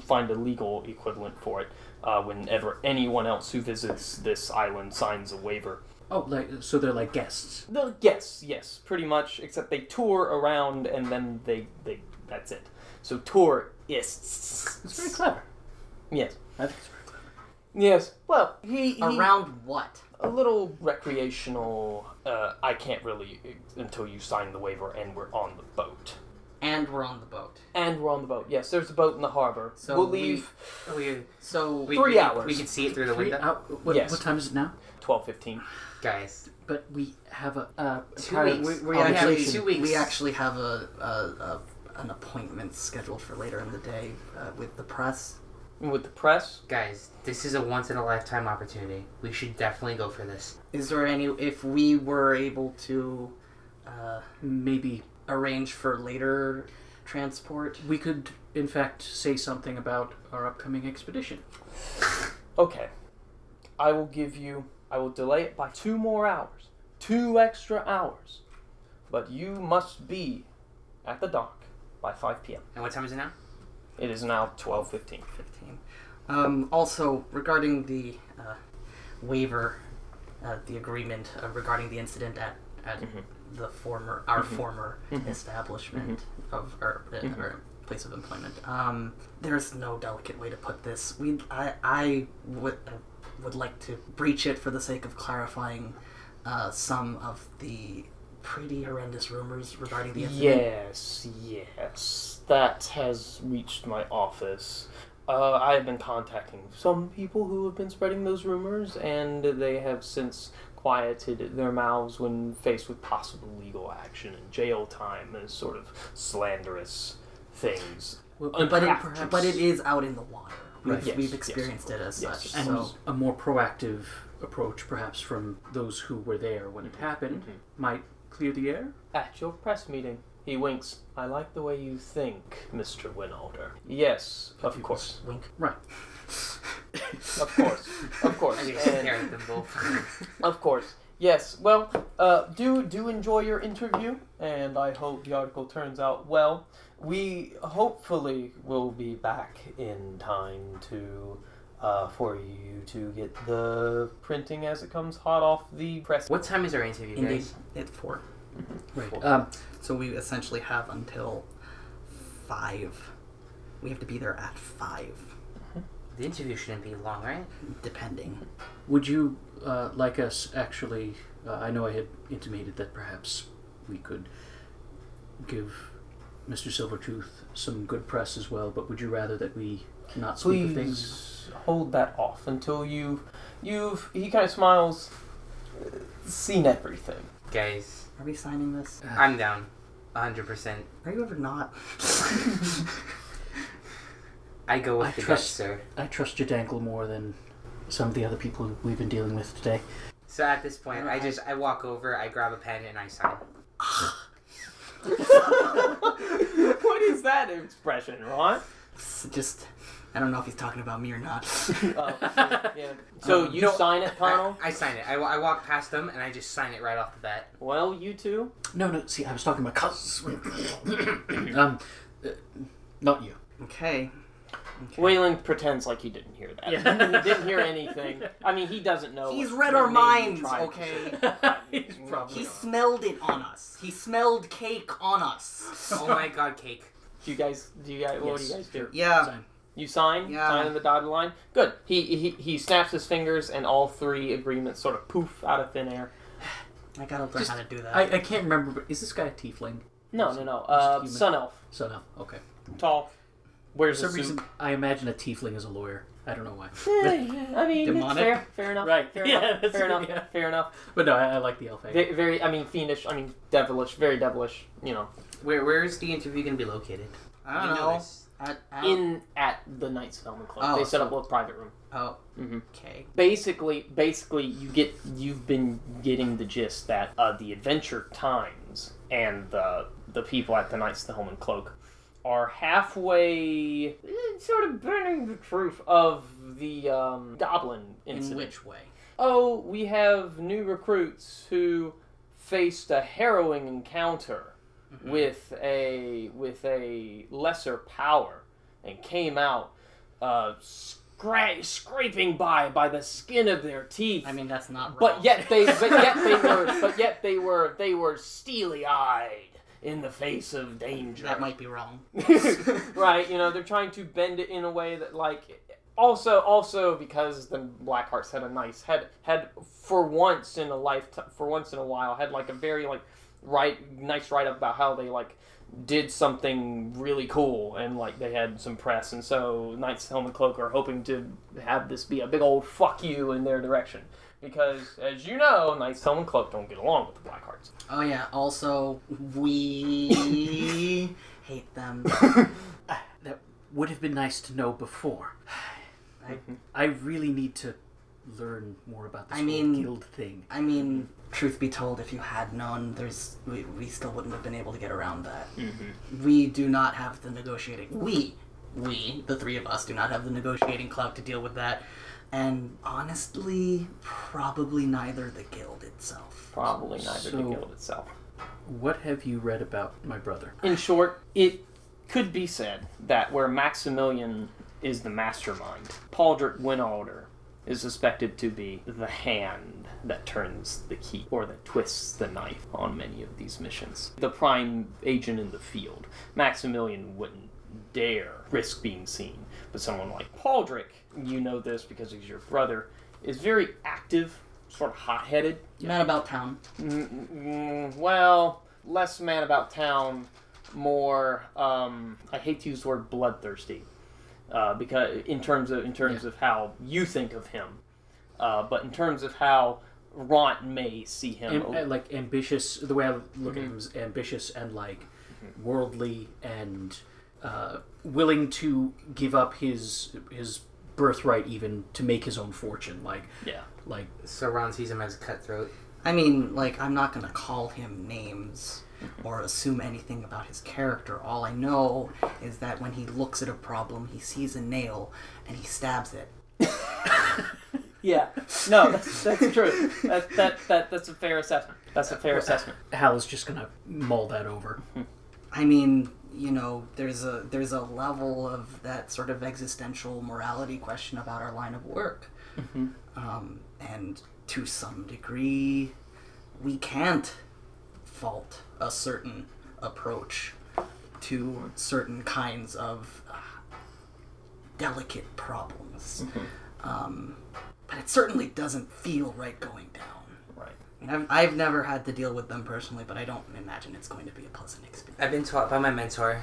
A: find a legal equivalent for it. Uh, whenever anyone else who visits this island signs a waiver.
E: Oh, like so they're like guests.
A: The, yes, yes, pretty much. Except they tour around and then they they that's it. So tourists.
E: It's very clever.
A: Yes.
E: I think it's very clever.
A: Yes. Well, he, he
F: Around what?
A: a little recreational. Uh, I can't really uh, until you sign the waiver and we're on the boat.
F: And we're on the boat.
A: And we're on the boat. Yes, there's a boat in the harbor.
F: So
A: we'll
F: we-
A: leave
C: We,
F: So
C: we,
A: Three
C: we,
A: hours.
C: We can see it through the
E: Three
C: window.
E: hour- what,
A: Yes.
E: what time is it now?
A: twelve fifteen.
C: Guys,
E: But we have a uh,
C: Two
E: prior-
C: weeks.
E: we-
F: We
E: on
F: actually,
E: vacation.
C: two weeks.
F: we actually have a, a, a an appointment scheduled for later in the day uh, with the press.
A: With the press,
C: guys, this is a once in a lifetime opportunity. We should definitely go for this.
F: Is there any if we were able to uh,
E: Maybe
F: arrange for later transport?
E: we could, in fact, say something about our upcoming expedition.
A: Okay. I will give you, I will delay it by two more hours. Two extra hours. But you must be at the dock by 5 p.m.
C: And what time is it now?
A: It is now 12.15.
F: Fifteen. Um, also, regarding the uh, waiver, uh, the agreement uh, regarding the incident at at the former our former establishment of our, uh, our place of employment. Um, there's no delicate way to put this. We I I would uh, would like to breach it for the sake of clarifying uh, some of the pretty horrendous rumors regarding the incident.
A: Yes, yes. That has reached my office. Uh, I have been contacting some people who have been spreading those rumors, and they have since quieted their mouths when faced with possible legal action and jail time and sort of slanderous things.
E: Well,
F: But
A: Perhaps.
F: it, but it is out in the water. We've,
A: Right. Yes,
F: we've
A: yes.
F: experienced it as
A: Yes.
F: such.
E: and
F: so.
E: a more proactive approach, perhaps from those who were there when it happened,
A: Mm-hmm.
E: might clear the air.
A: At your press meeting, he winks. I like the way you think, Mr. Winalder. Yes, of course.
F: Wink.
E: Right.
A: Of course. Of course.
C: I just
A: And-
C: stared at them both.
A: Of course. Yes. Well, uh, do do enjoy your interview, and I hope the article turns out well. We hopefully will be back in time to uh, for you to get the printing as it comes hot off the press.
C: what time is our interview,
F: Indeed.
C: guys?
F: At four.
E: Um,
F: So we essentially have until five
D: We have to be there at five.
F: The interview shouldn't be long, right?
D: Depending.
E: Would you uh, like us actually? Uh, I know I had intimated that perhaps we could give Mr. Silvertooth some good press as well, but would you rather that we not speak of things?
T: Please hold that off until you, you've. He kind of smiles. Seen everything.
F: Guys,
D: Are we signing this?
T: Ah.
F: I'm down. 100%.
D: Are you ever not?
F: I go with
E: I
F: the
E: trust,
F: gut, sir.
E: I trust your dangle more than some of the other people we've been dealing with today.
F: So at this point, I just I walk over, I grab a pen, and I sign.
T: what is that expression, Ron?
D: It's just, I don't know if he's talking about me or not.
T: Oh.
D: Um,
T: yeah.
H: So you
F: no,
H: sign it, Connell?
F: I, I sign it. I, wa- I walk past them, and I just sign it right off the bat.
H: Well, you two.
E: No, no. See, I was talking about cousins. um, uh, not you.
D: okay.
H: Wayland pretends like he didn't hear that. he didn't hear anything. I mean, he doesn't know.
D: He's
H: what
D: read our
H: name
D: minds,
H: you tried to
D: okay?
E: He's probably.
D: He smelled it on us. He smelled cake on us.
F: Oh my god, cake.
H: Do you guys? Do you guys? What do
E: Yes,
H: you guys do?
D: Yeah.
E: Sign.
H: You sign.
D: Yeah.
H: Sign on the dotted line. Good. He, he he snaps his fingers, and all three agreements sort of poof out of thin air.
D: I gotta learn how to do that.
E: I, I can't remember, but is this guy a tiefling?
H: No, no, no. Uh,
E: human.
H: sun elf,
E: So no. Okay.
H: tall, wears
E: For some
H: a suit.
E: reason, I imagine a tiefling is a lawyer. I don't know why.
H: Yeah, I mean,
D: Demonic?
H: fair, fair enough.
E: Right.
H: Fair
E: Yeah,
H: enough.
E: that's-
H: Fair enough.
E: yeah.
H: Fair enough.
E: But no, I, I like the elf. idea.
H: Ve- Very, I mean, fiendish. I mean, devilish. Very devilish. You know,
F: Where where is the interview gonna be located?
D: I don't
F: You
D: know.
F: this.
D: I, I don't-
H: in at the Knights Development Club,
D: Oh,
H: they set
D: so-
H: up a private room.
D: oh,
F: Mm-hmm.
H: Mhm.
D: okay.
H: basically basically you get you've been getting the gist that uh, the adventure times and the the people at the knights of the helmet cloak are halfway eh, sort of burning the truth of the um, goblin
D: In
H: incident
D: which way?
H: oh we have new recruits who faced a harrowing encounter
D: Mm-hmm.
H: with a with a lesser power and came out uh, scra- scraping by by the skin of their teeth.
D: I mean, that's not right.
H: but yet they but yet they were but yet they were they were steely eyed in the face of danger.
D: That might be wrong.
H: right, you know, they're trying to bend it in a way that like also also because the Blackhearts had a nice had had for once in a lifetime for once in a while had like a very like right nice write up about how they like did something really cool and like they had some press and so Knights Helm and Cloak are hoping to have this be a big old fuck you in their direction. Because as you know, Knights Helm and Cloak don't get along with the Blackhearts.
D: Oh yeah. Also, we hate them.
E: That would have been nice to know before. I, I really need to learn more about this
D: I
E: whole
D: mean-
E: guild thing.
D: I mean, truth be told, if you had known, there's we, we still wouldn't have been able to get around that. We do not have the negotiating. We, we, the three of us, do not have the negotiating clout to deal with that. And honestly, probably neither the guild itself.
H: Probably neither the
E: So-
H: guild itself.
E: What have you read about my brother?
H: In short, it could be said that where Maximilian is the mastermind, Pauldrack Winalder is suspected to be the hand that turns the key or that twists the knife on many of these missions. The prime agent in the field. Maximilian wouldn't dare risk being seen, but someone like Pauldrack, you know this because he's your brother, is very active, sort of hot-headed,
D: Not about town.
H: Mm, well, less man about town, more. Um, I hate to use the word bloodthirsty, uh, because in terms of in terms of how you think of him, uh, but in terms of how Ront may see him.
E: Am- uh, like ambitious. The way I look
D: Mm-hmm.
E: at him is ambitious and like worldly and uh, willing to give up his his birthright even to make his own fortune. Like
H: yeah.
E: like
F: So Ron sees him as a cutthroat.
D: I mean, like, I'm not gonna call him names or assume anything about his character. All I know is that when he looks at a problem, he sees a nail and he stabs it.
H: Yeah. No, that's, that's true. That, that, that, that's a fair assessment. That's a fair assessment.
E: Hal's just gonna mull that over.
D: I mean, you know, there's a there's a level of that sort of existential morality question about our line of work, um, and to some degree, we can't fault a certain approach to certain kinds of uh, delicate problems. Um, but it certainly doesn't feel right going down.
H: Right.
D: I mean, I've, I've never had to deal with them personally, but I don't imagine it's going to be a pleasant experience.
J: I've been taught by my mentor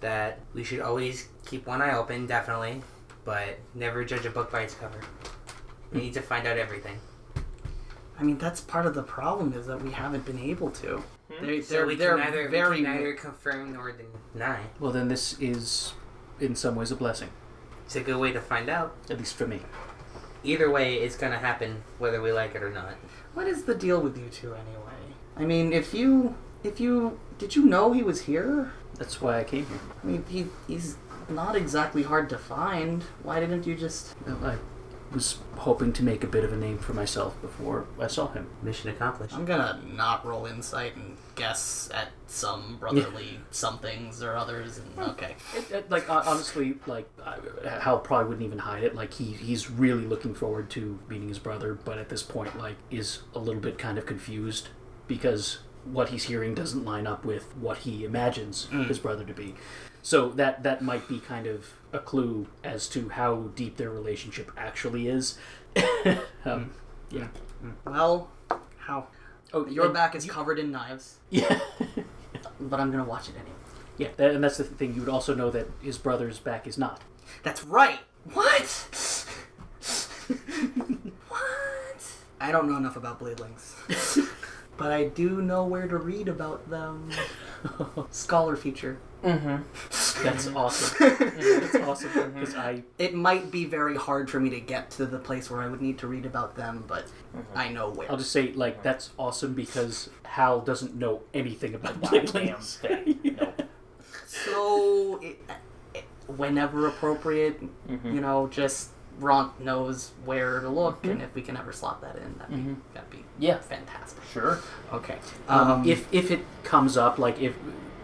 J: that we should always keep one eye open, definitely, but never judge a book by its cover. We need to find out everything.
D: I mean, that's part of the problem is that we haven't been able to. They,
J: So
D: they're
J: we can
D: they're
J: neither- we
D: very
J: can neither confirm nor deny.
E: Well, then this is, in some ways, a blessing.
J: It's a good way to find out.
E: At least for me.
J: Either way, it's gonna happen whether we like it or not.
D: What is the deal with you two anyway? I mean, if you if you did you know he was here?
E: That's why I came here.
D: I mean, he, he's not exactly hard to find. Why didn't you just?
E: Well, I was hoping to make a bit of a name for myself before I saw him.
J: Mission accomplished.
B: Um,
D: I'm gonna not roll insight and guess at some brotherly somethings or others. And okay,
E: It, it, like hon- honestly, like I- Hal probably wouldn't even hide it. Like he he's really looking forward to meeting his brother, but at this point, like is a little bit kind of confused because what he's hearing doesn't line up with what he imagines his brother to be. So that that might be kind of a clue as to how deep their relationship actually is. um, Yeah.
D: well, how?
E: Oh,
D: Your
E: and-
D: back is covered in knives.
E: Yeah.
D: but I'm gonna watch it anyway.
E: Yeah, that, and that's the thing. You would also know that his brother's back is not.
D: That's right. What? what? I don't know enough about bladelings, but I do know where to read about them. Scholar feature.
E: That's awesome. That's awesome. 'cause I
D: It might be very hard for me to get to the place where I would need to read about them, but I know where.
E: I'll just say like that's awesome because Hal doesn't know anything about Blitz.
D: so, it, it, whenever appropriate, you know, just Ront knows where to look, and if we can ever slot that in, that'd be, that'd be
H: Yeah.
D: fantastic.
H: Sure.
D: Okay.
E: Um, if if it comes up, like if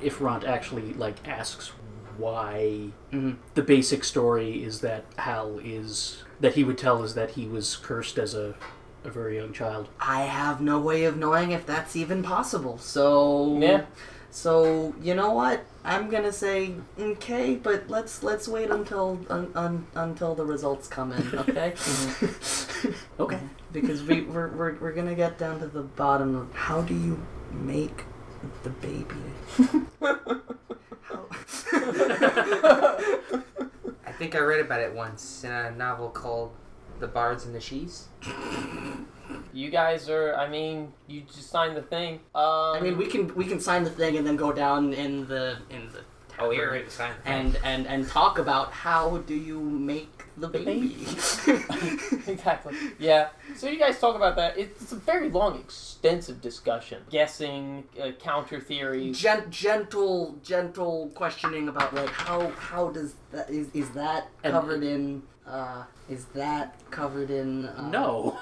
E: if Ront actually like asks why, the basic story is that Hal is that he would tell is that he was cursed as a a very young child.
D: I have no way of knowing if that's even possible. So
H: Yeah.
D: So you know what? I'm gonna say okay, but let's let's wait until un, un, until the results come in, okay? Mm-hmm.
E: Okay.
D: because we we're, we're we're gonna get down to the bottom of how do you make the baby?
J: I think I read about it once in a novel called The Bards and the Shees.
H: You guys are. I mean, you just signed the thing. Um,
D: I mean, we can we can sign the thing and then go down in the in the
J: Oh, we
D: tavern
J: already signed.
D: and and and talk about how do you make the baby?
H: exactly. Yeah. So you guys talk about that. It's, it's a very long, extensive discussion. Guessing, uh, counter theories.
D: Gen- gentle, gentle questioning about like how how does that is is that
E: And-
D: covered in uh is that covered in uh,
E: No.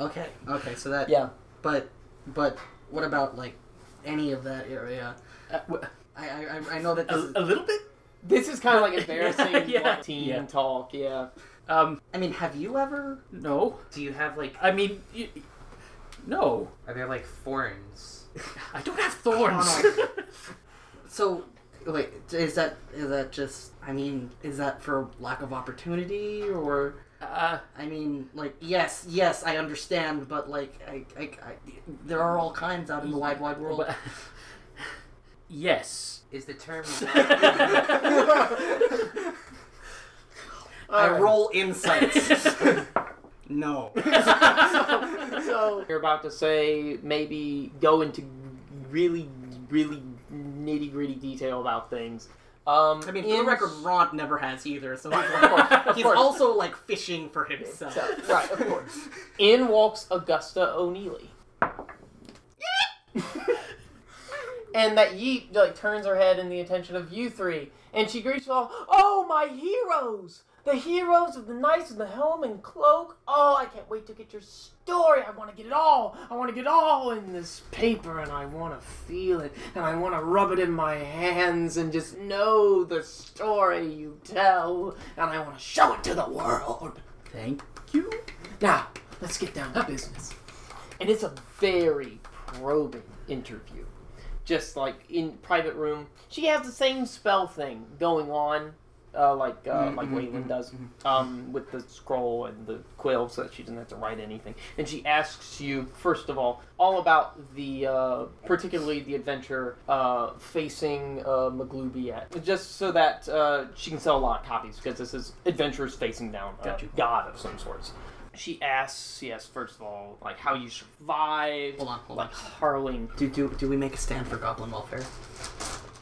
D: okay okay so that
H: Yeah.
D: but but what about like any of that area
E: Uh, w-
D: I I, I- I know that
E: a,
D: this is,
E: a little bit.
H: This is kind of like embarrassing
E: Yeah.
H: like, team
E: Yeah.
H: talk. Yeah.
E: Um,
D: I mean have you ever
E: no.
J: Do you have like
E: I mean, y- y- no.
J: are there like thorns?
E: I don't have thorns.
D: so wait is that is that just I mean is that for lack of opportunity or
E: uh,
D: I mean, like, yes, yes, I understand, but like, I, I, I, there are all kinds out in the wide, wide world.
E: but- yes.
J: Is the term
D: I roll insights. no.
H: So you're about to say maybe go into really, really nitty gritty detail about things. Um,
D: I mean, for the
H: in-
D: record, Rod never has either, so he's,
H: Of course,
D: like,
H: of
D: he's
H: course.
D: also like fishing for himself.
H: So, right, of course. In walks Augusta O'Neely. and that yeet like turns her head in the attention of you three, and she greets you all, "Oh, my heroes! The heroes of the knights in the helm and cloak! Oh, I can't wait to get your story! I want to get it all! I want to get it all in this paper, and I want to feel it, and I want to rub it in my hands, and just know the story you tell, and I want to show it to the world."
E: Thank you.
H: Now, let's get down to business. And it's a very probing interview. Just like in private room, she has the same spell thing going on uh, like uh,
U: Mhm,
H: like
U: mhm,
H: Waylon
U: mhm,
H: does, um, with the scroll and the quill, so that she doesn't have to write anything. And she asks you first of all all about the uh, particularly the adventure uh, facing uh, Maglubiet, just so that uh, she can sell a lot of copies because this is adventures facing down a
E: Gotcha.
H: god of some sorts. She asks, yes, first of all, like how you survived,
F: Hold on, hold
H: like Harling.
F: Do, do, do we make a stand for goblin welfare?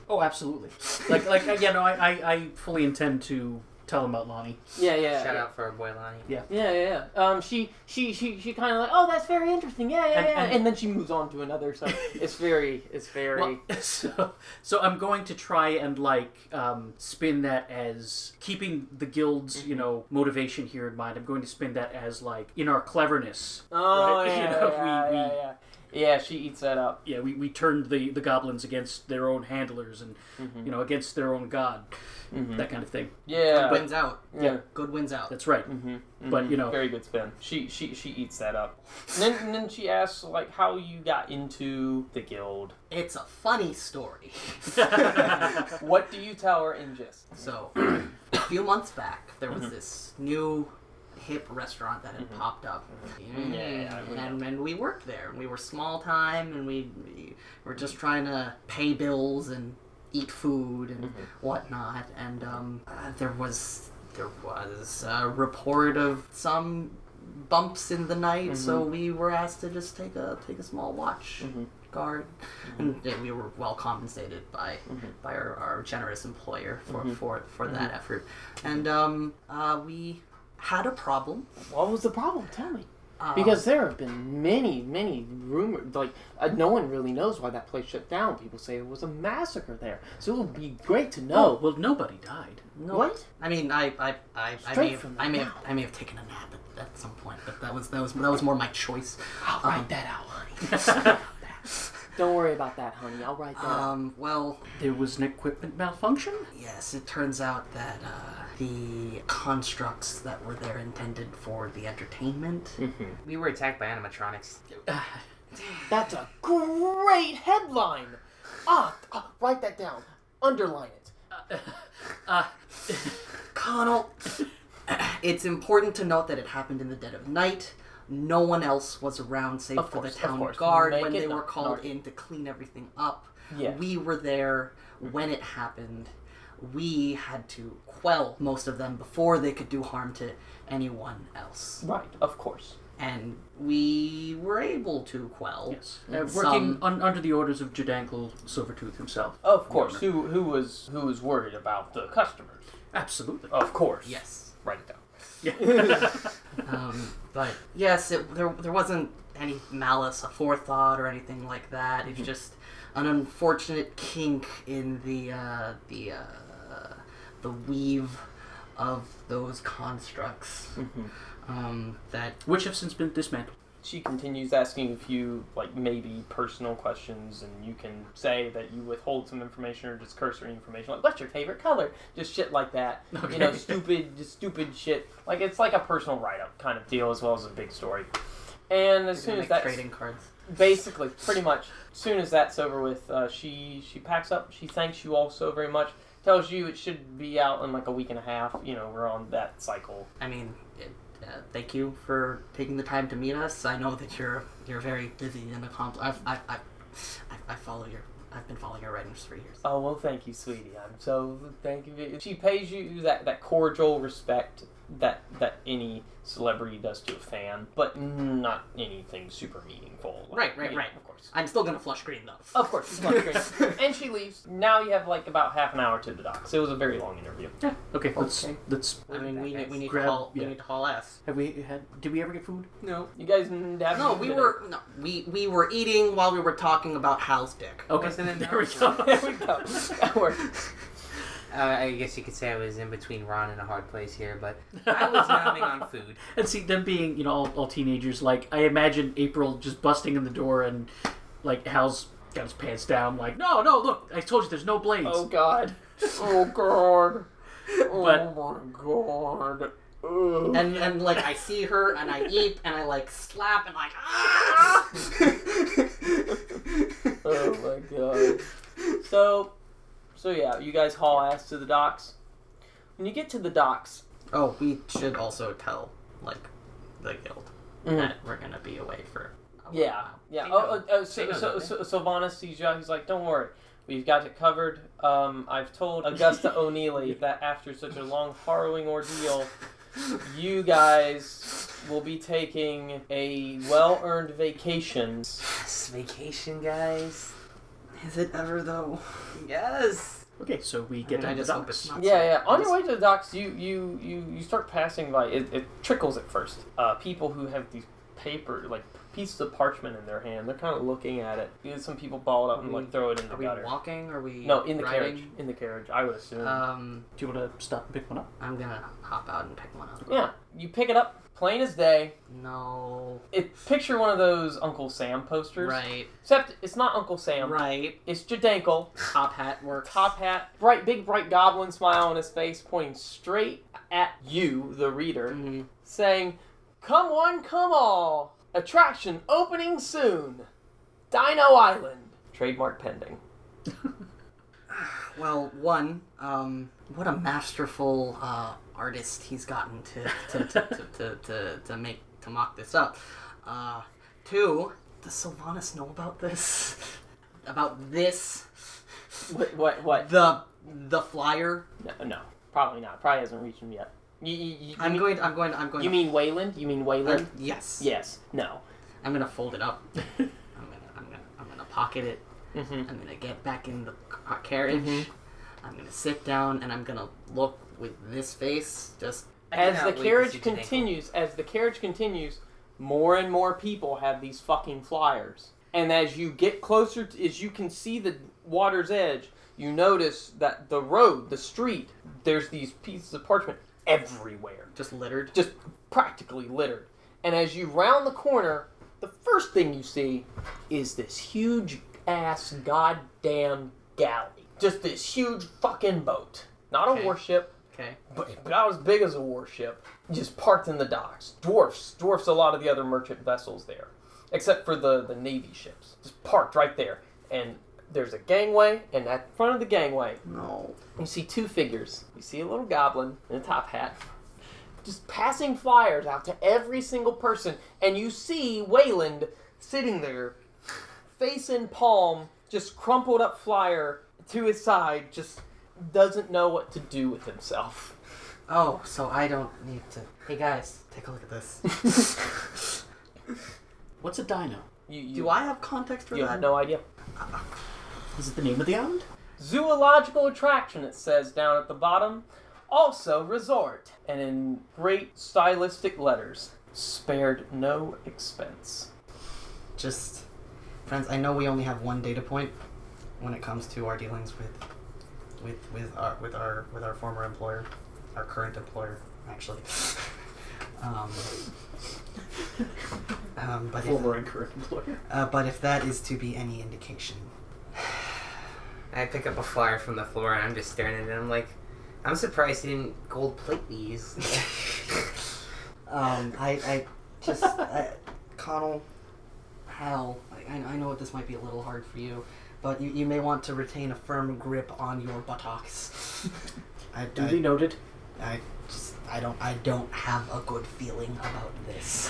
E: Oh, absolutely. Like, like uh, yeah, no, I, I, I fully intend to tell him about Lonnie.
H: Yeah, yeah.
D: Shout
H: yeah.
D: out for our boy Lonnie.
E: Yeah.
H: Yeah, yeah. yeah. Um, she, she, she, she kind of like, oh, that's very interesting. Yeah, yeah,
E: And-
H: yeah.
E: and-
H: And, then she moves on to another. So it's very, it's very.
E: Well, so, so I'm going to try and like um, spin that as keeping the guild's
H: Mm-hmm.
E: you know motivation here in mind. I'm going to spin that as like in our cleverness.
H: oh
E: right,
H: yeah,
E: you know,
H: yeah,
E: we-
H: yeah,
E: we-
H: yeah. Yeah, she eats that up.
E: Yeah, we, we turned the, the goblins against their own handlers and
H: Mhm.
E: you know against their own god,
H: Mhm.
E: that kind of thing.
H: Yeah.
F: Good wins out.
H: yeah.
F: Good wins out.
E: That's right.
H: Mm-hmm.
E: But, you know-
H: very good spin. She she she eats that up. And then and then she asks like how you got into the guild.
F: It's a funny story.
H: What do you tell her in gist? Mm-hmm.
F: So, a few months back, there was this new hip restaurant that had popped up.
H: Mhm. Mm-hmm. Yeah, yeah, we
F: and, and we worked there. and We were small time and we, we were just trying to pay bills and eat food and
H: Mm-hmm.
F: whatnot. And um, uh, there was there was a report of some bumps in the night, so
H: Mm-hmm.
F: we were asked to just take a take a small watch guard, and yeah, we were well compensated by by our, our generous employer for for, for that effort, and um, uh, we had a problem.
H: What was the problem? Tell me.
F: Um,
H: Because there have been many, many rumors. Like, uh, no one really knows why that place shut down. People say it was a massacre there. So it would be great to
E: Oh
H: know.
E: well, nobody died.
F: no,
H: What?
F: I mean, I I, I, I
H: Straight
F: may have,
H: from the
F: I may have, I may have taken a nap at, at some point, but that was that was that was more my choice. I'll write that out,
H: Don't worry about that, honey. I'll write that.
F: Um, well,
E: There was an equipment malfunction. uh,
F: Yes, it turns out that uh, the constructs that were there intended for the entertainment.
D: We were attacked by animatronics.
H: That's a great headline. Ah, ah, write that down. Underline it.
F: Connell, it's important to note that it happened in the dead of night. No one else was around save
H: Of
F: for the
H: course, of
F: town
H: course.
F: guard
H: Make
F: when
H: it
F: they were
H: known.
F: called in to clean everything up.
H: Yeah.
F: We were there when it happened. We had to quell most of them before they could do harm to anyone else.
H: Right, of course.
F: And we were able to quell.
E: Yes, uh,
H: Mm-hmm.
F: some-
E: working un- under the orders of Judankle Silvertooth himself.
H: Of course. Who who was who was worried about the customers?
E: Absolutely.
H: Of course.
F: Yes.
H: Write it down.
F: Um, but yes, it, there, there wasn't any malice aforethought or anything like that. It's just an unfortunate kink in the uh, the uh, the weave of those constructs um, that
E: Which have since been dismantled.
H: She continues asking a few like maybe personal questions, and you can say that you withhold some information or just cursory information, like what's your favorite color, just shit like that. You know,
E: Okay.
H: stupid, just stupid shit. Like it's like a personal write up kind of deal as well as a big story. And as soon as
F: like
H: that
F: trading cards.
H: basically pretty much as soon as that's over with uh, she she packs up she thanks you all so very much tells you it should be out in like a week and a half you know we're on that cycle
F: I mean, it, uh, thank you for taking the time to meet us. I know that you're you're very busy and accomplished. I've, I've, I've, I've, I follow your. I've been following your writings for years.
H: oh well thank you sweetie i'm so thank you she pays you that that cordial respect that that any celebrity does to a fan but not anything super meaningful Like,
F: Right, right,
H: you know,
F: right.
H: of course
F: I'm still gonna flush green though.
H: of course she's not great. and she leaves now you have like about half an hour to the docks it was a very long interview
E: Yeah. Okay. Let's let's.
F: I mean, we, need- we need
E: Grab-
F: to haul.
E: yeah.
F: We need to haul ass.
E: Have we had? Did we ever get food?
H: no you guys have
F: No, we were no, we we were eating while we were talking about Hal's dick.
E: Okay. there
H: there
E: we go.
H: we go that works
D: Uh, I guess you could say I was in between Ron and a hard place here, but I was nomming on food.
E: and see them being you know all, all teenagers. Like I imagine April just busting in the door and like Hal's got his pants down. Like no, no, look, I told you there's no blades.
H: Oh God. Oh God.
E: But-
H: oh my God. Ugh.
F: And and like I see her and I eat and I like slap and like ah!
H: Oh my God. So, so yeah, you guys haul ass to the docks. When you get to the docks,
D: Oh, we should also tell like the guild
H: Mhm.
D: that we're gonna be away for.
H: Yeah, yeah.
D: They
H: Oh,
D: know.
H: oh, oh,
D: They
H: so,
D: know,
H: so,
D: don't
H: so, Sylvanas sees you out. He's like, "Don't worry, we've got it covered." Um, I've told Augusta O'Neilly that after such a long, harrowing ordeal, you guys will be taking a well-earned vacation.
J: vacation, guys.
D: Is it ever though?
J: Yes.
E: Okay, so we get
D: I
E: to the
D: just hope
E: docks.
D: it's not
H: Yeah, yeah. On your way to the docks, you you you, you start passing by. It, it trickles at first. Uh, people who have these paper like pieces of parchment in their hand, they're kind of looking at it. You know, Some people ball it up and like throw it in the
D: Are we
H: gutter.
D: walking? Are we
H: No, in the
D: riding?
H: carriage. In the carriage, I would assume.
D: Um,
E: Do you want to stop and pick one up?
D: I'm gonna hop out and pick one up.
H: yeah, you pick it up, plain as day.
D: No.
H: It picture one of those Uncle Sam posters,
D: Right.
H: Except it's not Uncle Sam.
D: Right.
H: It's Jadankle,
D: Top hat works.
H: top hat, bright, big, bright goblin smile on his face, pointing straight at you, the reader,
D: Mhm.
H: saying, "Come one, come all. Attraction opening soon. Dino Island. Trademark pending."
D: Well, one, um, what a masterful uh, artist he's gotten to to, to, to, to, to, to make to mock this up. Uh, two, does Sylvanas know about this? About this?
H: What? What? What?
D: The the flyer?
H: No, no, probably not. Probably hasn't reached him yet. You, you, you,
D: I'm
H: mean,
D: going. I'm going. I'm going.
H: You mean Wayland? You mean Wayland?
D: Uh, yes.
H: yes. No.
D: I'm gonna fold it up. I'm gonna. I'm gonna. I'm gonna pocket it.
H: Mm-hmm.
D: I'm gonna get back in the ca- carriage.
J: Mm-hmm.
D: I'm gonna sit down and I'm gonna look with this face. Just
H: as the carriage continues, as the carriage continues, more and more people have these fucking flyers. And as you get closer, to, as you can see the water's edge, you notice that the road, the street, there's these pieces of parchment everywhere,
D: just littered.
H: just practically littered. And as you round the corner, the first thing you see is this huge ass goddamn galley. Just this huge fucking boat. Not a
D: Okay.
H: warship,
D: Okay.
H: but but not as big as a warship. Just parked in the docks. Dwarfs, dwarfs a lot of the other merchant vessels there, except for the the navy ships. Just parked right there, and there's a gangway, and at front of the gangway,
D: No.
H: you see two figures. You see a little goblin in a top hat, just passing flyers out to every single person, and you see Wayland sitting there, face in palm, just crumpled up flyer to his side, just doesn't know what to do with himself.
D: Oh, so I don't need to. Hey guys, take a look at this.
E: What's a dino?
H: You, you,
D: Do I have context for
H: you
D: that?
H: have no idea.
E: Is it the name of the island?
H: Zoological attraction, it says down at the bottom. Also resort. And in great stylistic letters, spared no expense.
D: Just friends. I know we only have one data point when it comes to our dealings with with with our with our with our former employer, our current employer, actually. um, um, but if,
E: Former and current employer.
D: uh, but if that is to be any indication,
J: I pick up a flyer from the floor and I'm just staring at it. And I'm like, I'm surprised they didn't gold plate these.
D: Um, I, I just, I, Connell, Hal, I, I know this might be a little hard for you, but you, you may want to retain a firm grip on your buttocks. I,
E: Duly
D: I,
E: noted.
D: I just, I don't, I don't have a good feeling about this.